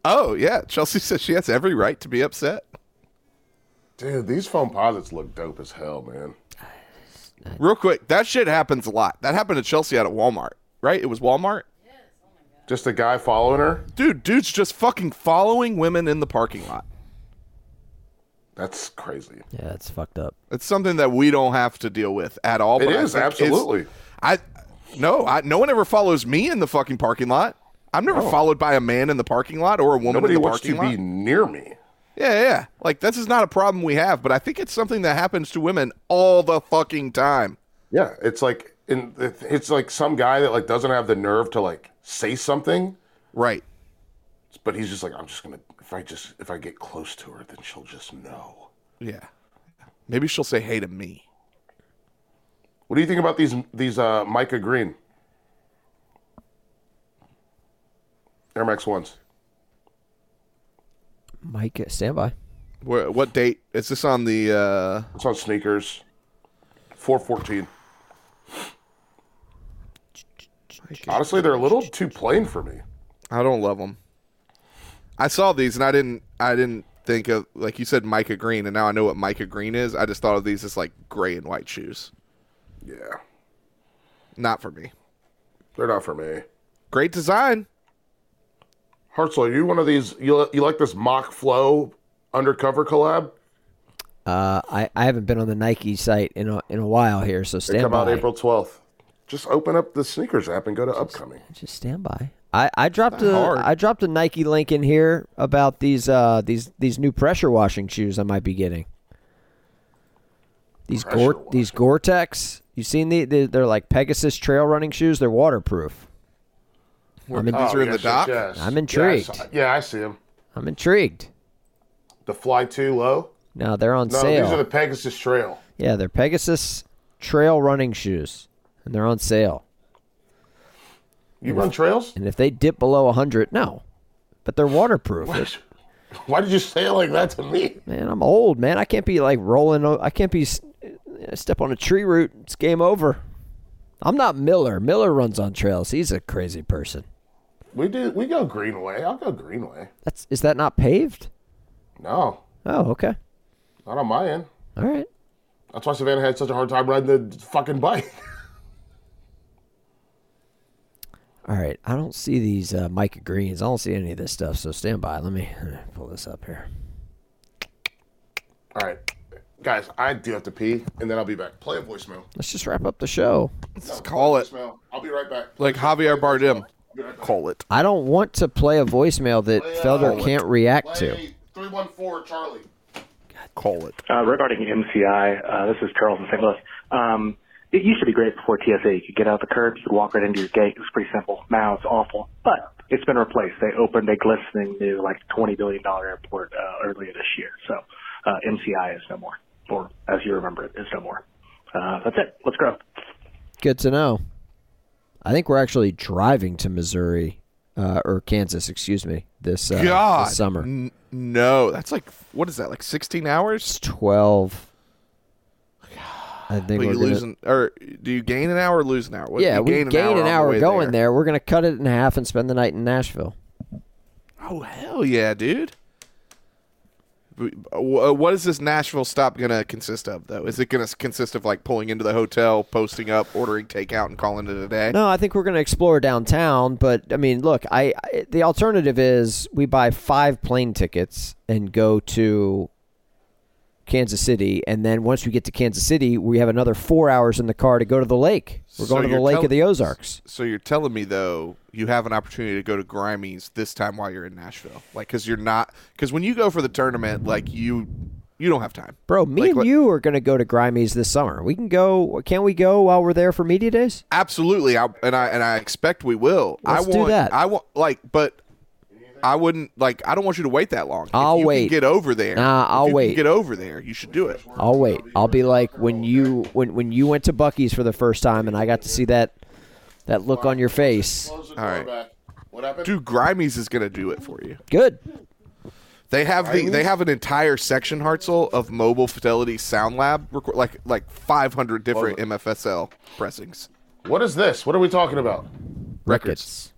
S3: Oh, yeah. Chelsea says she has every right to be upset.
S1: Dude, these phone posits look dope as hell, man.
S3: Real quick, that shit happens a lot. That happened to Chelsea out at Walmart, right? It was Walmart?
S1: Just a guy following her.
S3: Dude, dude's just fucking following women in the parking lot.
S1: That's crazy.
S2: Yeah, that's fucked up.
S3: It's something that we don't have to deal with at all.
S1: It
S3: but I
S1: is
S3: think it's-
S1: absolutely.
S3: I no, I, no one ever follows me in the fucking parking lot. I'm never followed by a man in the parking lot or a woman
S1: Nobody
S3: in the
S1: wants to
S3: parking lot.
S1: be near me.
S3: Yeah, yeah. Like this is not a problem we have, but I think it's something that happens to women all the fucking time.
S1: Yeah, it's like in it's like some guy that like doesn't have the nerve to like say something,
S3: Right.
S1: but he's just like, I'm just gonna if I just if I get close to her, then she'll just know.
S3: Yeah. Maybe she'll say hey to me.
S1: What do you think about these these uh, Micah Green Air Max ones?
S2: Mike, stand by.
S3: Where, what date is this on the uh
S1: It's on sneakers. Four fourteen. Honestly, they're a little too plain for me.
S3: I don't love them. I saw these and I didn't. I didn't think of like you said Micah Green, and now I know what Micah Green is. I just thought of these as like gray and white shoes.
S1: Yeah,
S3: Not for me.
S1: they're not for me.
S3: Great design.
S1: Hartzell, are you one of these? You you like this mock flow undercover collab?
S2: Uh, I, I haven't been on the Nike site in a, in a while here, so
S1: They
S2: stand
S1: come
S2: by.
S1: out April twelfth. Just open up the sneakers app and go to upcoming.
S2: Just stand by. I, I dropped
S3: Not
S2: a
S3: hard.
S2: I dropped a Nike link in here about these uh these these new pressure washing shoes I might be getting. These Gore
S1: Pressure
S2: these Gore Tex. You seen the, the they're like Pegasus trail running shoes. They're waterproof. I'm, in,
S3: these are in the dock.
S2: I'm
S1: Yeah, I
S2: intrigued.
S1: saw- Yeah, I see them.
S2: I'm intrigued.
S1: The Fly Two Low.
S2: No, they're on
S1: No,
S2: sale.
S1: these are the Pegasus Trail.
S2: Yeah, they're Pegasus trail running shoes, and they're on sale.
S1: You run trails?
S2: And if they dip below 100, no, but they're waterproof. It-
S1: Why did you say it like that to me?
S2: man, I'm old, man. I can't be like rolling. o- I can't be s- step on a tree root. It's game over. I'm not Miller. Miller runs on trails. He's a crazy person.
S1: We do. We go Greenway. I'll go Greenway.
S2: That's is that not paved?
S1: No,
S2: Oh, okay.
S1: not on my end.
S2: All right.
S1: That's why Savannah had such a hard time riding the fucking bike.
S2: All right. I don't see these uh, Micah Greens. I don't see any of this stuff. So stand by. Let me pull this up here.
S1: All right, guys, I do have to pee, and then I'll be back. Play a voicemail.
S2: Let's just wrap up the show.
S3: Let's call it
S1: Voicemail. I'll be right back.
S3: like Javier Bardem. Call it.
S2: I don't want to play a voicemail that Felder can't react to.
S1: three one four Charlie.
S3: Call it.
S6: Uh, regarding MCI, uh, this is Charles in St. Louis. Um, it used to be great before TSA. You could get out the curb, you could walk right into your gate. It was pretty simple. Now it's awful, but it's been replaced. They opened a glistening new, like twenty billion dollar airport uh, earlier this year. So uh, MCI is no more, or as you remember it, is no more. Uh, that's it. Let's grow.
S2: Good to know. I think we're actually driving to Missouri uh, or Kansas, excuse me, this, uh,
S3: God,
S2: this summer.
S3: N- no, that's like what is that? Like sixteen hours?
S2: Twelve. I think
S3: But
S2: we're
S3: you
S2: gonna-
S3: lose an, or do you gain an hour or lose an hour? What-
S2: yeah,
S3: you
S2: we gain
S3: on
S2: an
S3: the
S2: hour
S3: way
S2: going there. We're gonna cut it in half and spend the night in Nashville.
S3: Oh hell yeah, dude! W- uh, What is this Nashville stop gonna consist of though? Is it gonna s- consist of like pulling into the hotel, posting up, ordering takeout, and calling it a day?
S2: No, I think we're going to explore downtown. But I mean, look, I, I the alternative is we buy five plane tickets and go to Kansas City, and then once we get to Kansas City, we have another four hours in the car to go to the lake. We're
S3: So
S2: going to
S3: you're
S2: the Lake
S3: tell-
S2: of the Ozarks.
S3: So you're telling me though you have an opportunity to go to Grimey's this time while you're in Nashville, like because you're not because when you go for the tournament, like you you don't have time.
S2: Bro, me
S3: Like,
S2: and
S3: what-
S2: you are going to go to Grimey's this summer. We can go. Can't we go while we're there for media days?
S3: Absolutely, I, and I and I expect we will.
S2: Let's
S3: I
S2: do
S3: want,
S2: that.
S3: I want like, but I wouldn't like. I don't want you to wait that long. If
S2: I'll
S3: you can
S2: wait.
S3: get over there.
S2: Nah,
S3: if
S2: I'll
S3: you can
S2: wait.
S3: get over there. You should do it.
S2: I'll wait. I'll be like when you when when you went to Bucky's for the first time, and I got to see that that look on your face.
S1: All
S3: right.
S1: What happened?
S3: Dude, Grimey's is gonna do it for you.
S2: Good.
S3: They have the they have an entire section Hartzell of mobile fidelity sound lab record like like 500 different MFSL pressings.
S1: What is this? What are we talking about?
S2: Records.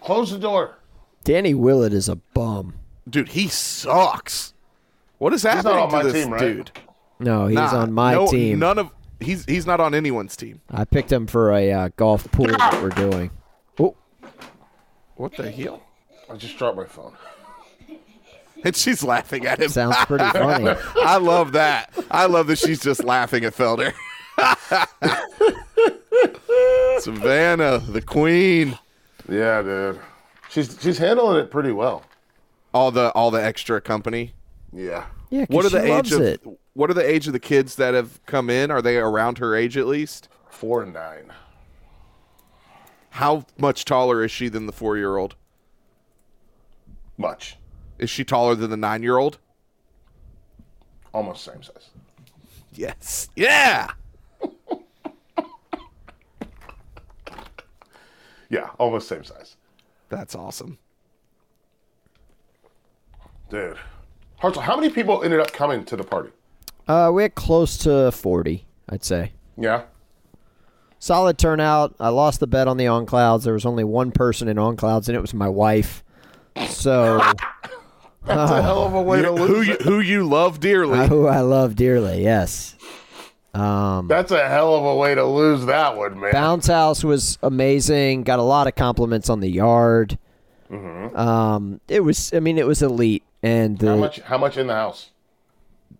S1: Close the door.
S2: Danny Willett is a bum.
S3: Dude, he sucks. What is
S1: not
S3: happening
S1: on my
S3: to this
S1: team, right?
S3: dude?
S2: No, he's
S3: Nah,
S2: on my
S3: no-
S2: team.
S3: None of he's he's not on anyone's team.
S2: I picked him for a uh, golf pool that we're doing. Oh,
S3: What the hell?
S1: I just dropped my phone.
S3: And she's laughing at him.
S2: sounds pretty funny.
S3: I love that. I love that she's just laughing at Felder. Savannah, the queen.
S1: Yeah, dude. She's she's handling it pretty well.
S3: All the all the extra company.
S1: Yeah.
S2: Yeah, 'cause
S3: What are
S2: she
S3: the age
S2: loves
S3: of
S2: it.
S3: what are the age of the kids that have come in? Are they around her age at least?
S1: Four and nine.
S3: How much taller is she than the four year old?
S1: Much.
S3: Is she taller than the nine year old?
S1: Almost same size.
S3: Yes. Yeah.
S1: Yeah, almost same size.
S3: That's awesome.
S1: Dude. Hartzell, how many people ended up coming to the party?
S2: Uh, we had close to forty, I'd say.
S1: Yeah.
S2: Solid turnout. I lost the bet on the on clouds. There was only one person in on clouds, and it was my wife. So
S1: That's a hell of a way to lose.
S3: Who you,
S1: it.
S3: who you love dearly.
S2: who I love dearly, yes.
S1: That's a hell of a way to lose that one, man.
S2: Bounce house was amazing. Got a lot of compliments on the yard.
S3: Mm-hmm.
S2: Um, it was. I mean, it was elite. And the,
S1: How much? How much in the house?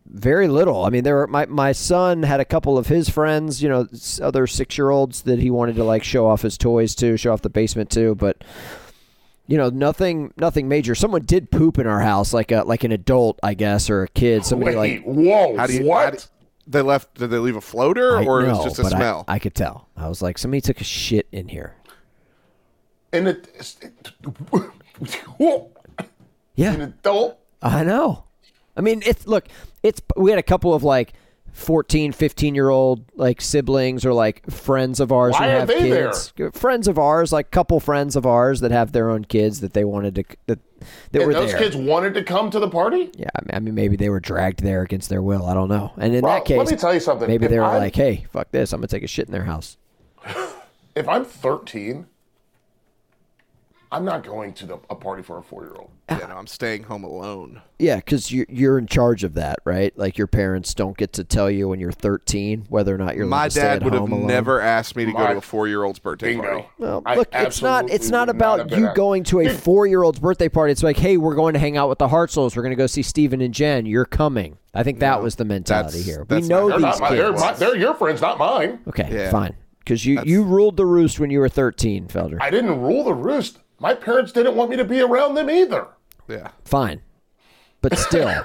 S2: Very little. I mean, there were my my son had a couple of his friends, you know, s- other six year olds that he wanted to like show off his toys to, show off the basement to, but you know, nothing nothing major. Someone did poop in our house, like a like an adult, I guess, or a kid. Somebody
S1: Wait,
S2: like
S1: whoa!
S3: How do you,
S1: what?
S3: how do- they left? Did they leave a floater,
S2: I
S3: or it was
S2: know,
S3: just a
S2: but I-
S3: smell?
S2: I, could tell. I was like, somebody took a shit in here.
S1: An ad- whoa.
S2: Yeah,
S1: An adult?
S2: I know. I mean, it's look, it's we had a couple of like 14, 15 year old like siblings or like friends of ours
S1: Why
S2: who
S1: are
S2: have
S1: they
S2: kids. Friends of ours, like couple friends of ours that have their own kids that they wanted to that that
S1: And
S2: were
S1: those
S2: there.
S1: kids wanted to come to the party?
S2: yeah, I mean- I mean, maybe they were dragged there against their will. I don't know. And in
S1: Well,
S2: that case,
S1: let me tell you something.
S2: Maybe
S1: If
S2: they were
S1: I'm-
S2: like, "Hey, fuck this! I'm gonna take a shit in their house."
S1: If I'm 13, I'm not going to the, a party for a four-year-old.
S3: Yeah, no, I'm staying home alone.
S2: Yeah, because you're you're in charge of that, right? Like your parents don't get to tell you when you're 13 whether or not you're. allowed
S3: My
S2: to stay
S3: dad
S2: at
S3: would have
S2: home alone.
S3: never asked me to go
S1: My-
S3: to a four year old's birthday party.
S1: Bingo.
S2: Well,
S1: I
S2: look, it's not
S1: absolutely
S2: it's not
S1: would have
S2: about
S1: been
S2: you
S1: out.
S2: going to a four year old's birthday party. It's like, hey, we're going to hang out with the Hartzels. We're going to go see Steven and Jen. You're coming. I think that was the mentality
S3: that's-
S2: here.
S3: that's
S2: we know
S3: not-
S1: They're,
S2: these
S1: not
S2: kids.
S1: my, they're, my, they're your friends, not mine.
S2: okay,
S3: Yeah.
S2: fine. Because you, you ruled the roost when you were 13, Felder.
S1: I didn't rule the roost. My parents didn't want me to be around them either.
S3: Yeah.
S2: fine. But still,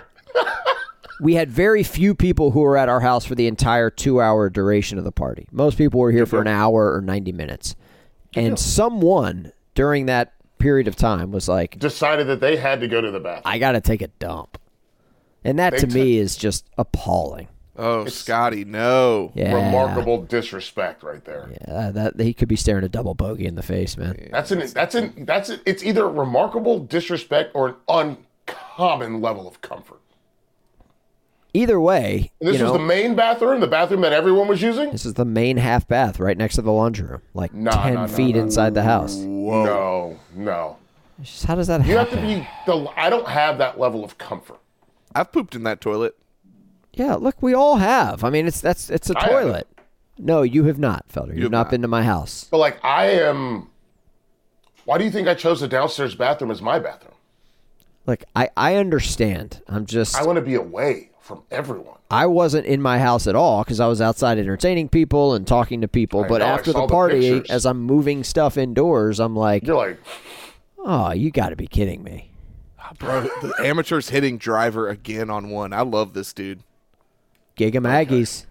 S2: we had very few people who were at our house for the entire two hour duration of the party. Most people were here for an hour or 90 minutes. And someone during that period of time was like,
S1: Decided that they had to go to the bathroom.
S2: I gotta take a dump. And that
S1: Big
S2: to
S1: time.
S2: me is just appalling.
S3: Oh, Scotty, no.
S2: Yeah.
S1: Remarkable disrespect right there.
S2: Uh, that he could be staring a double bogey in the face, man.
S1: That's an that's an that's an, it's either remarkable disrespect or an uncommon level of comfort.
S2: Either way,
S1: And this
S2: you know,
S1: was the main bathroom, the bathroom that everyone was using.
S2: this is the main half bath right next to the laundry room, like
S1: No,
S2: ten
S1: no, no,
S2: feet
S1: no.
S2: inside the house.
S1: No, no.
S2: It's just, how does that
S1: You have
S2: happen?
S1: to be the. I don't have that level of comfort.
S3: I've pooped in that toilet.
S2: Yeah, look, we all have. I mean, it's that's it's a
S1: I haven't.
S2: toilet. No, you have not, Felder. You've,
S3: have
S2: not,
S3: not.
S2: been to my house.
S1: But like, I am. Why do you think I chose the downstairs bathroom as my bathroom?
S2: Like I I understand. I'm just
S1: I want to be away from everyone.
S2: I wasn't in my house at all because I was outside entertaining people and talking to people.
S1: I
S2: but
S1: know, I
S2: after
S1: saw
S2: the
S1: the
S2: party,
S1: pictures.
S2: as I'm moving stuff indoors, I'm like,
S1: You're like,
S2: oh, you got to be kidding me.
S3: Bro, the amateur's hitting driver again on one. I love this dude.
S2: Giga Maggie's.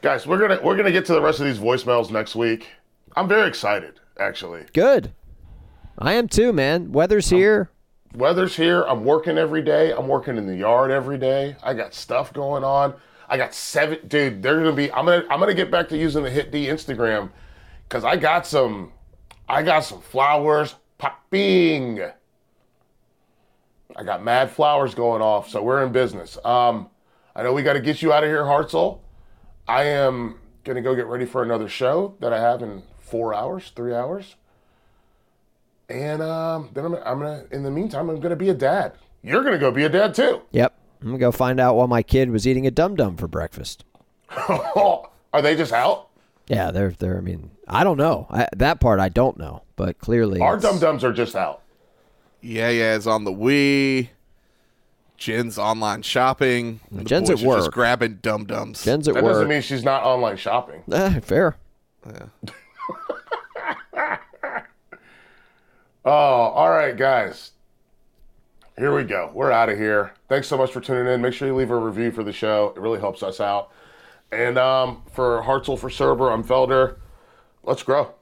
S1: guys, we're gonna we're gonna get to the rest of these voicemails next week. I'm very excited, actually.
S2: Good. I am too, man. Weather's here.
S1: Weather's here. I'm working every day. I'm working in the yard every day. I got stuff going on. I got seven, dude. They're gonna be. I'm gonna. I'm gonna get back to using the Hit D Instagram, cause I got some. I got some flowers popping. I got mad flowers going off, so we're in business. Um, I know we got to get you out of here, Hartzell. I am gonna go get ready for another show that I have in four hours, three hours. And um, then I'm, I'm gonna. In the meantime, I'm gonna be a dad. You're gonna go be a dad too.
S2: Yep. I'm gonna go find out why my kid was eating a dum dum for breakfast.
S1: Oh, Are they just out?
S2: Yeah, they're they're. I mean, I don't know I, that part. I don't know, but clearly,
S1: Our
S2: it's-
S1: dum dums are just out.
S3: Yeah, yeah, is on the Wii. Jen's online shopping. The
S2: Jen's
S3: boys
S2: at
S3: are Just
S2: work.
S3: grabbing dum dums.
S2: Jen's at
S1: That doesn't
S2: work.
S1: mean she's not online shopping.
S2: Eh, fair.
S1: Oh, all right, guys. Here we go. We're out of here. Thanks so much for tuning in. Make sure you leave a review for the show. It really helps us out. And um, for Hartzell, for Cerber, I'm Felder. Let's grow.